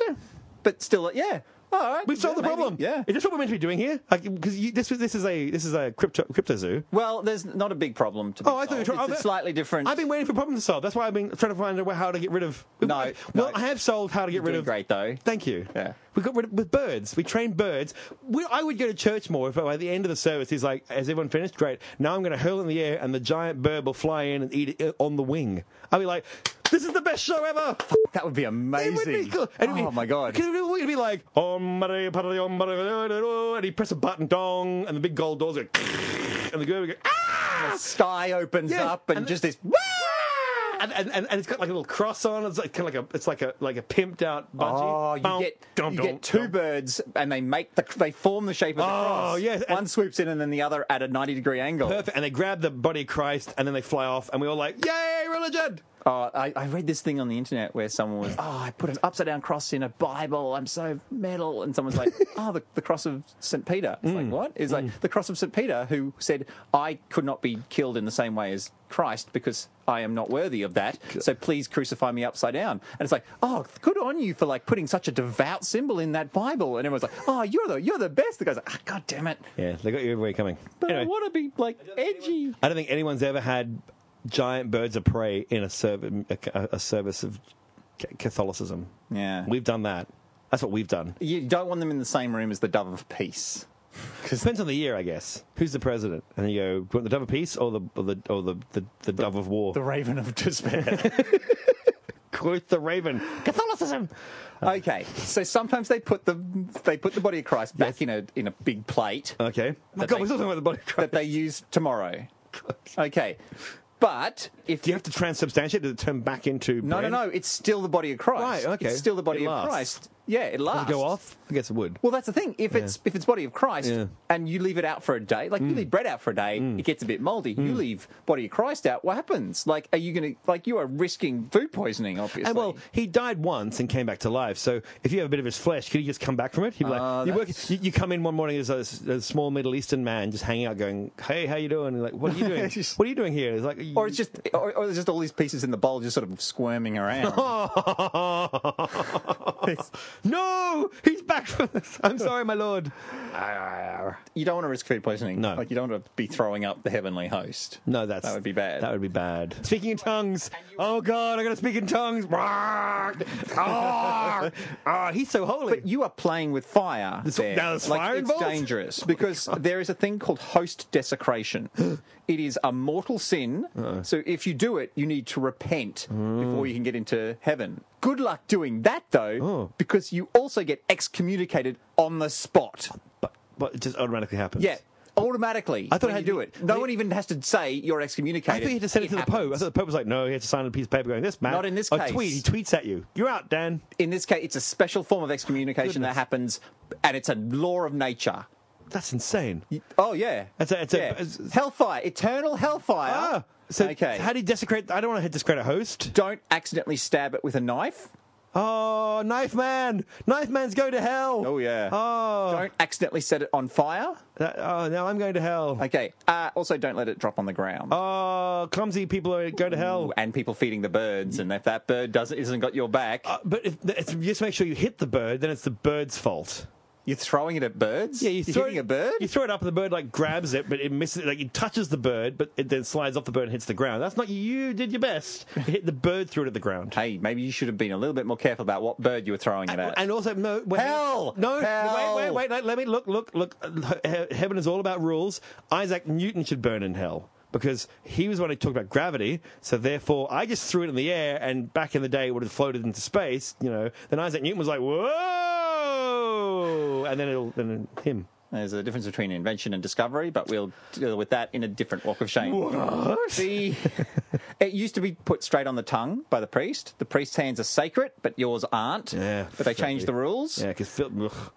[SPEAKER 2] But still, uh, yeah. All right.
[SPEAKER 3] We've solved
[SPEAKER 2] yeah,
[SPEAKER 3] the
[SPEAKER 2] maybe.
[SPEAKER 3] problem.
[SPEAKER 2] Yeah.
[SPEAKER 3] is this what we're meant to be doing here? Because this was this is a this is a crypto crypto zoo.
[SPEAKER 2] Well, there's not a big problem to be
[SPEAKER 3] Oh, I thought you were
[SPEAKER 2] solved.
[SPEAKER 3] trying-
[SPEAKER 2] It's
[SPEAKER 3] oh,
[SPEAKER 2] a
[SPEAKER 3] that-
[SPEAKER 2] slightly different.
[SPEAKER 3] I've been waiting for problems to solve. That's why I've been trying to find out how to get rid of.
[SPEAKER 2] No, no.
[SPEAKER 3] well, I have solved how to get rid
[SPEAKER 2] doing
[SPEAKER 3] of.
[SPEAKER 2] great, though.
[SPEAKER 3] Thank you.
[SPEAKER 2] Yeah.
[SPEAKER 3] We got rid of with birds. We trained birds. We, I would go to church more if by the end of the service he's like, "Has everyone finished? Great. Now I'm going to hurl in the air, and the giant bird will fly in and eat it uh, on the wing." I'd be like, "This is the best show ever."
[SPEAKER 2] that would be
[SPEAKER 3] It
[SPEAKER 2] amazing.
[SPEAKER 3] would be cool. And it'd
[SPEAKER 2] oh
[SPEAKER 3] be-
[SPEAKER 2] my god.
[SPEAKER 3] Because it would be like, "Om Maria Padre, Om Maria," and he press a button, dong, and the big gold doors go, and the girl would go, ah!
[SPEAKER 2] Sky opens
[SPEAKER 3] Yeah,
[SPEAKER 2] up and,
[SPEAKER 3] and
[SPEAKER 2] just
[SPEAKER 3] the-
[SPEAKER 2] this.
[SPEAKER 3] and, and, and, and it's got like a little cross on. It's like kind of like a it's like a like a pimped out
[SPEAKER 2] Oh,
[SPEAKER 3] bungee.
[SPEAKER 2] you
[SPEAKER 3] Bum,
[SPEAKER 2] get
[SPEAKER 3] dum,
[SPEAKER 2] you
[SPEAKER 3] dum,
[SPEAKER 2] get two
[SPEAKER 3] dum.
[SPEAKER 2] birds and they make the they form the shape of the
[SPEAKER 3] Oh,
[SPEAKER 2] cross.
[SPEAKER 3] yes, and-
[SPEAKER 2] One swoops in and then the other at a ninety degree angle.
[SPEAKER 3] Perfect. And they grab the body of Christ and then they fly off, and we all like, yay, religion!
[SPEAKER 2] Oh, I, I read this thing on the internet where someone was, oh, I put an upside down cross in a Bible. I'm so metal. And someone's like, oh, the, the cross of St. Peter. It's like, what? It's like the cross of St. Peter who said, I could not be killed in the same way as Christ because I am not worthy of that. So please crucify me upside down. And it's like, oh, good on you for like putting such a devout symbol in that Bible. And everyone's like, oh, you're the, you're the best. The guy's like, ah, God damn it.
[SPEAKER 3] Yeah, they got you everywhere coming.
[SPEAKER 2] But I
[SPEAKER 3] Anyway,
[SPEAKER 2] want to be like edgy.
[SPEAKER 3] I don't think anyone's ever had giant birds of prey in a service a, a service of ca- Catholicism.
[SPEAKER 2] Yeah.
[SPEAKER 3] we've done that. That's what we've done.
[SPEAKER 2] You don't want them in the same room as the dove of peace.
[SPEAKER 3] Depends on the year, I guess. Who's the president? And you go, do you want the dove of peace or the or the or the, the, the dove of war?
[SPEAKER 2] The raven of despair.
[SPEAKER 3] Quote the raven. Catholicism.
[SPEAKER 2] Okay, so sometimes they put the they put the body of Christ back in a in a big plate
[SPEAKER 3] Okay. My
[SPEAKER 2] That
[SPEAKER 3] God,
[SPEAKER 2] they-
[SPEAKER 3] we're still talking about the body of Christ.
[SPEAKER 2] that they use tomorrow. Okay, but if
[SPEAKER 3] Do you have to transubstantiate? Does it turn back into
[SPEAKER 2] no no
[SPEAKER 3] bread?
[SPEAKER 2] no, it's still the body of Christ.
[SPEAKER 3] Right, okay.
[SPEAKER 2] it's still the body
[SPEAKER 3] It
[SPEAKER 2] of
[SPEAKER 3] lasts.
[SPEAKER 2] Christ. Yeah, it
[SPEAKER 3] Does
[SPEAKER 2] lasts.
[SPEAKER 3] it go off? I guess it would.
[SPEAKER 2] Well, that's the thing. If it's if it's body of Christ
[SPEAKER 3] Yeah. Mm.
[SPEAKER 2] and you leave it out for a day, like you leave bread out for a day, it gets a bit moldy. You leave body of Christ out, what happens? Like, are you gonna like you are risking food poisoning? Obviously.
[SPEAKER 3] And well, he died once and came back to life. So if you have a bit of his flesh, could he just come back from it? He'd be like,
[SPEAKER 2] Ah,
[SPEAKER 3] you, work,
[SPEAKER 2] that's-
[SPEAKER 3] you, you come in one morning as a, a small Middle Eastern man just hanging out, going, "Hey, how you doing?" And you're like, "What are you doing?
[SPEAKER 2] Just-
[SPEAKER 3] what are you doing here?" And he's like, "You-
[SPEAKER 2] or it's just or, or there's just all these pieces in the bowl just sort of squirming around.
[SPEAKER 3] no, he's back from this. I'm sorry, my lord.
[SPEAKER 2] you don't want to risk food poisoning.
[SPEAKER 3] No.
[SPEAKER 2] Like you don't want to be throwing up the heavenly host.
[SPEAKER 3] No, that's
[SPEAKER 2] That would be bad.
[SPEAKER 3] That would be bad. Speaking in tongues. Oh God, I'm gonna speak in tongues. Ah, ah, he's so holy.
[SPEAKER 2] But you are playing with fire.
[SPEAKER 3] There's-
[SPEAKER 2] there.
[SPEAKER 3] now there's
[SPEAKER 2] like,
[SPEAKER 3] fire
[SPEAKER 2] it's
[SPEAKER 3] involved? Oh
[SPEAKER 2] dangerous because there is a thing called host desecration. it is a mortal sin.
[SPEAKER 3] Uh.
[SPEAKER 2] So if you do it, you need to repent
[SPEAKER 3] Hmm.
[SPEAKER 2] before you can get into heaven. Good luck doing that though,
[SPEAKER 3] Oh.
[SPEAKER 2] because you also get excommunicated on the spot.
[SPEAKER 3] But, but it just automatically happens.
[SPEAKER 2] Yeah. Automatically,
[SPEAKER 3] I thought it
[SPEAKER 2] when
[SPEAKER 3] had
[SPEAKER 2] you do
[SPEAKER 3] to be-
[SPEAKER 2] it. No one even has to say you're excommunicated.
[SPEAKER 3] I thought he had to send it, to the Pope. I
[SPEAKER 2] happens.
[SPEAKER 3] thought the Pope was like, no, he had to sign a piece of paper going, this man.
[SPEAKER 2] Not in this
[SPEAKER 3] a
[SPEAKER 2] case.
[SPEAKER 3] tweet. He tweets at you. You're out, Dan.
[SPEAKER 2] in this case, it's a special form of excommunication that happens, and it's a law of nature.
[SPEAKER 3] That's insane.
[SPEAKER 2] Y- Oh yeah,
[SPEAKER 3] It's a- it's a-
[SPEAKER 2] Yeah.
[SPEAKER 3] it's-
[SPEAKER 2] hellfire, eternal hellfire.
[SPEAKER 3] Ah, so
[SPEAKER 2] okay,
[SPEAKER 3] how do you desecrate? I don't want to discredit a host.
[SPEAKER 2] don't accidentally stab it with a knife.
[SPEAKER 3] Oh, knife man. Knife man's go to hell.
[SPEAKER 2] Oh, yeah.
[SPEAKER 3] Oh,
[SPEAKER 2] Don't accidentally set it on fire.
[SPEAKER 3] that- oh now I'm going to hell.
[SPEAKER 2] Okay. Uh, also, don't let it drop on the ground.
[SPEAKER 3] oh, clumsy people are go to hell.
[SPEAKER 2] And people feeding the birds, and if that bird doesn't isn't got your back,
[SPEAKER 3] Uh, but if, if you just make sure you hit the bird, then it's the bird's fault.
[SPEAKER 2] you're throwing it at birds.
[SPEAKER 3] Yeah,
[SPEAKER 2] you
[SPEAKER 3] you
[SPEAKER 2] are
[SPEAKER 3] throw
[SPEAKER 2] hitting
[SPEAKER 3] it,
[SPEAKER 2] a bird.
[SPEAKER 3] You throw it up, and the bird like grabs it, but it misses. Like it touches the bird, but it then slides off the bird and hits the ground. That's not you. You did your best. You hit the bird, threw it at the ground.
[SPEAKER 2] hey, maybe you should have been a little bit more careful about what bird you were throwing it at.
[SPEAKER 3] And also, no, wait,
[SPEAKER 2] Hell!
[SPEAKER 3] no,
[SPEAKER 2] Hell!
[SPEAKER 3] wait, wait, wait. Let, let me look, look, look. He- Heaven is all about rules. Isaac Newton should burn in hell because he was the one who talked about gravity. So therefore, I just threw it in the air, and back in the day, it would have floated into space. You know. Then Isaac Newton was like, "Whoa!" And then it'll then him.
[SPEAKER 2] There's a difference between invention and discovery, but we'll deal with that in a different walk of shame. The, it used to be put straight on the tongue by the priest. The priest's hands are sacred, but yours aren't.
[SPEAKER 3] Yeah,
[SPEAKER 2] but they
[SPEAKER 3] fuck
[SPEAKER 2] changed
[SPEAKER 3] you.
[SPEAKER 2] the rules.
[SPEAKER 3] Yeah, because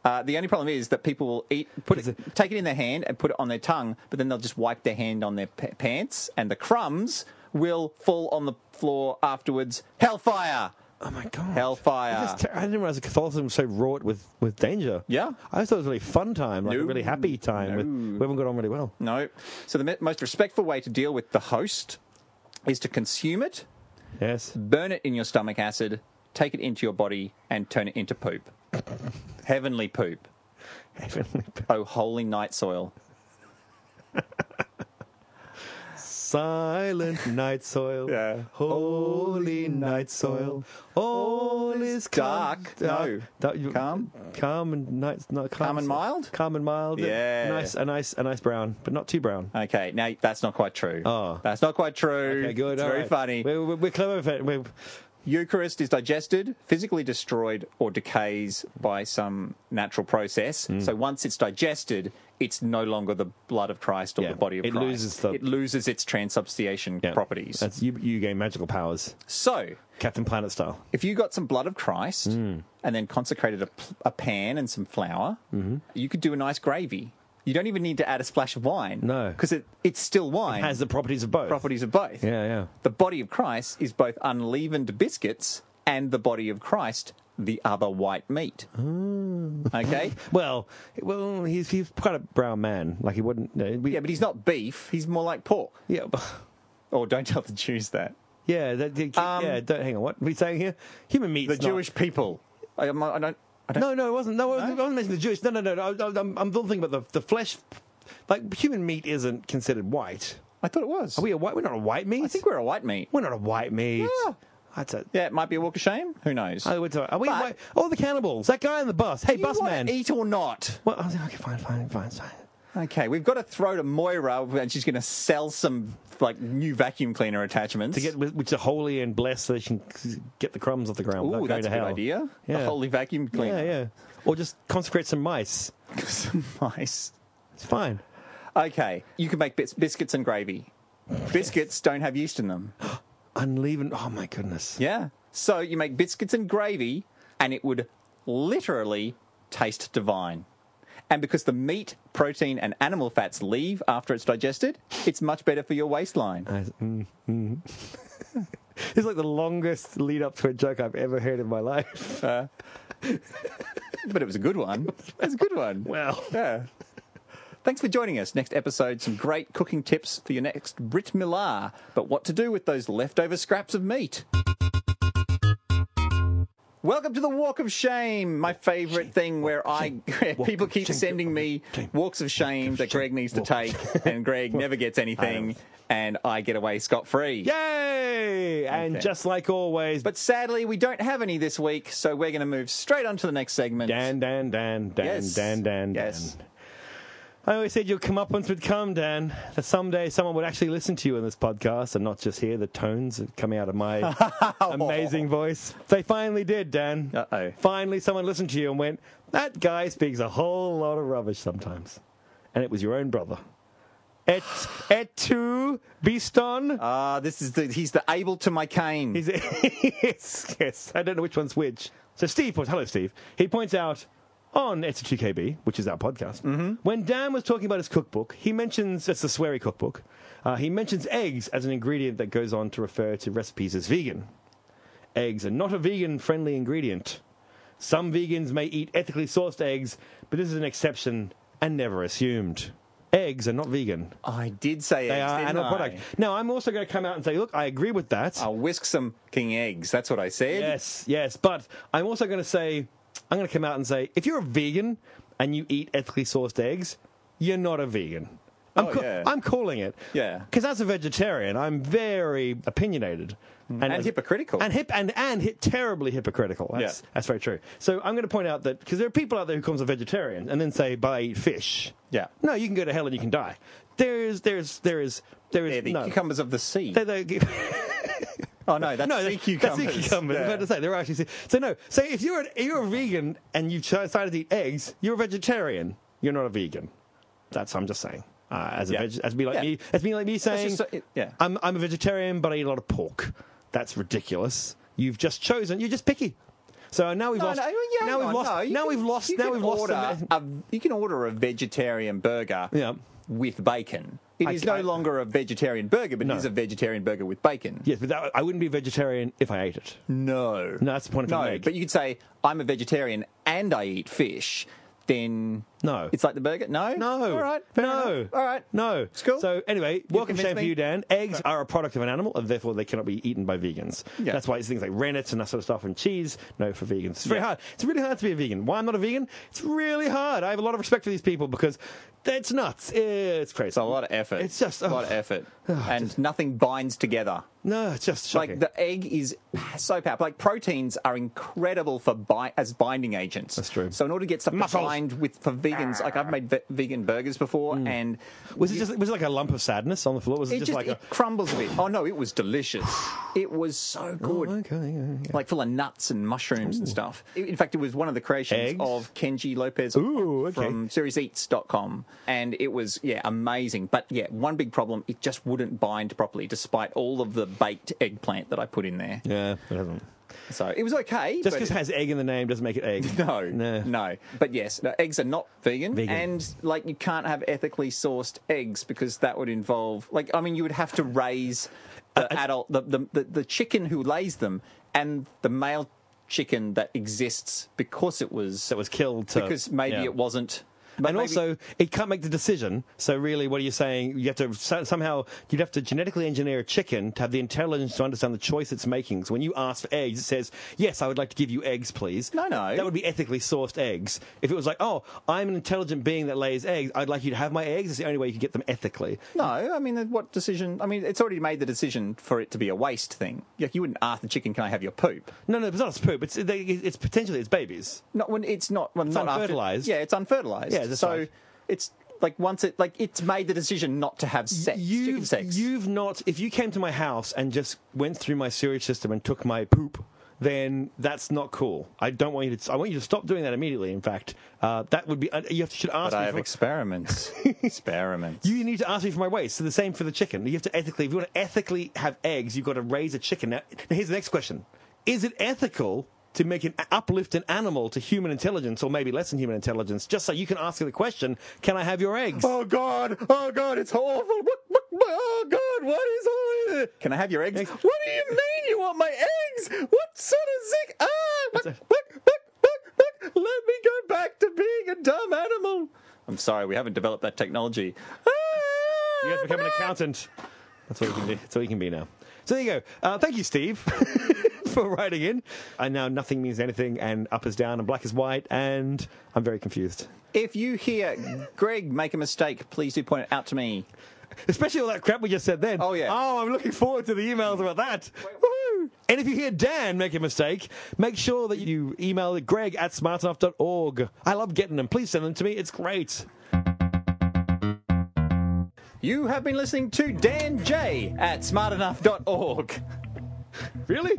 [SPEAKER 2] Uh, the only problem is that people will eat, put it, take it in their hand and put it on their tongue, but then they'll just wipe their hand on their p- pants, and the crumbs will fall on the floor afterwards. Hellfire!
[SPEAKER 3] Oh my god!
[SPEAKER 2] Hellfire.
[SPEAKER 3] I, just ter- I didn't realize Catholicism was so wrought with, with danger.
[SPEAKER 2] Yeah.
[SPEAKER 3] I always thought it was a really fun time, like a
[SPEAKER 2] No.
[SPEAKER 3] really happy time. With, we haven't got on really well.
[SPEAKER 2] No. So the me- most respectful way to deal with the host is to consume it,
[SPEAKER 3] Yes.
[SPEAKER 2] burn it in your stomach acid, take it into your body, and turn it into poop. Heavenly poop. Oh, holy night soil.
[SPEAKER 3] Silent night soil.
[SPEAKER 4] Yeah.
[SPEAKER 3] Holy night soil. All is calm-
[SPEAKER 2] Dark. No.
[SPEAKER 3] Dark- you-
[SPEAKER 2] Calm?
[SPEAKER 3] Calm and night. No, calm,
[SPEAKER 2] Calm and mild?
[SPEAKER 3] Calm and mild.
[SPEAKER 4] Yeah.
[SPEAKER 3] Nice. A nice. A nice brown, but not too brown.
[SPEAKER 2] Okay, now that's not quite true.
[SPEAKER 3] Oh.
[SPEAKER 2] That's not quite true.
[SPEAKER 3] Okay, good.
[SPEAKER 2] It's
[SPEAKER 3] all
[SPEAKER 2] very
[SPEAKER 3] right.
[SPEAKER 2] funny.
[SPEAKER 3] We're, we're, we're clever. for- We're,
[SPEAKER 2] Eucharist is digested, physically destroyed, or decays by some natural process.
[SPEAKER 3] Hmm.
[SPEAKER 2] So once it's digested, it's no longer the blood of Christ or
[SPEAKER 3] Yeah.
[SPEAKER 2] the body of
[SPEAKER 3] It
[SPEAKER 2] Christ.
[SPEAKER 3] loses the-
[SPEAKER 2] It loses its transubstantiation
[SPEAKER 3] yeah.
[SPEAKER 2] properties.
[SPEAKER 3] That's, you, you gain magical powers,
[SPEAKER 2] So
[SPEAKER 3] Captain Planet style.
[SPEAKER 2] if you got some blood of Christ
[SPEAKER 3] Hmm.
[SPEAKER 2] and then consecrated a, pl- a pan and some flour,
[SPEAKER 3] Mm-hmm.
[SPEAKER 2] you could do a nice gravy. You don't even need to add a splash of wine.
[SPEAKER 3] No.
[SPEAKER 2] Because it, it's still wine.
[SPEAKER 3] Has the properties of both.
[SPEAKER 2] properties of both.
[SPEAKER 3] Yeah, yeah.
[SPEAKER 2] The body of Christ is both unleavened biscuits and the body of Christ, the other white meat.
[SPEAKER 3] Hmm.
[SPEAKER 2] Okay?
[SPEAKER 3] Well, well, he's he's quite a brown man. Like he wouldn't. No, we,
[SPEAKER 2] Yeah, but he's not beef, he's more like pork.
[SPEAKER 3] yeah, b-
[SPEAKER 2] Or don't tell the Jews that.
[SPEAKER 3] yeah, that, that-
[SPEAKER 2] Um,
[SPEAKER 3] yeah. Don't hang on. What are we saying here? Human meat.
[SPEAKER 2] The Jewish people. I, I'm not- I don't. I don't
[SPEAKER 3] No, no, it wasn't. No, I wasn't, I wasn't mentioning the Jewish. No, no, no. no I, I'm, I'm thinking about the the flesh. Like human meat isn't considered white.
[SPEAKER 2] I thought it was.
[SPEAKER 3] Are we a white? We're not a white meat.
[SPEAKER 2] I think we're a white meat.
[SPEAKER 3] we're not a white meat.
[SPEAKER 2] Yeah.
[SPEAKER 3] That's a.
[SPEAKER 2] Yeah, it might be a walk of shame. Who knows?
[SPEAKER 3] Oh, we're talking- are we?
[SPEAKER 2] But-
[SPEAKER 3] white? Oh, the cannibals. That guy on the bus. Hey,
[SPEAKER 2] Do you
[SPEAKER 3] bus
[SPEAKER 2] wanna
[SPEAKER 3] man.
[SPEAKER 2] Eat or not?
[SPEAKER 3] Well, I was like, okay, fine, fine, fine, fine.
[SPEAKER 2] Okay, we've got to throw to Moira, and she's going to sell some like new vacuum cleaner attachments
[SPEAKER 3] To get which are holy and blessed, so they can get the crumbs off the ground. without
[SPEAKER 2] Ooh,
[SPEAKER 3] going
[SPEAKER 2] that's
[SPEAKER 3] to
[SPEAKER 2] a good
[SPEAKER 3] hell.
[SPEAKER 2] idea.
[SPEAKER 3] Yeah.
[SPEAKER 2] The holy vacuum cleaner.
[SPEAKER 3] Yeah, yeah. Or just consecrate some mice.
[SPEAKER 2] Some mice.
[SPEAKER 3] It's fine.
[SPEAKER 2] Okay, you can make bis- biscuits and gravy. Biscuits don't have yeast in them.
[SPEAKER 3] Unleavened. Oh my goodness.
[SPEAKER 2] Yeah. So you make biscuits and gravy, and it would literally taste divine. And because the meat, protein, and animal fats leave after it's digested, it's much better for your waistline.
[SPEAKER 3] I- mm, mm. it's like the longest lead up to a joke I've ever heard in my life.
[SPEAKER 2] But it was a good one. It was a good one.
[SPEAKER 3] Well,
[SPEAKER 2] Yeah. Thanks for joining us. Next episode, some great cooking tips for your next Brit Millar, but what to do with those leftover scraps of meat. Welcome to the Walk of Shame, my favourite thing where I where people keep sending me walks of shame that Greg needs to take, and Greg never gets anything, and I get away scot free.
[SPEAKER 3] yay! And
[SPEAKER 2] Okay.
[SPEAKER 3] just like always,
[SPEAKER 2] But sadly, we don't have any this week, so we're going to move straight on to the next segment.
[SPEAKER 3] Dan, Dan, Dan, Dan,
[SPEAKER 2] Yes.
[SPEAKER 3] Dan, Dan,
[SPEAKER 2] Yes.
[SPEAKER 3] Dan. I always said your comeuppance would come, Dan. That someday someone would actually listen to you in this podcast and not just hear the tones coming out of my
[SPEAKER 2] Oh.
[SPEAKER 3] amazing voice. They finally did, Dan.
[SPEAKER 2] Uh-oh.
[SPEAKER 3] Finally, someone listened to you and went, "That guy speaks a whole lot of rubbish sometimes," and it was your own brother. Et et tu Biston?
[SPEAKER 2] Ah, this is the he's the able to my cane.
[SPEAKER 3] He's yes, yes. I don't know which one's which. So Steve points. Hello, Steve. He points out on It's a 2KB, which is our podcast, when Dan was talking about his cookbook, he mentions it's the sweary cookbook. Uh, he mentions eggs as an ingredient that goes on to refer to recipes as vegan. Eggs are not a vegan-friendly ingredient. Some vegans may eat ethically sourced eggs, but this is an exception and never assumed. Eggs are not vegan.
[SPEAKER 2] I did say
[SPEAKER 3] They
[SPEAKER 2] eggs,
[SPEAKER 3] are
[SPEAKER 2] didn't
[SPEAKER 3] animal
[SPEAKER 2] I?
[SPEAKER 3] product. Now, I'm also going to come out and say, look, I agree with that.
[SPEAKER 2] I'll whisk some king eggs. That's what I said.
[SPEAKER 3] Yes, yes. But I'm also going to say, I'm going to come out and say, if you're a vegan and you eat ethically sourced eggs, you're not a vegan. I'm,
[SPEAKER 2] Oh,
[SPEAKER 3] ca-
[SPEAKER 2] yeah.
[SPEAKER 3] I'm calling it.
[SPEAKER 2] Yeah.
[SPEAKER 3] Because as a vegetarian, I'm very opinionated.
[SPEAKER 2] Mm. And
[SPEAKER 3] as-
[SPEAKER 2] hypocritical.
[SPEAKER 3] And, hip, and, and hip, terribly hypocritical. That's,
[SPEAKER 2] Yeah.
[SPEAKER 3] that's very true. So I'm going to point out that, because there are people out there who call themselves vegetarian and then say, but I eat fish.
[SPEAKER 2] Yeah.
[SPEAKER 3] No, you can go to hell and you can die. There is, there is, there is, there is
[SPEAKER 2] They're the
[SPEAKER 3] no.
[SPEAKER 2] cucumbers of the sea.
[SPEAKER 3] They're the-
[SPEAKER 2] Oh no, that's
[SPEAKER 3] no,
[SPEAKER 2] sea
[SPEAKER 3] that's-
[SPEAKER 2] cucumbers.
[SPEAKER 3] That's sea cucumbers. I was
[SPEAKER 2] Yeah.
[SPEAKER 3] about to say there are actually. Sea. So no. So if you're an, if you're a vegan and you've decided to eat eggs, you're a vegetarian. You're not a vegan. That's I'm just saying. Uh, as a
[SPEAKER 2] Yeah.
[SPEAKER 3] veg, as be like
[SPEAKER 2] Yeah.
[SPEAKER 3] me, as me like me saying,
[SPEAKER 2] just so- it- yeah.
[SPEAKER 3] I'm I'm a vegetarian, but I eat a lot of pork. That's ridiculous. You've just chosen. You're just picky. So now we've
[SPEAKER 2] No,
[SPEAKER 3] lost.
[SPEAKER 2] no, yeah,
[SPEAKER 3] now
[SPEAKER 2] hang
[SPEAKER 3] we've
[SPEAKER 2] on,
[SPEAKER 3] lost.
[SPEAKER 2] no, you
[SPEAKER 3] now
[SPEAKER 2] can-
[SPEAKER 3] we've lost.
[SPEAKER 2] you
[SPEAKER 3] Now
[SPEAKER 2] can
[SPEAKER 3] we've
[SPEAKER 2] order
[SPEAKER 3] lost.
[SPEAKER 2] A, you can order a vegetarian burger
[SPEAKER 3] Yeah.
[SPEAKER 2] with bacon. It is
[SPEAKER 3] I-
[SPEAKER 2] no
[SPEAKER 3] I-
[SPEAKER 2] longer a vegetarian burger, but
[SPEAKER 3] No.
[SPEAKER 2] it is a vegetarian burger with bacon.
[SPEAKER 3] Yes, but that, I wouldn't be a vegetarian if I ate it.
[SPEAKER 2] No.
[SPEAKER 3] No, that's the point I'm trying to
[SPEAKER 2] No,
[SPEAKER 3] make.
[SPEAKER 2] but you could say, I'm a vegetarian and I eat fish, then.
[SPEAKER 3] No.
[SPEAKER 2] It's like the burger? No?
[SPEAKER 3] No.
[SPEAKER 2] All right. fair
[SPEAKER 3] no.
[SPEAKER 2] enough. All right.
[SPEAKER 3] No.
[SPEAKER 2] It's cool.
[SPEAKER 3] So anyway, welcome
[SPEAKER 2] convinced
[SPEAKER 3] shame for
[SPEAKER 2] me.
[SPEAKER 3] you, Dan. Eggs are a product of an animal, and therefore they cannot be eaten by vegans.
[SPEAKER 2] Yeah.
[SPEAKER 3] That's why it's things like rennet and that sort of stuff, and cheese. No for vegans. It's very
[SPEAKER 2] Yeah.
[SPEAKER 3] hard. It's really hard to be a vegan. Why I'm not a vegan? It's really hard. I have a lot of respect for these people because it's nuts. It's crazy.
[SPEAKER 2] It's a lot of effort.
[SPEAKER 3] It's just-
[SPEAKER 2] a lot of
[SPEAKER 3] ugh.
[SPEAKER 2] effort. and nothing binds together.
[SPEAKER 3] no, it's just
[SPEAKER 2] Like
[SPEAKER 3] shocking.
[SPEAKER 2] the egg is so powerful. Like proteins are incredible for bi- as binding agents.
[SPEAKER 3] That's true.
[SPEAKER 2] So in order to get something
[SPEAKER 3] Muscles.
[SPEAKER 2] bind with for vegans, like I've made ve- vegan burgers before,
[SPEAKER 3] Mm.
[SPEAKER 2] and
[SPEAKER 3] was it just was it like a lump of sadness on the floor? Was it,
[SPEAKER 2] it
[SPEAKER 3] just,
[SPEAKER 2] just
[SPEAKER 3] like
[SPEAKER 2] it crumbles a bit. Oh no, it was delicious. it was so good.
[SPEAKER 3] a Oh, okay? yeah, yeah.
[SPEAKER 2] Like full of nuts and mushrooms and stuff. I- In fact, it was one of the creations
[SPEAKER 3] Eggs?
[SPEAKER 2] of Kenji Lopez
[SPEAKER 3] Ooh, okay.
[SPEAKER 2] from SeriesEats.com. And it was, yeah, amazing. But yeah, one big problem, it just wouldn't bind properly despite all of the baked eggplant that I put in there.
[SPEAKER 3] Yeah, it hasn't.
[SPEAKER 2] So it was okay.
[SPEAKER 3] Just
[SPEAKER 2] but
[SPEAKER 3] because it has egg in the name doesn't make it egg.
[SPEAKER 2] No,
[SPEAKER 3] No.
[SPEAKER 2] no, But yes, no, eggs are not vegan,
[SPEAKER 3] Vegan.
[SPEAKER 2] and like you can't have ethically sourced eggs because that would involve like I mean you would have to raise the adult the, the the the chicken who lays them and the male chicken that exists because it was
[SPEAKER 3] That was killed to,
[SPEAKER 2] because maybe
[SPEAKER 3] yeah.
[SPEAKER 2] it wasn't.
[SPEAKER 3] and
[SPEAKER 2] maybe-
[SPEAKER 3] also, it can't make the decision. So, really, what are you saying? You have to so- somehow you'd have to genetically engineer a chicken to have the intelligence to understand the choice it's making. So, when you ask for eggs, it says, "Yes, I would like to give you eggs, please."
[SPEAKER 2] No, no.
[SPEAKER 3] that would be ethically sourced eggs. If it was like, "Oh, I'm an intelligent being that lays eggs. I'd like you to have my eggs." It's the only way you can get them ethically.
[SPEAKER 2] no, I mean what decision? I mean it's already made the decision for it to be a waste thing. Like you wouldn't ask the chicken, "Can I have your poop?"
[SPEAKER 3] No, no, it's not a poop. It's, they- it's potentially it's babies.
[SPEAKER 2] Not when it's not when not after-
[SPEAKER 3] unfertilised.
[SPEAKER 2] yeah, it's unfertilized.
[SPEAKER 3] Yeah, that's
[SPEAKER 2] so
[SPEAKER 3] right.
[SPEAKER 2] it's like once it like it's made the decision not to have sex. chicken
[SPEAKER 3] You've,
[SPEAKER 2] sex.
[SPEAKER 3] you've not. If you came to my house and just went through my sewage system and took my poop, then that's not cool. I don't want you to. I want you to stop doing that immediately. In fact, uh, that would be. You have to, should ask
[SPEAKER 2] but I
[SPEAKER 3] me.
[SPEAKER 2] have
[SPEAKER 3] For,
[SPEAKER 2] experiments. experiments.
[SPEAKER 3] you need to ask me for my waste. So the same for the chicken. You have to ethically. If you want to ethically have eggs, you've got to raise a chicken. Now, now here's the next question: Is it ethical? To make an uplift an animal to human intelligence, or maybe less than human intelligence, just so you can ask the question: Can I have your eggs?
[SPEAKER 2] Oh God! Oh God! It's awful! What- what- what- Oh God! What is all this? Can I have your eggs? What do you mean you want my eggs? What sort of sick? Ah! What, what, what, what, what? Let me go back to being a dumb animal. I'm sorry, we haven't developed that technology. Ah!
[SPEAKER 3] You have to become an accountant. That's what you can be. That's what you can be now. So there you go. Uh, thank you, Steve, for writing in. And now nothing means anything, and up is down, and black is white, and I'm very confused.
[SPEAKER 2] If you hear Greg make a mistake, please do point it out to me.
[SPEAKER 3] Especially all that crap we just said then.
[SPEAKER 2] Oh, yeah.
[SPEAKER 3] Oh, I'm looking forward to the emails about that. Woohoo! And if you hear Dan make a mistake, make sure that you email greg at smartenough.org. I love getting them. Please send them to me. It's great.
[SPEAKER 2] You have been listening to Dan J at smartenough.org.
[SPEAKER 3] Really?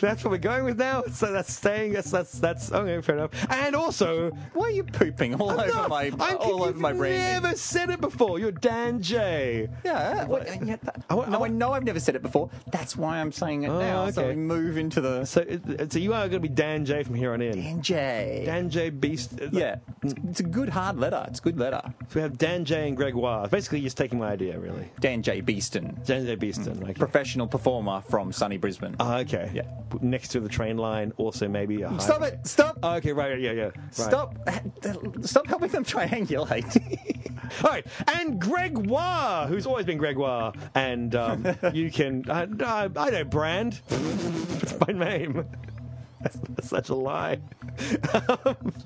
[SPEAKER 3] That's what we're going with now? So that's staying. That's, that's, that's, okay, fair enough. And also,
[SPEAKER 2] Why are you pooping all over
[SPEAKER 3] Enough!
[SPEAKER 2] my
[SPEAKER 3] I'm
[SPEAKER 2] all over
[SPEAKER 3] confused.
[SPEAKER 2] my
[SPEAKER 3] You've
[SPEAKER 2] branding?
[SPEAKER 3] never said it before. You're Dan J.
[SPEAKER 2] Yeah, well, yeah, yeah, that-
[SPEAKER 3] I want- I
[SPEAKER 2] no, I
[SPEAKER 3] want-
[SPEAKER 2] know I've never said it before. That's why I'm saying it now. So
[SPEAKER 3] Oh, okay.
[SPEAKER 2] we move into the
[SPEAKER 3] So, it- so you are going to be Dan J from here on in.
[SPEAKER 2] Dan J.
[SPEAKER 3] Dan J Beast. uh,
[SPEAKER 2] yeah, it's, it's a good hard letter. It's a good letter.
[SPEAKER 3] So we have Dan J and Gregoire. Basically, just taking my idea, really.
[SPEAKER 2] Dan J. Beeston,
[SPEAKER 3] Dan J Beaston. Like,
[SPEAKER 2] professional performer from sunny Brisbane.
[SPEAKER 3] Ah, okay.
[SPEAKER 2] Yeah.
[SPEAKER 3] Next to the train line, also maybe a. High-
[SPEAKER 2] Stop it! Stop!
[SPEAKER 3] Oh, okay, right, yeah, yeah. Right.
[SPEAKER 2] Stop! Stop helping them triangulate.
[SPEAKER 3] All right, and Gregoire, who's always been Gregoire, uh, and um, you can. I, I, I don't brand. it's my name. That's, that's such a lie.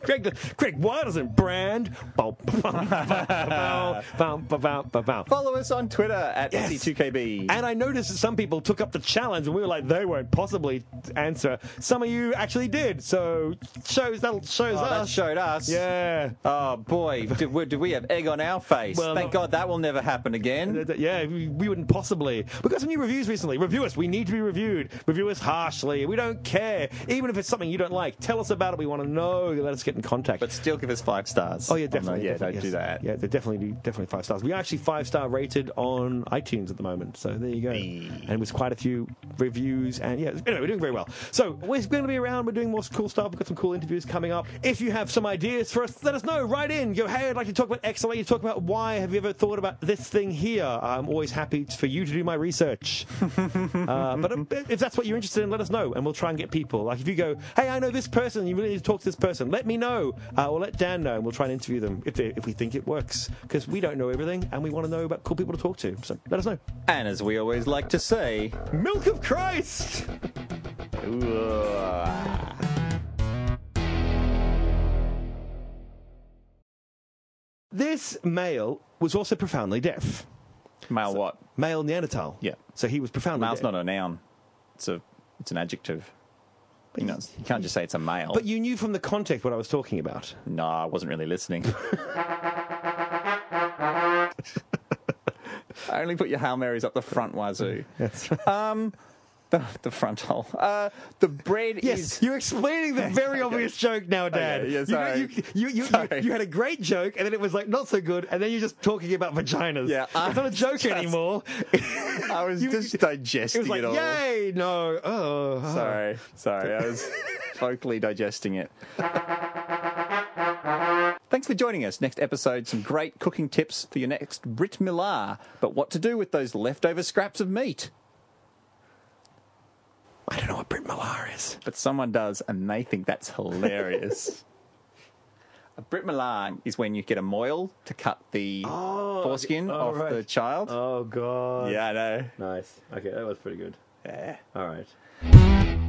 [SPEAKER 3] Greg, Greg, why doesn't brand? Bow, bow, bow, bow, bow, bow, bow, bow, bow.
[SPEAKER 2] Follow us on Twitter at
[SPEAKER 3] Yes.
[SPEAKER 2] C2KB.
[SPEAKER 3] And I noticed that some people took up the challenge, and we were like, they won't possibly answer. Some of you actually did, so shows that shows
[SPEAKER 2] Oh, that
[SPEAKER 3] us.
[SPEAKER 2] showed us.
[SPEAKER 3] yeah.
[SPEAKER 2] Oh boy, did we, did we have egg on our face?
[SPEAKER 3] Well,
[SPEAKER 2] Thank
[SPEAKER 3] no-
[SPEAKER 2] God that will never happen again.
[SPEAKER 3] Th- th- Yeah, we we wouldn't possibly. We got some new reviews recently. Review us. We need to be reviewed. Review us harshly. We don't care. Even if it's something you don't like, tell us about it. We want to know. Let us get in contact.
[SPEAKER 2] But still give us five stars.
[SPEAKER 3] oh yeah,
[SPEAKER 2] On the-
[SPEAKER 3] definitely.
[SPEAKER 2] yeah,
[SPEAKER 3] definitely,
[SPEAKER 2] don't do
[SPEAKER 3] yes.
[SPEAKER 2] that.
[SPEAKER 3] Yeah, they're definitely do- definitely five stars. We are actually five star rated on iTunes at the moment. So there you go. And it was quite a few reviews. And yeah, anyway, we're doing very well. So we're going to be around. We're doing more cool stuff. We've got some cool interviews coming up. If you have some ideas for us, let us know. Write in. Go, hey, I'd like to talk about X. I'd like to talk about Y. Have you ever thought about this thing here? I'm always happy for you to do my research. Uh, but if that's what you're interested in, let us know, and we'll try and get people. Like if you go, hey, I know this person, you really need to talk to this person. Let me know, uh, or let Dan know, and we'll try and interview them if, they, if we think it works, because we don't know everything, and we want to know about cool people to talk to. So let us know.
[SPEAKER 2] And as we always like to say,
[SPEAKER 3] Milk of Christ. This male was also profoundly deaf.
[SPEAKER 2] male what?
[SPEAKER 3] Male Neanderthal.
[SPEAKER 2] Yeah.
[SPEAKER 3] So he was profoundly
[SPEAKER 2] Male's
[SPEAKER 3] deaf.
[SPEAKER 2] not a noun. It's a it's an adjective. You know, it's- you can't just say it's a male.
[SPEAKER 3] but you knew from the context what I was talking about.
[SPEAKER 2] no, I wasn't really listening. I only put your Hail Marys up the front wazoo.
[SPEAKER 3] That's right.
[SPEAKER 2] Um, the, the front hole. Uh, the bread
[SPEAKER 3] Yes,
[SPEAKER 2] is.
[SPEAKER 3] you're explaining that very obvious joke now, Dad.
[SPEAKER 2] yeah,
[SPEAKER 3] You-
[SPEAKER 2] sorry.
[SPEAKER 3] you, you, you, you,
[SPEAKER 2] Sorry.
[SPEAKER 3] you had a great joke, and then it was like not so good, and then you're just talking about vaginas.
[SPEAKER 2] Yeah, I-
[SPEAKER 3] it's not a joke anymore. it
[SPEAKER 2] I was
[SPEAKER 3] you-
[SPEAKER 2] just
[SPEAKER 3] you-
[SPEAKER 2] digesting
[SPEAKER 3] was like,
[SPEAKER 2] all.
[SPEAKER 3] yay, no, oh, ah.
[SPEAKER 2] Sorry, sorry. I was vocally digesting it. Thanks for joining us. Next episode, some great cooking tips for your next Brit Milar. But what to do with those leftover scraps of meat?
[SPEAKER 3] I don't know what Brit Malar is.
[SPEAKER 2] But someone does, and they think that's hilarious. a Brit Milar is when you get a moil to cut the foreskin
[SPEAKER 3] oh,
[SPEAKER 2] off
[SPEAKER 3] right.
[SPEAKER 2] the child.
[SPEAKER 3] Oh God.
[SPEAKER 2] Yeah, I know.
[SPEAKER 3] Nice. Okay, that was pretty good.
[SPEAKER 2] Yeah.
[SPEAKER 3] All right.